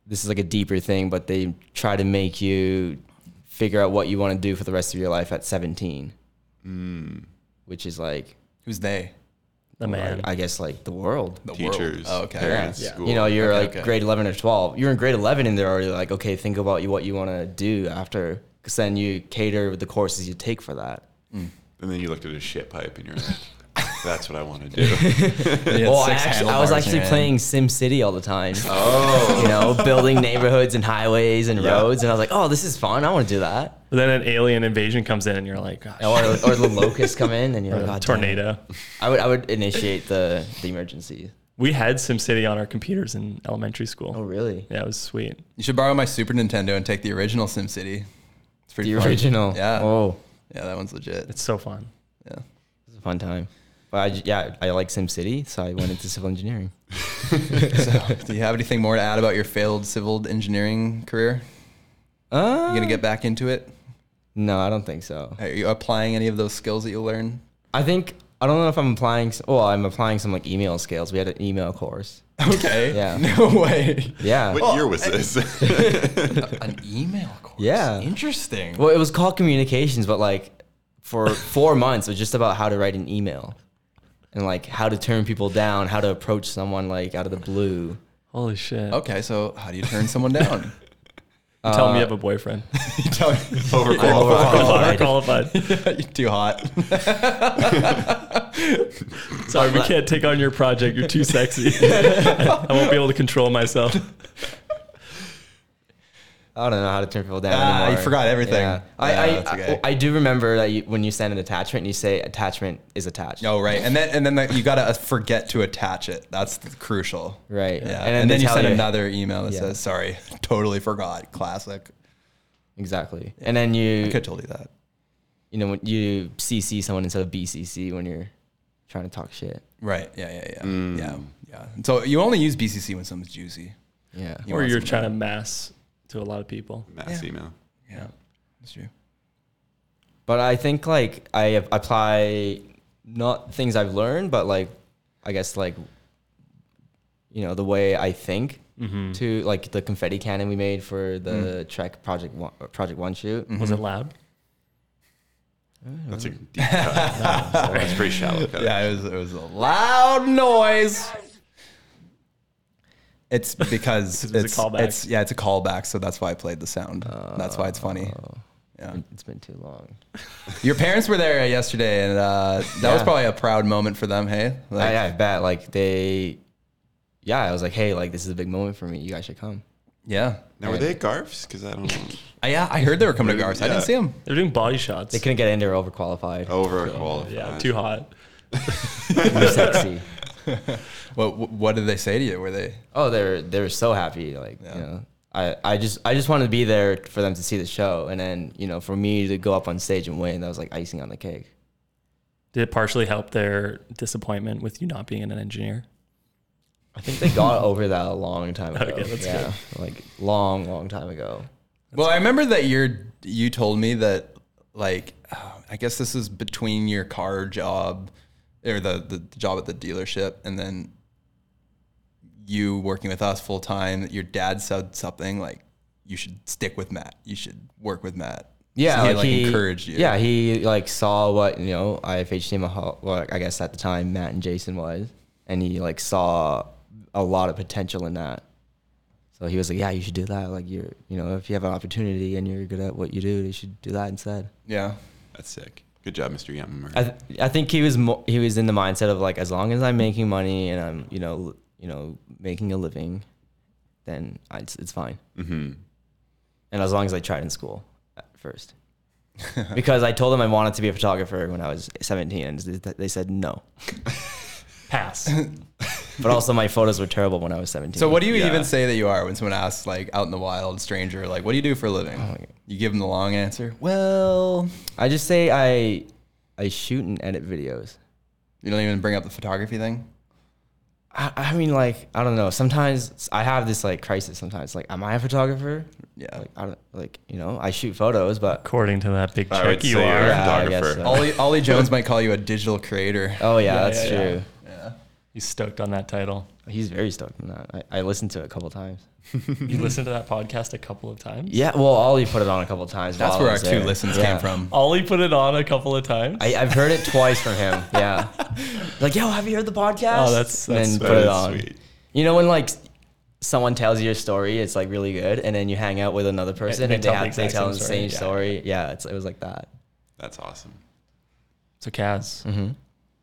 [SPEAKER 5] this is like a deeper thing, but they try to make you figure out what you want to do for the rest of your life at 17, which is like,
[SPEAKER 2] Who's they?
[SPEAKER 4] The man.
[SPEAKER 5] I guess, like the world.
[SPEAKER 2] The world.
[SPEAKER 3] Teachers,
[SPEAKER 2] Oh, okay.
[SPEAKER 3] parents,
[SPEAKER 5] Yeah.
[SPEAKER 3] school.
[SPEAKER 5] You know, you're
[SPEAKER 2] Okay,
[SPEAKER 5] like
[SPEAKER 2] okay.
[SPEAKER 5] grade 11 or 12. You're in grade 11 and they're already like, okay, think about you what you want to do after, because then you cater the courses you take for that.
[SPEAKER 3] and then you looked at a shit pipe and you're like, That's what I want to do.
[SPEAKER 5] Well, I, actually, I was actually playing Sim City all the time.
[SPEAKER 3] oh,
[SPEAKER 5] You know, building neighborhoods and highways and
[SPEAKER 3] Yeah.
[SPEAKER 5] roads, and I was like, "Oh, this is fun. I want to do that."
[SPEAKER 4] But then an alien invasion comes in, and you're like, gosh,
[SPEAKER 5] Or, or the locusts come in, and you're like,
[SPEAKER 4] a
[SPEAKER 5] "God damn."
[SPEAKER 4] tornado.
[SPEAKER 5] I would I would initiate the the emergency.
[SPEAKER 4] We had SimCity on our computers in elementary school.
[SPEAKER 5] Oh, really?
[SPEAKER 4] Yeah, it was sweet.
[SPEAKER 2] You should borrow my Super Nintendo and take the original SimCity. It's pretty
[SPEAKER 5] The
[SPEAKER 2] fun.
[SPEAKER 5] original.
[SPEAKER 2] Yeah.
[SPEAKER 5] Oh,
[SPEAKER 2] Yeah, that one's legit.
[SPEAKER 4] It's so fun.
[SPEAKER 2] Yeah.
[SPEAKER 5] it's a fun time. But I, j- yeah, I like Sim City, so I went into civil engineering.
[SPEAKER 2] Do you have anything more to add about your failed civil engineering career?
[SPEAKER 5] Uh,
[SPEAKER 2] You gonna get back into it?
[SPEAKER 5] no, I don't think so.
[SPEAKER 2] Are you applying any of those skills that you learned?
[SPEAKER 5] I think I don't know if I'm applying. s- Well, I'm applying some like email skills. We had an email course.
[SPEAKER 2] Okay.
[SPEAKER 5] Yeah.
[SPEAKER 2] No way.
[SPEAKER 5] Yeah.
[SPEAKER 3] what year was this?
[SPEAKER 2] An email course.
[SPEAKER 5] Yeah.
[SPEAKER 2] Interesting.
[SPEAKER 5] Well, it was called communications, but like for four months, it was just about how to write an email and like how to turn people down, how to approach someone like out of the blue.
[SPEAKER 4] Holy shit.
[SPEAKER 5] Oh,
[SPEAKER 2] Okay, so how do you turn someone down?
[SPEAKER 4] Tell
[SPEAKER 5] uh,
[SPEAKER 4] me you have a boyfriend.
[SPEAKER 2] you tell me
[SPEAKER 3] Overqualified.
[SPEAKER 4] Oh, Qualified. Qualified.
[SPEAKER 2] you're too hot.
[SPEAKER 4] Sorry, we can't take on your project. You're too sexy. I won't be able to control myself.
[SPEAKER 5] I don't know how to turn people down.
[SPEAKER 2] Ah, you
[SPEAKER 5] anymore.
[SPEAKER 2] forgot everything.
[SPEAKER 5] Yeah. I,
[SPEAKER 2] Yeah,
[SPEAKER 5] I,
[SPEAKER 2] that's okay.
[SPEAKER 5] I, I do remember that you, when you send an attachment, you say attachment is attached.
[SPEAKER 2] No, Oh, right. And then and then that you gotta uh, forget to attach it. That's th- crucial.
[SPEAKER 5] Right.
[SPEAKER 2] Yeah. And
[SPEAKER 5] And then
[SPEAKER 2] then,
[SPEAKER 5] they
[SPEAKER 2] you
[SPEAKER 5] tell
[SPEAKER 2] send
[SPEAKER 5] you-
[SPEAKER 2] another email that
[SPEAKER 5] Yeah.
[SPEAKER 2] says, "Sorry, totally forgot." Classic.
[SPEAKER 5] Exactly. And then you,
[SPEAKER 2] I could have told you that.
[SPEAKER 5] you know, when you CC someone instead of BCC when you're trying to talk shit.
[SPEAKER 2] Right. Yeah. Yeah. Yeah. Yeah. Yeah. So you only use BCC when something's juicy.
[SPEAKER 5] Yeah.
[SPEAKER 2] You
[SPEAKER 4] Or
[SPEAKER 2] want
[SPEAKER 4] you're
[SPEAKER 2] something-
[SPEAKER 4] trying to mass to a lot of people.
[SPEAKER 3] Mass email.
[SPEAKER 2] Yeah. That's true.
[SPEAKER 5] But I think like I ap- apply not things I've learned, but like I guess like you know the way I think
[SPEAKER 2] Mm-hmm.
[SPEAKER 5] to like the confetti cannon we made for the Trek Project One, Project One shoot.
[SPEAKER 2] Mm-hmm.
[SPEAKER 4] Was it loud?
[SPEAKER 3] That's a deep cut. That's pretty shallow cut.
[SPEAKER 2] Yeah. It was. It was a loud noise. It's because it's,
[SPEAKER 4] Because it was a
[SPEAKER 2] it's
[SPEAKER 4] callback.
[SPEAKER 2] yeah, it's a callback, so that's why I played the sound. that's why it's funny.
[SPEAKER 5] Oh.
[SPEAKER 2] Yeah.
[SPEAKER 5] It's been too long.
[SPEAKER 2] Your parents were there yesterday, and uh, that was
[SPEAKER 5] Yeah.
[SPEAKER 2] probably a proud moment for them. Hey, like,
[SPEAKER 5] I, I bet like they, yeah. I was like, hey, like this is a big moment for me. You guys should come.
[SPEAKER 2] yeah,
[SPEAKER 3] Now, were they at Garf's? Because I don't know.
[SPEAKER 2] I, yeah. I heard they were coming to Garth. I
[SPEAKER 3] Yeah.
[SPEAKER 2] didn't see them.
[SPEAKER 4] They're doing body shots.
[SPEAKER 5] They couldn't get in. They were overqualified.
[SPEAKER 3] Oh. Overqualified.
[SPEAKER 4] yeah, too hot.
[SPEAKER 5] Too sexy.
[SPEAKER 2] What What did they say to you? Were they?
[SPEAKER 5] Oh, they were they were so happy. Like you know, I, I just I just wanted to be there for them to see the show, and then you know for me to go up on stage and win, that was like icing on the cake.
[SPEAKER 4] Did it partially help their disappointment with you not being an engineer?
[SPEAKER 5] I think they got over that a long time ago.
[SPEAKER 4] Okay, that's
[SPEAKER 5] yeah, like long, long time ago.
[SPEAKER 2] well, I remember that you're. You told me that, like, uh, I guess this is between your car job, or the the job at the dealership, and then you working with us full time. That your dad said something like, "You should stick with Matt. You should work with Matt."
[SPEAKER 5] Yeah,
[SPEAKER 2] So he, like, encouraged you.
[SPEAKER 5] Yeah, he like saw what you know IFH team, well, I guess at the time Matt and Jason was, and he like saw a lot of potential in that. So he was like, "Yeah, you should do that. Like you're, you know, if you have an opportunity and you're good at what you do, you should do that instead."
[SPEAKER 2] Yeah.
[SPEAKER 3] That's sick. Good job, Mr. Yamamoto.
[SPEAKER 5] I, th- I think he was mo- he was in the mindset of like as long as I'm making money and I'm you know l- you know making a living, then I, it's it's fine. Mm-hmm. And as long as I tried in school at first, because I told them I wanted to be a photographer when I was 17, and they they said no.
[SPEAKER 4] Pass.
[SPEAKER 5] But also my photos were terrible when I was 17.
[SPEAKER 2] So what do you
[SPEAKER 3] Yeah.
[SPEAKER 2] even say that you are when someone asks, like, out in the wild, stranger, like, what do you do for a living?
[SPEAKER 5] Oh,
[SPEAKER 2] You give them the long answer. Well,
[SPEAKER 5] I just say I I shoot and edit videos.
[SPEAKER 2] you don't even bring up the photography thing.
[SPEAKER 5] I, I mean like I don't know. Sometimes I have this like crisis. Sometimes like am I a photographer?
[SPEAKER 2] Yeah.
[SPEAKER 5] Like I don't like you know I shoot photos, but
[SPEAKER 4] According to that big
[SPEAKER 3] I
[SPEAKER 4] check
[SPEAKER 3] would
[SPEAKER 4] you
[SPEAKER 3] say
[SPEAKER 4] are.
[SPEAKER 3] you're
[SPEAKER 5] Yeah, I
[SPEAKER 3] a
[SPEAKER 5] guess
[SPEAKER 3] photographer.
[SPEAKER 5] so.
[SPEAKER 2] Ollie, Ollie Jones might call you a digital creator.
[SPEAKER 5] Oh yeah, that's
[SPEAKER 4] yeah, yeah.
[SPEAKER 5] true.
[SPEAKER 4] He's stoked on that title.
[SPEAKER 5] He's very stoked on that. I, I listened to it a couple times.
[SPEAKER 4] You listened to that podcast a couple of times?
[SPEAKER 5] Yeah, well, Ollie put it on a couple times.
[SPEAKER 2] That's
[SPEAKER 5] while I
[SPEAKER 2] where our
[SPEAKER 5] was
[SPEAKER 2] two
[SPEAKER 5] there.
[SPEAKER 2] listens
[SPEAKER 5] Yeah. Oh,
[SPEAKER 2] came from.
[SPEAKER 4] Ollie put it on a couple of times.
[SPEAKER 5] I, I've heard it twice from him. Yeah, like yo, have you heard the podcast?
[SPEAKER 4] Oh, that's-
[SPEAKER 5] and
[SPEAKER 4] that's-
[SPEAKER 5] then
[SPEAKER 3] That
[SPEAKER 5] put it
[SPEAKER 3] is
[SPEAKER 5] on.
[SPEAKER 3] sweet.
[SPEAKER 5] You know when like someone tells you a story, it's like really good, and then you hang out with another person
[SPEAKER 4] they
[SPEAKER 5] and they,
[SPEAKER 4] tell the
[SPEAKER 5] have, they
[SPEAKER 4] exact
[SPEAKER 5] tell the
[SPEAKER 4] same
[SPEAKER 5] same
[SPEAKER 4] story.
[SPEAKER 5] story. Yeah, it's, it was like that. Mm-hmm.
[SPEAKER 3] That's awesome.
[SPEAKER 4] so Kaz,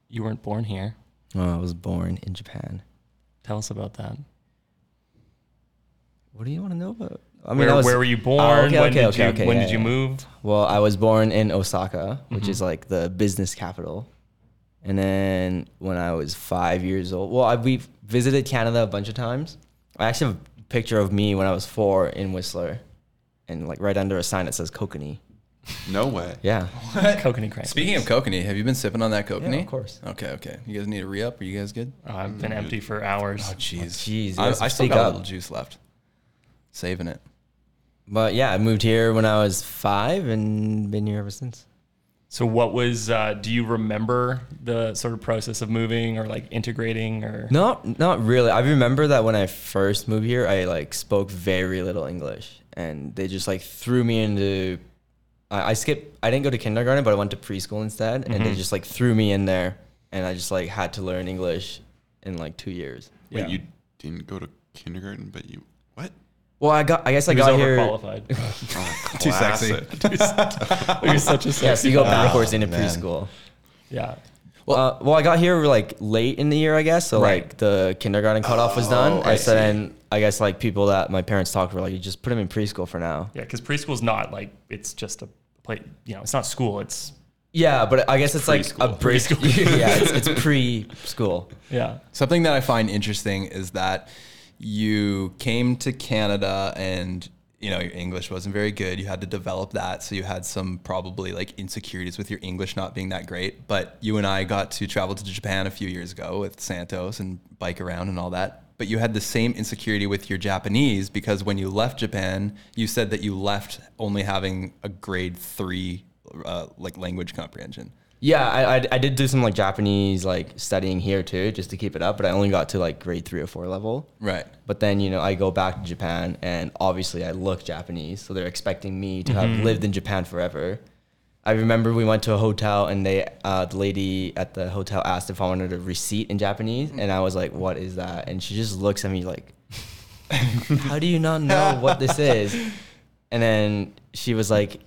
[SPEAKER 4] you weren't born here.
[SPEAKER 5] Oh, I was born in Japan.
[SPEAKER 4] Tell us about that.
[SPEAKER 5] What do you want to know about? I
[SPEAKER 4] Where,
[SPEAKER 5] I was-
[SPEAKER 4] where were you
[SPEAKER 5] Oh,
[SPEAKER 4] born?
[SPEAKER 5] okay,
[SPEAKER 4] when
[SPEAKER 5] okay,
[SPEAKER 4] did
[SPEAKER 5] okay,
[SPEAKER 4] you,
[SPEAKER 5] okay,
[SPEAKER 4] when
[SPEAKER 5] yeah,
[SPEAKER 4] did you
[SPEAKER 5] yeah.
[SPEAKER 4] move? Mm-hmm.
[SPEAKER 5] Well, I was born in Osaka, which is like the business capital. And then when I was five years old, well, I, we visited Canada a bunch of times. I actually have a picture of me when I was four in Whistler, and like right under a sign that says Kokanee.
[SPEAKER 3] No way.
[SPEAKER 5] Yeah,
[SPEAKER 4] Coconut crank.
[SPEAKER 2] Speaking of kokanee, have you been sipping on that kokanee?
[SPEAKER 5] of course.
[SPEAKER 2] Okay, okay. You guys need a re up? Are you guys good?
[SPEAKER 4] Oh, I've been empty for hours.
[SPEAKER 3] Oh,
[SPEAKER 2] Jeez.
[SPEAKER 5] jeez, you
[SPEAKER 2] I,
[SPEAKER 5] guys
[SPEAKER 2] I still
[SPEAKER 5] speak
[SPEAKER 2] got a
[SPEAKER 5] up.
[SPEAKER 2] little juice left. Saving it.
[SPEAKER 5] but yeah, I moved here when I was five and been here ever since.
[SPEAKER 4] So, what was? Uh, do you remember the sort of process of moving or like integrating or?
[SPEAKER 5] Not not really. I remember that when I first moved here, I like spoke very little English, and they just like threw me into. I, I skipped. I didn't go to kindergarten, but I went to preschool instead, and
[SPEAKER 4] Mm-hmm.
[SPEAKER 5] they just like threw me in there, and I just like had to learn English in like two years.
[SPEAKER 3] Wait, you didn't go to kindergarten, but you what?
[SPEAKER 5] Well, I got. I guess I
[SPEAKER 4] He was
[SPEAKER 5] got here.
[SPEAKER 4] overqualified.
[SPEAKER 2] Too sexy.
[SPEAKER 3] Oh, Classic.
[SPEAKER 4] You're such a
[SPEAKER 5] Yes, you go
[SPEAKER 4] Oh,
[SPEAKER 5] backwards into
[SPEAKER 2] man.
[SPEAKER 5] preschool.
[SPEAKER 4] yeah.
[SPEAKER 5] Well, uh, well, I got here like late in the year, I guess. So
[SPEAKER 2] Right.
[SPEAKER 5] like the kindergarten cutoff was done.
[SPEAKER 3] Oh, I
[SPEAKER 5] and so then I guess like people that my parents talked were like, you just put them in preschool for now.
[SPEAKER 4] Yeah, because preschool's not like it's just a play. You know, it's not school. It's
[SPEAKER 5] Yeah, but I guess it's like a brisk.
[SPEAKER 4] Preschool.
[SPEAKER 5] yeah, it's, it's pre-school.
[SPEAKER 4] yeah.
[SPEAKER 2] Something that I find interesting is that you came to Canada and you know your English wasn't very good. You had to develop that, so you had some probably like insecurities with your English not being that great. But you and I got to travel to Japan a few years ago with Santos and bike around and all that. But you had the same insecurity with your Japanese because when you left Japan, you said that you left only having a grade three uh, like language comprehension.
[SPEAKER 5] Yeah, I, I I did do some like Japanese like studying here too, just to keep it up. But I only got to like grade three or four level.
[SPEAKER 2] Right.
[SPEAKER 5] But then you know I go back to Japan, and obviously I look Japanese, so they're expecting me to have lived in Japan forever. I remember we went to a hotel, and they uh, the lady at the hotel asked if I wanted a receipt in Japanese, and I was like, "What is that?" And she just looks at me like, "How do you not know what this is?" And then she was like,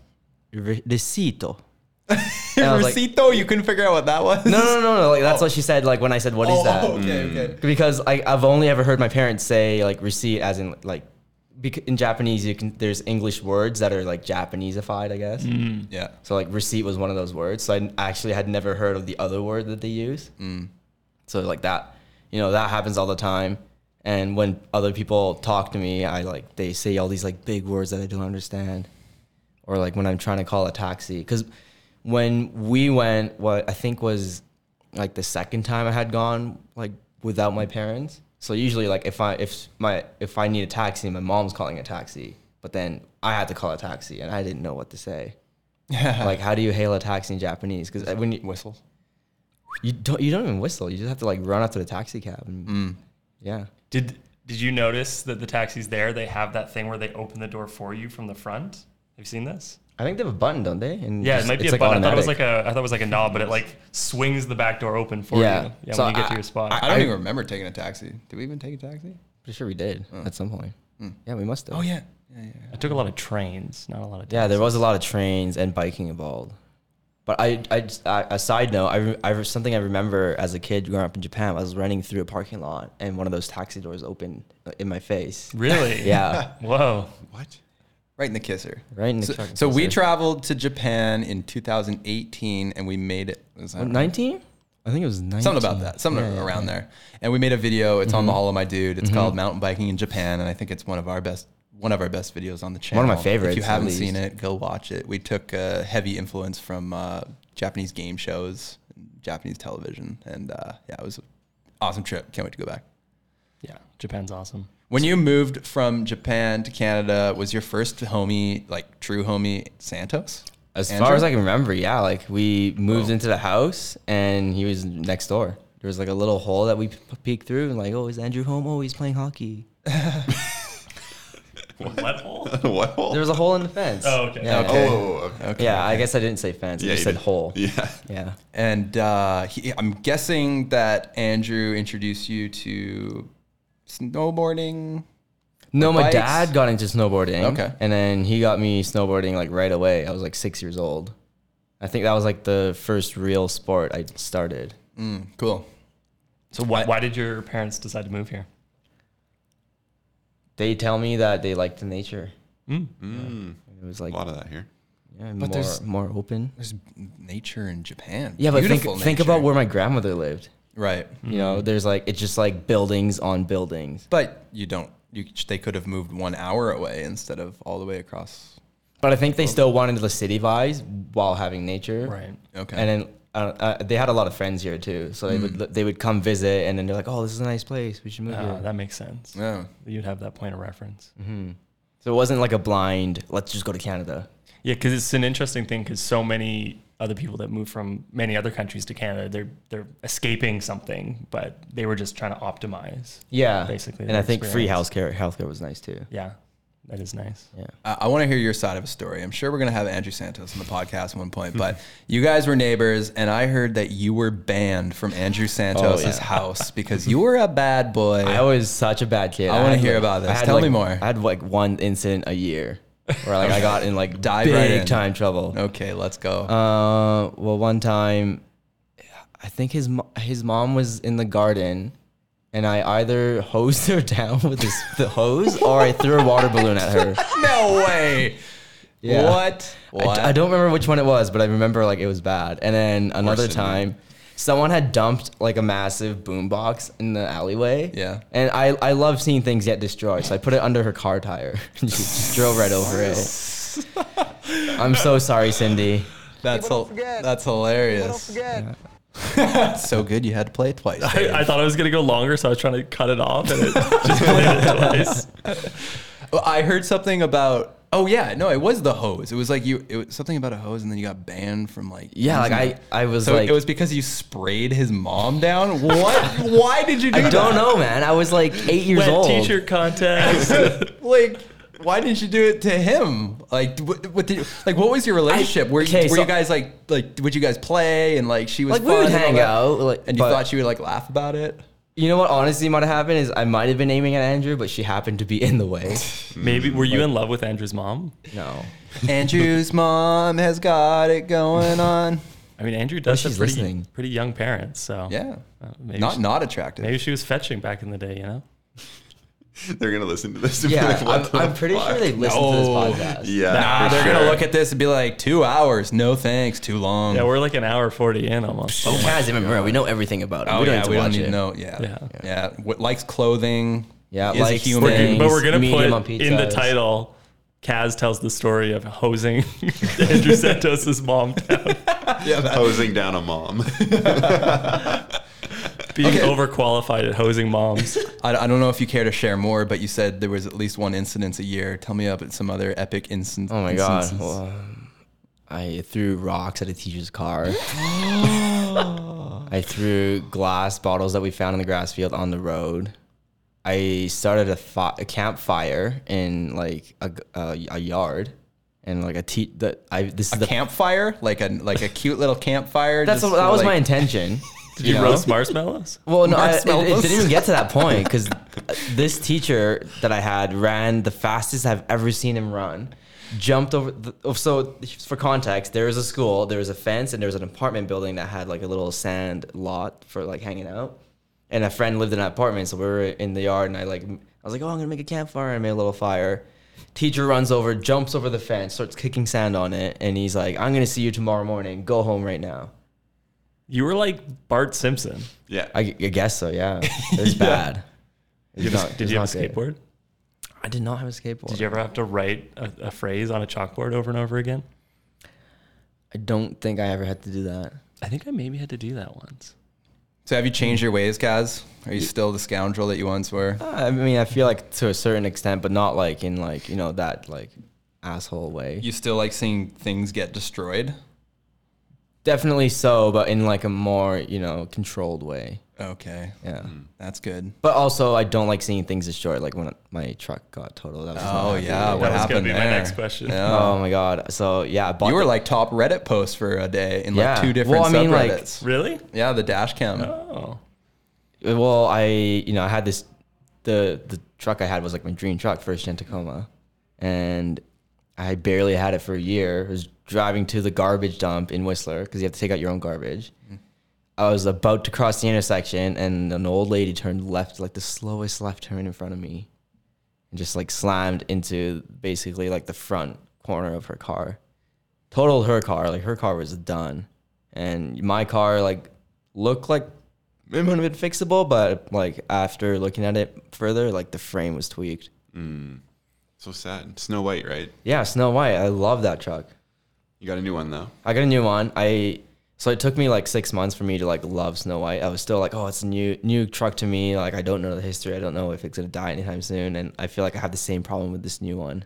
[SPEAKER 5] "Re- "Recito." And I was like,
[SPEAKER 2] Recito, you couldn't figure out what that was.
[SPEAKER 5] no, no, no, no. Like that's what she said. Like when I said, "What
[SPEAKER 2] Oh,
[SPEAKER 5] is that?"
[SPEAKER 2] okay, okay.
[SPEAKER 5] Because I, I've only ever heard my parents say like receipt, as in like bec- in Japanese, you can there's English words that are like Japaneseified, I guess.
[SPEAKER 2] Yeah.
[SPEAKER 5] So like receipt was one of those words. So I n- actually had never heard of the other word that they use. So like that, you know, that happens all the time. And when other people talk to me, I like they say all these like big words that I don't understand, or like when I'm trying to call a taxi. Because when we went, what I think was like the second time I had gone like without my parents. So usually like if I if my if I need a taxi, my mom's calling a taxi, but then I had to call a taxi and I didn't know what to say. like how do you hail a taxi in Japanese? Because when you
[SPEAKER 2] Whistles.
[SPEAKER 5] you don't you don't even whistle. You just have to like run up to the taxi cab. And,
[SPEAKER 4] Mm.
[SPEAKER 5] Yeah.
[SPEAKER 4] Did Did you notice that the taxis there they have that thing where they open the door for you from the front? Have you seen this?
[SPEAKER 5] I think they have a button, don't they? And
[SPEAKER 4] Yeah,
[SPEAKER 5] just-
[SPEAKER 4] it might be a
[SPEAKER 5] it's, like,
[SPEAKER 4] button. I thought it was like
[SPEAKER 5] automatic.
[SPEAKER 4] a I thought it was like a knob, but it like swings the back door open for
[SPEAKER 5] Yeah.
[SPEAKER 4] you. Yeah,
[SPEAKER 5] So
[SPEAKER 4] when you get to
[SPEAKER 5] I-
[SPEAKER 4] your spot.
[SPEAKER 2] I don't
[SPEAKER 5] I-
[SPEAKER 2] even remember taking a taxi. Did we even take a taxi?
[SPEAKER 5] Pretty sure we did
[SPEAKER 4] Mm.
[SPEAKER 5] at some point. Yeah, we
[SPEAKER 4] Oh,
[SPEAKER 5] must have.
[SPEAKER 2] yeah.
[SPEAKER 4] I took a lot of trains, not a lot of
[SPEAKER 5] Yeah, there
[SPEAKER 4] taxis.
[SPEAKER 5] was a lot of trains and biking involved. But I, I, just- I a side note, I, re- I re- something I remember as a kid growing up in Japan. I was running through a parking lot and one of those taxi doors opened uh, in my face.
[SPEAKER 4] Really?
[SPEAKER 5] Yeah,
[SPEAKER 4] Whoa.
[SPEAKER 3] What?
[SPEAKER 2] Right in the kisser.
[SPEAKER 5] right in the
[SPEAKER 2] So,
[SPEAKER 5] truck.
[SPEAKER 2] so we traveled to Japan in 2018 and we made it. was that right?
[SPEAKER 5] nineteen. I think it was nineteen.
[SPEAKER 2] Something about that. Something around there. And we made a video. It's
[SPEAKER 5] Mm-hmm.
[SPEAKER 2] on the Hall of My Dude. It's called Mountain Biking in Japan. And I think it's one of our best one of our best videos on the channel.
[SPEAKER 5] of my
[SPEAKER 2] If
[SPEAKER 5] favorites,
[SPEAKER 2] you
[SPEAKER 5] at
[SPEAKER 2] haven't
[SPEAKER 5] least.
[SPEAKER 2] seen it, go watch it. We took uh, heavy influence from uh, Japanese game shows, Japanese television. And uh, yeah, it was an awesome trip. Can't wait to go back.
[SPEAKER 4] Yeah. Japan's awesome.
[SPEAKER 2] When you moved from Japan to Canada, was your first homie, like true homie, Santos?
[SPEAKER 5] As
[SPEAKER 2] Andrew?
[SPEAKER 5] far as I can remember, yeah, like we moved into the house and he was next door. There was like a little hole that we p- peeked through and like, oh, is Andrew home? Oh, he's playing hockey.
[SPEAKER 4] What hole?
[SPEAKER 3] what?
[SPEAKER 5] There was a hole in the fence.
[SPEAKER 4] Oh, okay.
[SPEAKER 5] Yeah,
[SPEAKER 2] Okay.
[SPEAKER 3] Oh, okay.
[SPEAKER 5] yeah, I guess I didn't say fence. I
[SPEAKER 3] Yeah,
[SPEAKER 5] just
[SPEAKER 3] you
[SPEAKER 5] said
[SPEAKER 3] did.
[SPEAKER 5] hole. Yeah.
[SPEAKER 3] Yeah.
[SPEAKER 2] And uh, he, I'm guessing that Andrew introduced you to snowboarding.
[SPEAKER 5] No, my
[SPEAKER 2] bikes?
[SPEAKER 5] dad got into snowboarding.
[SPEAKER 2] Okay.
[SPEAKER 5] And then he got me snowboarding like right away. I was like six years old. I think that was like the first real sport I started.
[SPEAKER 2] Cool.
[SPEAKER 4] So why why did your parents decide to move here?
[SPEAKER 5] They tell me that they liked the nature. Yeah. It was like
[SPEAKER 3] A lot of that here.
[SPEAKER 5] yeah,
[SPEAKER 2] But
[SPEAKER 5] more
[SPEAKER 2] there's-
[SPEAKER 5] more open.
[SPEAKER 2] There's nature in Japan.
[SPEAKER 5] Yeah, but
[SPEAKER 2] Beautiful
[SPEAKER 5] think think
[SPEAKER 2] nature. Mm-hmm.
[SPEAKER 5] about where my grandmother lived.
[SPEAKER 2] Right.
[SPEAKER 5] You know, there's like it's just like buildings on buildings.
[SPEAKER 2] But you don't. You, they could have moved one hour away instead of all the way across.
[SPEAKER 5] But I think they still wanted the city vibes while having nature.
[SPEAKER 4] Ah,
[SPEAKER 2] Okay. Mm.
[SPEAKER 5] And then uh, uh, they had a lot of friends here too, so they would they would come visit, and then they're like, "Oh, this is a nice place. We should move
[SPEAKER 4] Ah,
[SPEAKER 5] here."
[SPEAKER 4] that makes sense.
[SPEAKER 2] yeah.
[SPEAKER 4] You'd have that point of reference.
[SPEAKER 5] Mm-hmm. So it wasn't like a blind. Let's just go to Canada.
[SPEAKER 4] Yeah, because it's an interesting thing because so many other people that move from many other countries to Canada, they're they're escaping something, but they were just trying to optimize.
[SPEAKER 5] Yeah,
[SPEAKER 4] Basically,
[SPEAKER 5] And
[SPEAKER 4] their
[SPEAKER 5] I think free
[SPEAKER 4] experience.
[SPEAKER 5] healthcare healthcare was nice too.
[SPEAKER 4] Yeah, that is nice.
[SPEAKER 5] Yeah.
[SPEAKER 2] I, I want to hear your side of a story. I'm sure we're going to have Andrew Santos on the podcast at one point, but you guys were neighbors, and I heard that you were banned from Andrew Santos'
[SPEAKER 5] Oh, yeah.
[SPEAKER 2] house because you were a bad boy.
[SPEAKER 5] I was such a bad kid.
[SPEAKER 2] I wanna
[SPEAKER 5] had,
[SPEAKER 2] hear
[SPEAKER 5] like-
[SPEAKER 2] about this.
[SPEAKER 5] I had,
[SPEAKER 2] Tell me
[SPEAKER 5] like-
[SPEAKER 2] more.
[SPEAKER 5] I had like one incident a year where like I got in like
[SPEAKER 2] Dive
[SPEAKER 5] big
[SPEAKER 2] right in.
[SPEAKER 5] time trouble.
[SPEAKER 2] okay, let's go.
[SPEAKER 5] Uh, well, one time, I think his mo- his mom was in the garden, and I either hosed her down with this, the hose or I threw a water balloon at her.
[SPEAKER 2] no way.
[SPEAKER 5] Yeah.
[SPEAKER 2] What?
[SPEAKER 5] I-
[SPEAKER 2] What?
[SPEAKER 5] I, don't remember which one it was, but I remember like it was bad. And then another
[SPEAKER 2] it is.
[SPEAKER 5] time, someone had dumped like a massive boombox in the alleyway.
[SPEAKER 2] Yeah.
[SPEAKER 5] And I, I love seeing things get destroyed, so I put it under her car tire and she just drove right over it. I'm so sorry, Cindy.
[SPEAKER 2] That's
[SPEAKER 6] People
[SPEAKER 2] hil-
[SPEAKER 6] don't forget.
[SPEAKER 2] that's
[SPEAKER 6] But don't
[SPEAKER 2] hilarious.
[SPEAKER 6] forget.
[SPEAKER 2] That's so good. You had to play it twice.
[SPEAKER 4] I, I thought I was gonna go longer, so I was trying to cut it off, and it just played it twice.
[SPEAKER 2] Well, I heard something about. Oh yeah, no, it was the hose. It was like you. It was something about a hose, and then you got banned from like.
[SPEAKER 5] Yeah, like
[SPEAKER 2] using
[SPEAKER 5] I,
[SPEAKER 2] it.
[SPEAKER 5] I was
[SPEAKER 2] So
[SPEAKER 5] like
[SPEAKER 2] it was because you sprayed his mom down. What? Why did you do
[SPEAKER 5] I
[SPEAKER 2] that?
[SPEAKER 5] don't know, man. I was like eight years
[SPEAKER 4] Wet
[SPEAKER 5] old.
[SPEAKER 4] teacher context.
[SPEAKER 2] Like, why didn't you do it to him? Like, what, what did? Like, what was your relationship? were you,
[SPEAKER 5] okay,
[SPEAKER 2] were
[SPEAKER 5] so-
[SPEAKER 2] you guys like like? Would you guys play and like she was
[SPEAKER 5] Like we would
[SPEAKER 2] fun and all
[SPEAKER 5] hang
[SPEAKER 2] that?
[SPEAKER 5] out, like,
[SPEAKER 2] and you
[SPEAKER 5] but-
[SPEAKER 2] thought she would like laugh about it?
[SPEAKER 5] You know what? Honestly, might have happened is I might have been aiming at Andrew, but she happened to be in the way.
[SPEAKER 4] Maybe were you in love with Andrew's mom?
[SPEAKER 5] No,
[SPEAKER 2] Andrew's mom has got it going on.
[SPEAKER 4] I mean, Andrew does
[SPEAKER 5] she's
[SPEAKER 4] have pretty
[SPEAKER 5] listening.
[SPEAKER 4] pretty young parents, so
[SPEAKER 2] Yeah,
[SPEAKER 4] uh, maybe
[SPEAKER 2] not
[SPEAKER 4] she,
[SPEAKER 2] not attractive.
[SPEAKER 4] maybe she was fetching back in the day, you know.
[SPEAKER 3] They're gonna listen to this. And be
[SPEAKER 5] yeah,
[SPEAKER 3] like,
[SPEAKER 5] I'm,
[SPEAKER 3] what the
[SPEAKER 5] I'm pretty
[SPEAKER 3] fuck?
[SPEAKER 5] sure they listen
[SPEAKER 2] No.
[SPEAKER 5] to this podcast.
[SPEAKER 3] Yeah,
[SPEAKER 2] Nah,
[SPEAKER 3] for
[SPEAKER 2] they're
[SPEAKER 3] sure.
[SPEAKER 2] gonna look at this and be like, two hours, no thanks, too long.
[SPEAKER 4] Yeah, we're like an hour forty in almost.
[SPEAKER 5] Oh Kaz and Monroe, we know everything about it.
[SPEAKER 2] oh
[SPEAKER 5] we don't
[SPEAKER 2] yeah,
[SPEAKER 5] need to
[SPEAKER 2] we don't
[SPEAKER 5] watch
[SPEAKER 2] need
[SPEAKER 5] it.
[SPEAKER 2] to know. Yeah,
[SPEAKER 4] Yeah.
[SPEAKER 2] yeah. What likes clothing?
[SPEAKER 5] Yeah,
[SPEAKER 2] is
[SPEAKER 5] likes
[SPEAKER 2] a human.
[SPEAKER 5] things.
[SPEAKER 4] but we're gonna
[SPEAKER 5] medium on
[SPEAKER 4] put in the
[SPEAKER 5] pizzas.
[SPEAKER 4] title. Kaz tells the story of hosing Andrew Santos's mom down,
[SPEAKER 3] hosing down a mom.
[SPEAKER 4] being overqualified at hosing moms.
[SPEAKER 2] I, I don't know if you care to share more, but you said there was at least one incident a year. Tell me about some other epic incidents.
[SPEAKER 5] Oh my god! Well, I threw rocks at a teacher's car. I threw glass bottles that we found in the grass field on the road. I started a, fi- a campfire in like a, g- a- a yard, and like a te- the, I this is the
[SPEAKER 2] campfire, like a like a cute little campfire.
[SPEAKER 5] that's
[SPEAKER 2] just
[SPEAKER 5] what- that was
[SPEAKER 2] like-
[SPEAKER 5] my intention.
[SPEAKER 4] Did you
[SPEAKER 5] know?
[SPEAKER 4] roast marshmallows?
[SPEAKER 5] Well, no, I, it, it
[SPEAKER 2] Marshmallows.
[SPEAKER 5] didn't even get to that point because this teacher that I had ran the fastest I've ever seen him run. Jumped over. The, oh, so, for context, there was a school, there was a fence, and there was an apartment building that had like a little sand lot for like hanging out. And a friend lived in that apartment, so we were in the yard, and I like, I was like, oh, I'm gonna make a campfire. I made a little fire. Teacher runs over, jumps over the fence, starts kicking sand on it, and he's like, I'm gonna see you tomorrow morning. Go home right now.
[SPEAKER 4] You were like Bart Simpson.
[SPEAKER 3] yeah,
[SPEAKER 5] I, gu- I guess so. Yeah, it was bad.
[SPEAKER 4] Did
[SPEAKER 5] It was
[SPEAKER 4] you
[SPEAKER 5] not-
[SPEAKER 4] have,
[SPEAKER 5] it
[SPEAKER 4] did
[SPEAKER 5] was
[SPEAKER 4] you
[SPEAKER 5] not
[SPEAKER 4] have a
[SPEAKER 5] good.
[SPEAKER 4] skateboard?
[SPEAKER 5] I did not have a skateboard.
[SPEAKER 4] Did you ever have to write a, a phrase on a chalkboard over and over again?
[SPEAKER 5] I don't think I ever had to do that.
[SPEAKER 4] I think I maybe had to do that once.
[SPEAKER 2] So have you changed your ways, Kaz? Are you still the scoundrel that you once were?
[SPEAKER 5] I mean, I feel like to a certain extent, but not like in like you know that like asshole way.
[SPEAKER 2] You still like seeing things get destroyed?
[SPEAKER 5] Definitely so, but in like a more you know controlled way.
[SPEAKER 2] Okay,
[SPEAKER 5] Yeah.
[SPEAKER 4] Hmm.
[SPEAKER 2] that's good.
[SPEAKER 5] But also, I don't like seeing things destroyed. Like when my truck got totaled. That was just not
[SPEAKER 2] Oh
[SPEAKER 5] happy.
[SPEAKER 2] yeah, what
[SPEAKER 4] was gonna
[SPEAKER 2] happened
[SPEAKER 4] be my
[SPEAKER 2] there?
[SPEAKER 4] next question.
[SPEAKER 2] Yeah.
[SPEAKER 5] Oh my god. So yeah, I bought
[SPEAKER 2] You were
[SPEAKER 5] the-
[SPEAKER 2] like top Reddit posts for a day in like
[SPEAKER 5] Yeah.
[SPEAKER 2] two different
[SPEAKER 5] Well, I mean, like-
[SPEAKER 2] subreddits.
[SPEAKER 4] Really?
[SPEAKER 2] yeah, the dash cam.
[SPEAKER 4] Oh.
[SPEAKER 5] Well, I you know I had this the the truck I had was like my dream truck, first gen Tacoma, and I barely had it for a year. I was driving to the garbage dump in Whistler because you have to take out your own garbage. I was about to cross the intersection, and an old lady turned left, like the slowest left turn in front of me, and just like slammed into basically like the front corner of her car. Totaled her car, like her car was done, and my car like looked like it would have been fixable, but like after looking at it further, like the frame was tweaked.
[SPEAKER 3] So sad. Snow White, right?
[SPEAKER 5] Yeah, Snow White, I love that truck.
[SPEAKER 3] You got a new one though.
[SPEAKER 5] I got a new one. I so it took me like six months for me to like love Snow White. I was still like, oh, it's a new new truck to me. Like I don't know the history. I don't know if it's gonna die anytime soon. And I feel like I have the same problem with this new one.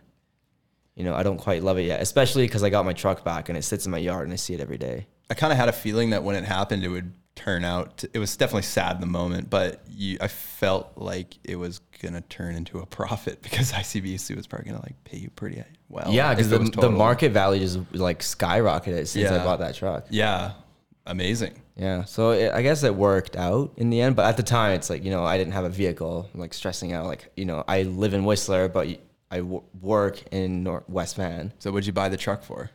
[SPEAKER 5] You know, I don't quite love it yet, especially because I got my truck back and it sits in my yard and I see it every day.
[SPEAKER 2] I kind of had a feeling that when it happened, it would turn out. It was definitely sad in the moment, but you, I felt like it was gonna turn into a profit because ICBC was probably gonna like pay you pretty well.
[SPEAKER 5] yeah, because
[SPEAKER 2] if
[SPEAKER 5] the,
[SPEAKER 2] Oh, it was
[SPEAKER 5] the
[SPEAKER 2] totaled.
[SPEAKER 5] market value just like skyrocketed since I
[SPEAKER 2] Yeah.
[SPEAKER 5] bought that truck.
[SPEAKER 2] Yeah, amazing.
[SPEAKER 5] Yeah, so it, I guess it worked out in the end. But at the time, it's like you know, I didn't have a vehicle. I'm like stressing out. Like you know, I live in Whistler, but I w- work in North West Van.
[SPEAKER 2] So, what'd you buy the truck for?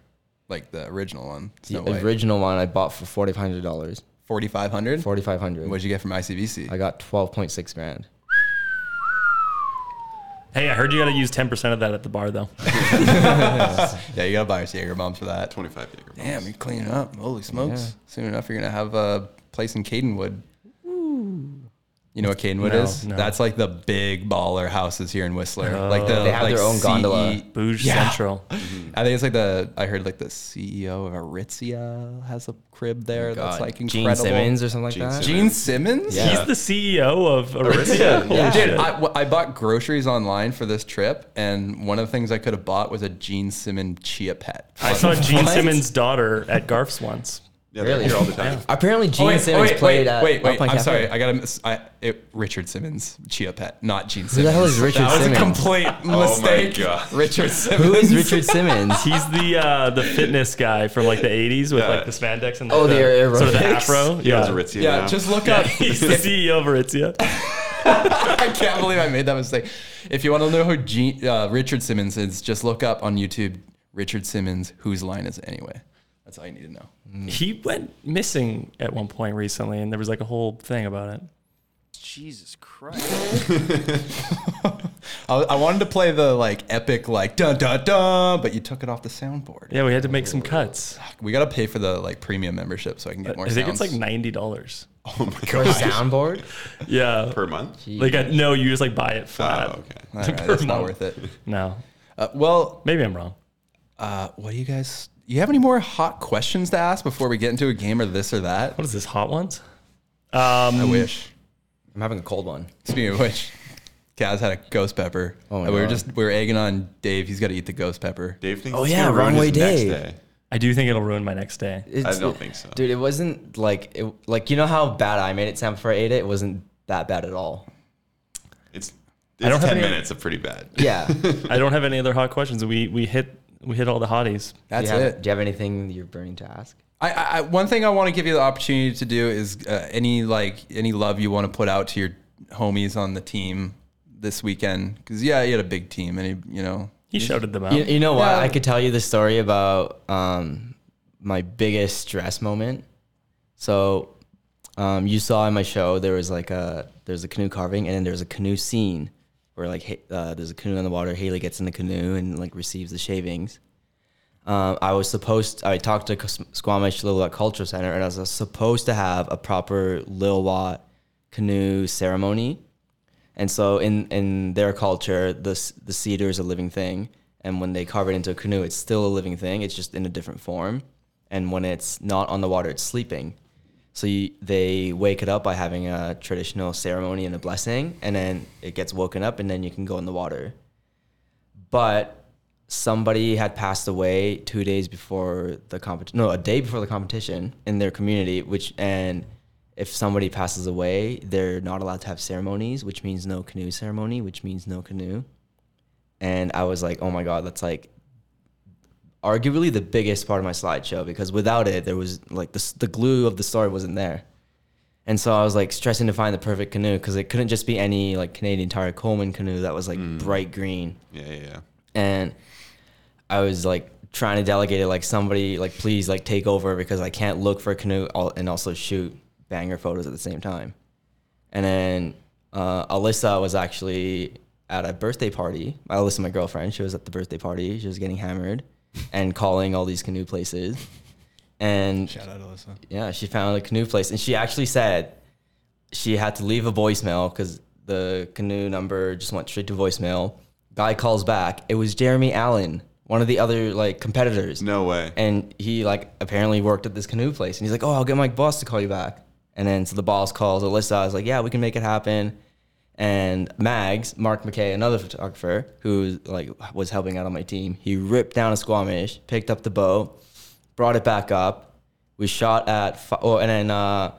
[SPEAKER 2] Like the original one,
[SPEAKER 5] The original one I bought for forty five hundred dollars.
[SPEAKER 2] forty five hundred.
[SPEAKER 5] Forty five hundred.
[SPEAKER 2] What'd you get from ICBC?
[SPEAKER 5] I got twelve point six grand.
[SPEAKER 4] Hey, I heard you got to use 10% of that at the bar, though.
[SPEAKER 2] yeah, you gotta buy a Jaeger bomb for that.
[SPEAKER 3] Twenty five acre.
[SPEAKER 2] Damn, you're cleaning up. Holy smokes! Soon enough, you're gonna have a place in Cadenwood. You know what Cadenwood
[SPEAKER 4] No,
[SPEAKER 2] is?
[SPEAKER 4] no.
[SPEAKER 2] That's like the big baller houses here in Whistler. like the,
[SPEAKER 5] Oh. They have
[SPEAKER 2] like
[SPEAKER 5] their own gondola.
[SPEAKER 4] Bouge
[SPEAKER 2] Yeah.
[SPEAKER 4] Central.
[SPEAKER 2] I think it's like the I heard like the CEO of Aritzia has a crib there. that's like incredible.
[SPEAKER 5] Oh Gene Simmons or something like
[SPEAKER 3] Gene
[SPEAKER 5] that.
[SPEAKER 3] Simmons.
[SPEAKER 2] Gene Simmons?
[SPEAKER 3] Yeah.
[SPEAKER 4] He's the CEO of Aritzia. Holy
[SPEAKER 2] Yeah.
[SPEAKER 4] shit.
[SPEAKER 2] Dude, I, w- I bought groceries online for this trip, and one of the things I could have bought was a Gene Simmons chia pet.
[SPEAKER 4] I saw Gene
[SPEAKER 2] What?
[SPEAKER 4] Simmons' daughter at Garf's once.
[SPEAKER 3] Yeah, they're
[SPEAKER 5] Really?
[SPEAKER 3] here all the time.
[SPEAKER 5] Apparently, Gene
[SPEAKER 2] Oh, wait,
[SPEAKER 5] Simmons
[SPEAKER 2] oh, wait, wait,
[SPEAKER 5] played at.
[SPEAKER 2] Wait, wait,
[SPEAKER 5] Alpine
[SPEAKER 2] I'm
[SPEAKER 5] Cafe.
[SPEAKER 2] sorry. I got to miss. I, it, Richard Simmons, Chia Pet, not Gene Simmons.
[SPEAKER 5] Who the hell is Richard
[SPEAKER 2] that was
[SPEAKER 5] Simmons?
[SPEAKER 2] a complete mistake.
[SPEAKER 3] God.
[SPEAKER 2] Richard Simmons.
[SPEAKER 5] Who is Richard Simmons?
[SPEAKER 4] He's the uh, the fitness guy from like the 80s with like the spandex and
[SPEAKER 5] Oh,
[SPEAKER 4] the,
[SPEAKER 5] the
[SPEAKER 4] sort of the
[SPEAKER 5] aerobics.
[SPEAKER 4] afro.
[SPEAKER 3] Yeah,
[SPEAKER 4] Yeah.
[SPEAKER 3] it was Aritzia
[SPEAKER 2] Yeah,
[SPEAKER 3] now.
[SPEAKER 2] just look up.
[SPEAKER 4] He's the CEO of
[SPEAKER 2] E
[SPEAKER 4] Aritzia.
[SPEAKER 2] I can't believe I made that mistake. If you want to know who Gene, uh, Richard Simmons is, just look up on YouTube Richard Simmons, whose line is it anyway? That's all you need to know.
[SPEAKER 5] Mm.
[SPEAKER 4] He went missing at one point recently, and there was like a whole thing about it.
[SPEAKER 6] Jesus Christ.
[SPEAKER 2] I, I wanted to play the like epic, like dun dun dun, but you took it off the soundboard.
[SPEAKER 4] Yeah, we had to make some cuts.
[SPEAKER 2] We got to pay for the like premium membership so I can
[SPEAKER 5] Uh,
[SPEAKER 2] get more
[SPEAKER 4] I think it's like
[SPEAKER 2] sounds.
[SPEAKER 4] ninety dollars.
[SPEAKER 3] Oh my
[SPEAKER 5] For a
[SPEAKER 3] god.
[SPEAKER 5] soundboard.
[SPEAKER 4] Yeah,
[SPEAKER 3] Per month.
[SPEAKER 4] like I, no, you just like buy it flat.
[SPEAKER 3] Oh, okay.
[SPEAKER 2] All right,
[SPEAKER 4] per
[SPEAKER 2] that's not
[SPEAKER 4] month.
[SPEAKER 2] worth it.
[SPEAKER 4] No,
[SPEAKER 2] Uh, well,
[SPEAKER 4] maybe I'm wrong.
[SPEAKER 2] Uh, what do you guys? You have any more hot questions to ask before we get into a game or this or that?
[SPEAKER 4] What is this hot ones?
[SPEAKER 2] I
[SPEAKER 4] Um,
[SPEAKER 2] wish.
[SPEAKER 5] I'm having a cold one.
[SPEAKER 2] Speaking of which, Kaz had a ghost pepper.
[SPEAKER 5] Oh my
[SPEAKER 2] And we were
[SPEAKER 5] God.
[SPEAKER 2] just we were egging on Dave. He's got to eat the ghost pepper.
[SPEAKER 3] Dave thinks.
[SPEAKER 5] Oh,
[SPEAKER 3] it's
[SPEAKER 5] yeah,
[SPEAKER 3] gonna
[SPEAKER 5] wrong
[SPEAKER 3] ruin
[SPEAKER 5] way
[SPEAKER 3] his next
[SPEAKER 5] Dave.
[SPEAKER 3] day.
[SPEAKER 4] I do think it'll ruin my next day.
[SPEAKER 5] It's-
[SPEAKER 3] I don't think so.
[SPEAKER 5] Dude, it wasn't like it, like you know how bad I made it sound before I ate it. It wasn't that bad at all.
[SPEAKER 3] It's, it's
[SPEAKER 4] don't have
[SPEAKER 3] ten
[SPEAKER 4] any-
[SPEAKER 3] minutes of pretty bad.
[SPEAKER 5] Yeah. Do
[SPEAKER 4] I don't have any other hot questions. We we hit we hit all the hotties.
[SPEAKER 2] That's
[SPEAKER 5] you have,
[SPEAKER 2] it.
[SPEAKER 5] Do you have anything you're burning to ask?
[SPEAKER 2] I, I, I- one thing I want to give you the opportunity to do is uh, any like any love you want to put out to your homies on the team this weekend. Because yeah, you had a big team, and he, you know,
[SPEAKER 4] He shouted them out.
[SPEAKER 5] You, you know what?
[SPEAKER 2] Yeah.
[SPEAKER 5] I could tell you the story about um, my biggest stress moment. So, um, you saw in my show there was like a there's a canoe carving and then there's a canoe scene where like Ha- uh, there's a canoe on the water. Haley gets in the canoe and like receives the shavings. Um, I was supposed I talked to Ques- Squamish Little Watt Cultural Center and I was supposed to have a proper Lil Watt canoe ceremony. And so in in their culture, the s- the cedar is a living thing, and when they carve it into a canoe, it's still a living thing. It's just in a different form. And when it's not on the water, it's sleeping. So you, they wake it up by having a traditional ceremony and a blessing, and then it gets woken up, and then you can go in the water. But somebody had passed away two days before the competition, no, a day before the competition in their community, which, and if somebody passes away, they're not allowed to have ceremonies, which means no canoe ceremony, which means no canoe. And I was like, oh my God, that's like arguably the biggest part of my slideshow because without it, there was like the, s- the glue of the story wasn't there. And so I was like stressing to find the perfect canoe because it couldn't just be any like Canadian Tire Coleman canoe that was like bright green
[SPEAKER 3] Yeah, yeah, yeah.
[SPEAKER 5] and I was like trying to delegate it, like somebody, like please, like take over because I can't look for a canoe al- and also shoot banger photos at the same time. And then uh, Alyssa was actually at a birthday party. Alyssa, my girlfriend, she was at the birthday party. She was getting hammered and calling all these canoe places. And
[SPEAKER 2] Shout out, Alyssa.
[SPEAKER 5] yeah, she found a canoe place, and she actually said she had to leave a voicemail because the canoe number just went straight to voicemail. Guy calls back. It was Jeremy Allen, one of the other like competitors,
[SPEAKER 3] No way.
[SPEAKER 5] and he like apparently worked at this canoe place, and he's like, "Oh, I'll get my boss to call you back." And then so the boss calls Alyssa. I was like, "Yeah, we can make it happen." And Mags, Mark McKay, another photographer who like was helping out on my team, he ripped down a Squamish, picked up the bow, brought it back up. We shot at, fi- oh, and then uh,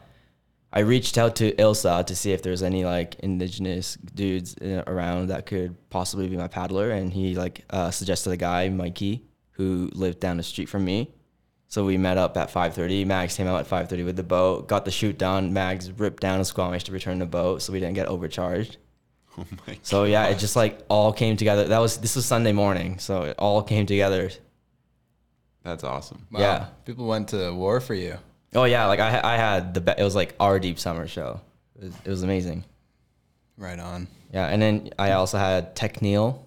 [SPEAKER 5] I reached out to Ilsa to see if there's any like indigenous dudes uh, around that could possibly be my paddler, and he like uh, suggested a guy, Mikey, who lived down the street from me. So we met up at 5:30. Mags came out at 5:30 with the boat, got the shoot done. Mags ripped down a Squamish to return the boat, so we didn't get overcharged.
[SPEAKER 3] oh my
[SPEAKER 5] So yeah, it just like all came together. That was this was Sunday morning, so it all came together.
[SPEAKER 3] That's awesome.
[SPEAKER 2] Wow.
[SPEAKER 5] Yeah.
[SPEAKER 2] People went to war for you.
[SPEAKER 5] Oh yeah, like I ha- I had the be- it was like our deep summer show. It was, it was amazing.
[SPEAKER 2] Right on.
[SPEAKER 5] Yeah, and then I also had Tech Neil.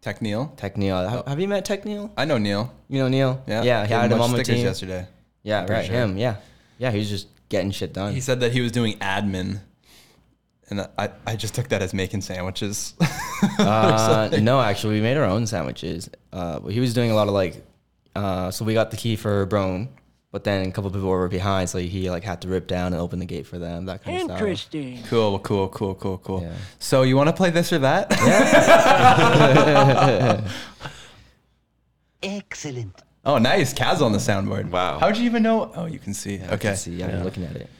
[SPEAKER 2] Tech Neil.
[SPEAKER 5] Tech Neil. Have, have you met Tech Neil?
[SPEAKER 2] I know Neil.
[SPEAKER 5] You know Neil?
[SPEAKER 2] Yeah.
[SPEAKER 5] Yeah, he
[SPEAKER 2] Gave
[SPEAKER 5] had him
[SPEAKER 2] bunch of
[SPEAKER 5] on my
[SPEAKER 2] stickers
[SPEAKER 5] team.
[SPEAKER 2] yesterday.
[SPEAKER 5] Yeah, right.
[SPEAKER 2] sure.
[SPEAKER 5] Him. Yeah. Yeah, he was just getting shit done.
[SPEAKER 2] He said that he was doing admin. And I, I just took that as making sandwiches.
[SPEAKER 5] uh, no, actually, we made our own sandwiches. Uh, but he was doing a lot of like, uh, so we got the key for Brome, but then a couple people were behind, so he like had to rip down and open the gate for them, that kind of stuff.
[SPEAKER 6] Interesting.
[SPEAKER 2] cool, cool, cool, cool, cool.
[SPEAKER 5] Yeah.
[SPEAKER 2] So you want to play this or that?
[SPEAKER 7] Excellent.
[SPEAKER 2] oh, nice. Kaz on the soundboard.
[SPEAKER 3] Wow.
[SPEAKER 2] How'd you even know? Oh, you can see. okay.
[SPEAKER 5] I see, yeah, you're looking at it.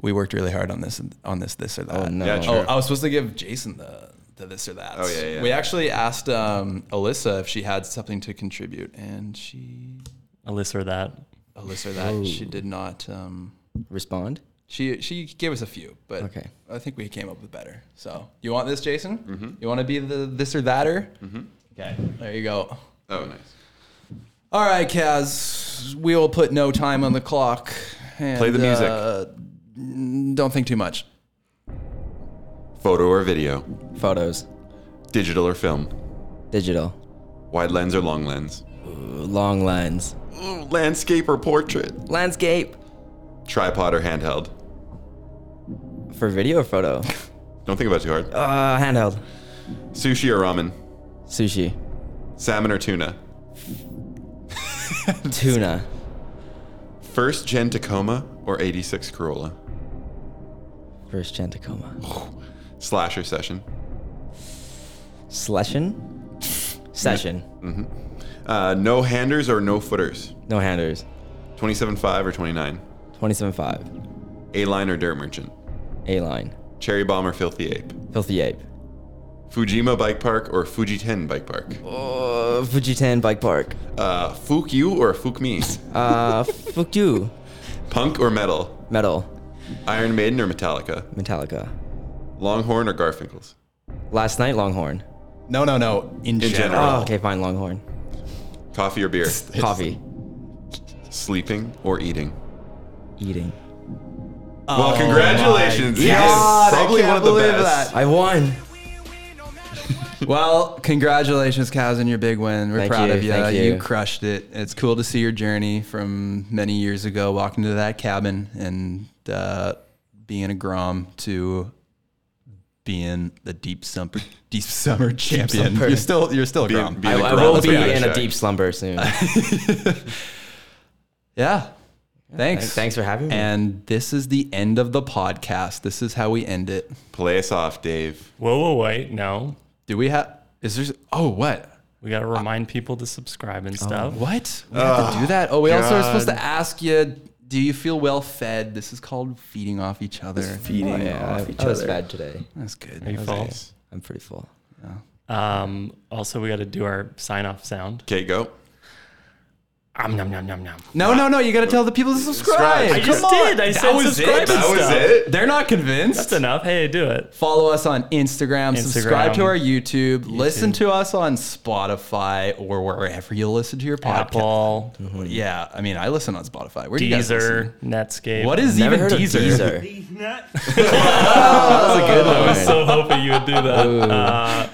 [SPEAKER 2] We worked really hard on this, on this, this or that.
[SPEAKER 5] Oh no.
[SPEAKER 3] Yeah, true.
[SPEAKER 2] Oh, I was supposed to give Jason the, the this or that.
[SPEAKER 3] Oh, yeah, yeah.
[SPEAKER 2] We actually asked um, Alyssa if she had something to contribute, and she
[SPEAKER 4] Alyssa or that.
[SPEAKER 2] Alyssa or that she did not. Um,
[SPEAKER 5] Respond.
[SPEAKER 2] she she gave us a few, but
[SPEAKER 5] Okay.
[SPEAKER 2] I think we came up with better. So you want this, Jason? Mm-hmm. You want to be the this or thater? Mm-hmm. Okay, there you go.
[SPEAKER 3] Oh, nice.
[SPEAKER 2] All right, Kaz, we will put no time on the clock. And,
[SPEAKER 3] Play the music.
[SPEAKER 2] uh, n- don't think too much.
[SPEAKER 3] Photo or video,
[SPEAKER 5] Photos.
[SPEAKER 3] digital or film,
[SPEAKER 5] Digital.
[SPEAKER 3] wide lens or long lens,
[SPEAKER 5] Long lens.
[SPEAKER 3] Ooh, landscape or portrait,
[SPEAKER 5] Landscape.
[SPEAKER 3] tripod or handheld.
[SPEAKER 5] For video or photo?
[SPEAKER 3] Don't think about it too hard.
[SPEAKER 5] Uh, handheld.
[SPEAKER 3] Sushi or ramen,
[SPEAKER 5] Sushi.
[SPEAKER 3] salmon or tuna,
[SPEAKER 5] Tuna.
[SPEAKER 3] first gen Tacoma or 86 Corolla,
[SPEAKER 5] First gen Tacoma.
[SPEAKER 3] slasher session,
[SPEAKER 5] Session? Session.
[SPEAKER 3] uh, no handers or no footers,
[SPEAKER 5] No handers.
[SPEAKER 3] 27.5 or 29,
[SPEAKER 5] 27.5.
[SPEAKER 3] A line or dirt merchant,
[SPEAKER 5] A line.
[SPEAKER 3] cherry bomb or filthy ape,
[SPEAKER 5] Filthy Ape.
[SPEAKER 3] Fujima Bike Park or Fuji 10 Bike Park,
[SPEAKER 5] Oh, Fuji 10 Bike Park.
[SPEAKER 3] uh, Fook you or Fook me,
[SPEAKER 5] Uh, fuck you.
[SPEAKER 3] punk or metal,
[SPEAKER 5] Metal.
[SPEAKER 3] Iron Maiden or Metallica,
[SPEAKER 5] Metallica.
[SPEAKER 3] Longhorn or Garfinkel's.
[SPEAKER 5] Last night, Longhorn.
[SPEAKER 2] No, no, no. In,
[SPEAKER 3] general.
[SPEAKER 5] Oh, okay, fine, Longhorn.
[SPEAKER 3] Coffee or beer?
[SPEAKER 5] Coffee.
[SPEAKER 3] Sleeping or eating?
[SPEAKER 5] Eating.
[SPEAKER 3] well, congratulations. You
[SPEAKER 2] Oh, God,
[SPEAKER 3] did
[SPEAKER 2] I
[SPEAKER 3] probably
[SPEAKER 2] can't
[SPEAKER 3] one of the
[SPEAKER 2] believe
[SPEAKER 3] best.
[SPEAKER 5] I won.
[SPEAKER 2] Well, congratulations, Kaz, on your big win. We're
[SPEAKER 5] Thank
[SPEAKER 2] proud
[SPEAKER 5] you,
[SPEAKER 2] of you.
[SPEAKER 5] thank
[SPEAKER 2] you.
[SPEAKER 5] you.
[SPEAKER 2] crushed it. It's cool to see your journey from many years ago, walking to that cabin and uh, being a Grom to being the deep summer deep summer champion.
[SPEAKER 5] summer.
[SPEAKER 2] You're still you're still a Grom.
[SPEAKER 3] Being- being
[SPEAKER 5] I,
[SPEAKER 3] a
[SPEAKER 5] I
[SPEAKER 3] Grom,
[SPEAKER 5] will
[SPEAKER 3] let's
[SPEAKER 5] be
[SPEAKER 3] get that
[SPEAKER 5] in a
[SPEAKER 3] checked.
[SPEAKER 5] deep slumber soon.
[SPEAKER 2] yeah. Thanks.
[SPEAKER 5] Thanks for having me.
[SPEAKER 2] And this is the end of the podcast. This is how we end it.
[SPEAKER 3] Play us off, Dave.
[SPEAKER 4] Whoa, whoa, wait. No.
[SPEAKER 2] Do we have? Is there? Oh, what?
[SPEAKER 4] We got to remind people to subscribe and stuff.
[SPEAKER 2] Oh, What? We have to
[SPEAKER 4] Ah,
[SPEAKER 2] do that? Oh, we also are supposed to ask you, do you feel well fed? This is called feeding off each other.
[SPEAKER 5] Oh, yeah, I, I was bad today.
[SPEAKER 2] That's good.
[SPEAKER 4] Are you full?
[SPEAKER 5] I'm pretty full.
[SPEAKER 4] Um, also, we got to do our sign off sound.
[SPEAKER 3] Okay, go.
[SPEAKER 7] Um, nom, nom, nom, nom.
[SPEAKER 2] No, no, no. You got to tell the people to subscribe.
[SPEAKER 3] Subscribe. I
[SPEAKER 2] Come
[SPEAKER 4] just
[SPEAKER 2] on.
[SPEAKER 4] did. I
[SPEAKER 2] that
[SPEAKER 4] said
[SPEAKER 2] was
[SPEAKER 4] subscribe
[SPEAKER 2] It.
[SPEAKER 4] and
[SPEAKER 3] That was
[SPEAKER 4] stuff.
[SPEAKER 3] it.
[SPEAKER 2] They're not convinced.
[SPEAKER 4] That's enough. Hey, do it.
[SPEAKER 2] Follow us on Instagram, subscribe
[SPEAKER 4] Instagram.
[SPEAKER 2] to our YouTube, listen to us on Spotify or wherever you listen to your podcast.
[SPEAKER 4] Apple,
[SPEAKER 2] Yeah, I mean, I listen on Spotify. Where do you guys listen?
[SPEAKER 4] Deezer, Netscape.
[SPEAKER 2] What is
[SPEAKER 5] Never
[SPEAKER 2] even
[SPEAKER 5] heard of
[SPEAKER 2] Deezer?
[SPEAKER 5] Deezer.
[SPEAKER 4] I was so hoping you would do that. Uh,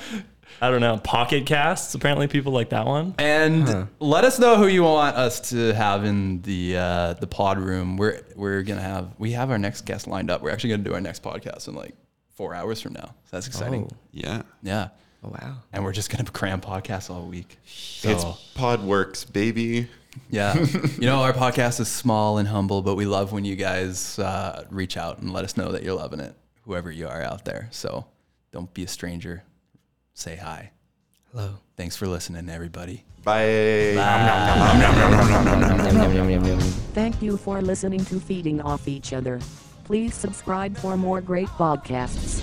[SPEAKER 4] I don't know. Pocket casts. Apparently, people like that one.
[SPEAKER 2] And let us know who you want us to have in the uh, the pod room. We're we're gonna have we have our next guest lined up. We're actually gonna do our next podcast in like four hours from now. So that's exciting.
[SPEAKER 3] Yeah.
[SPEAKER 2] Yeah.
[SPEAKER 5] Oh, Wow.
[SPEAKER 2] And we're just gonna cram podcasts all week. So
[SPEAKER 3] It's pod works, baby.
[SPEAKER 2] Yeah. you know, our podcast is small and humble, but we love when you guys uh, reach out and let us know that you're loving it, whoever you are out there. So don't be a stranger. Say hi.
[SPEAKER 5] Hello.
[SPEAKER 2] Thanks for listening, everybody.
[SPEAKER 3] Bye.
[SPEAKER 5] Yum, yum, yum, yum, yum.
[SPEAKER 1] Thank you for listening to Feeding Off Each Other. Please subscribe for more great podcasts.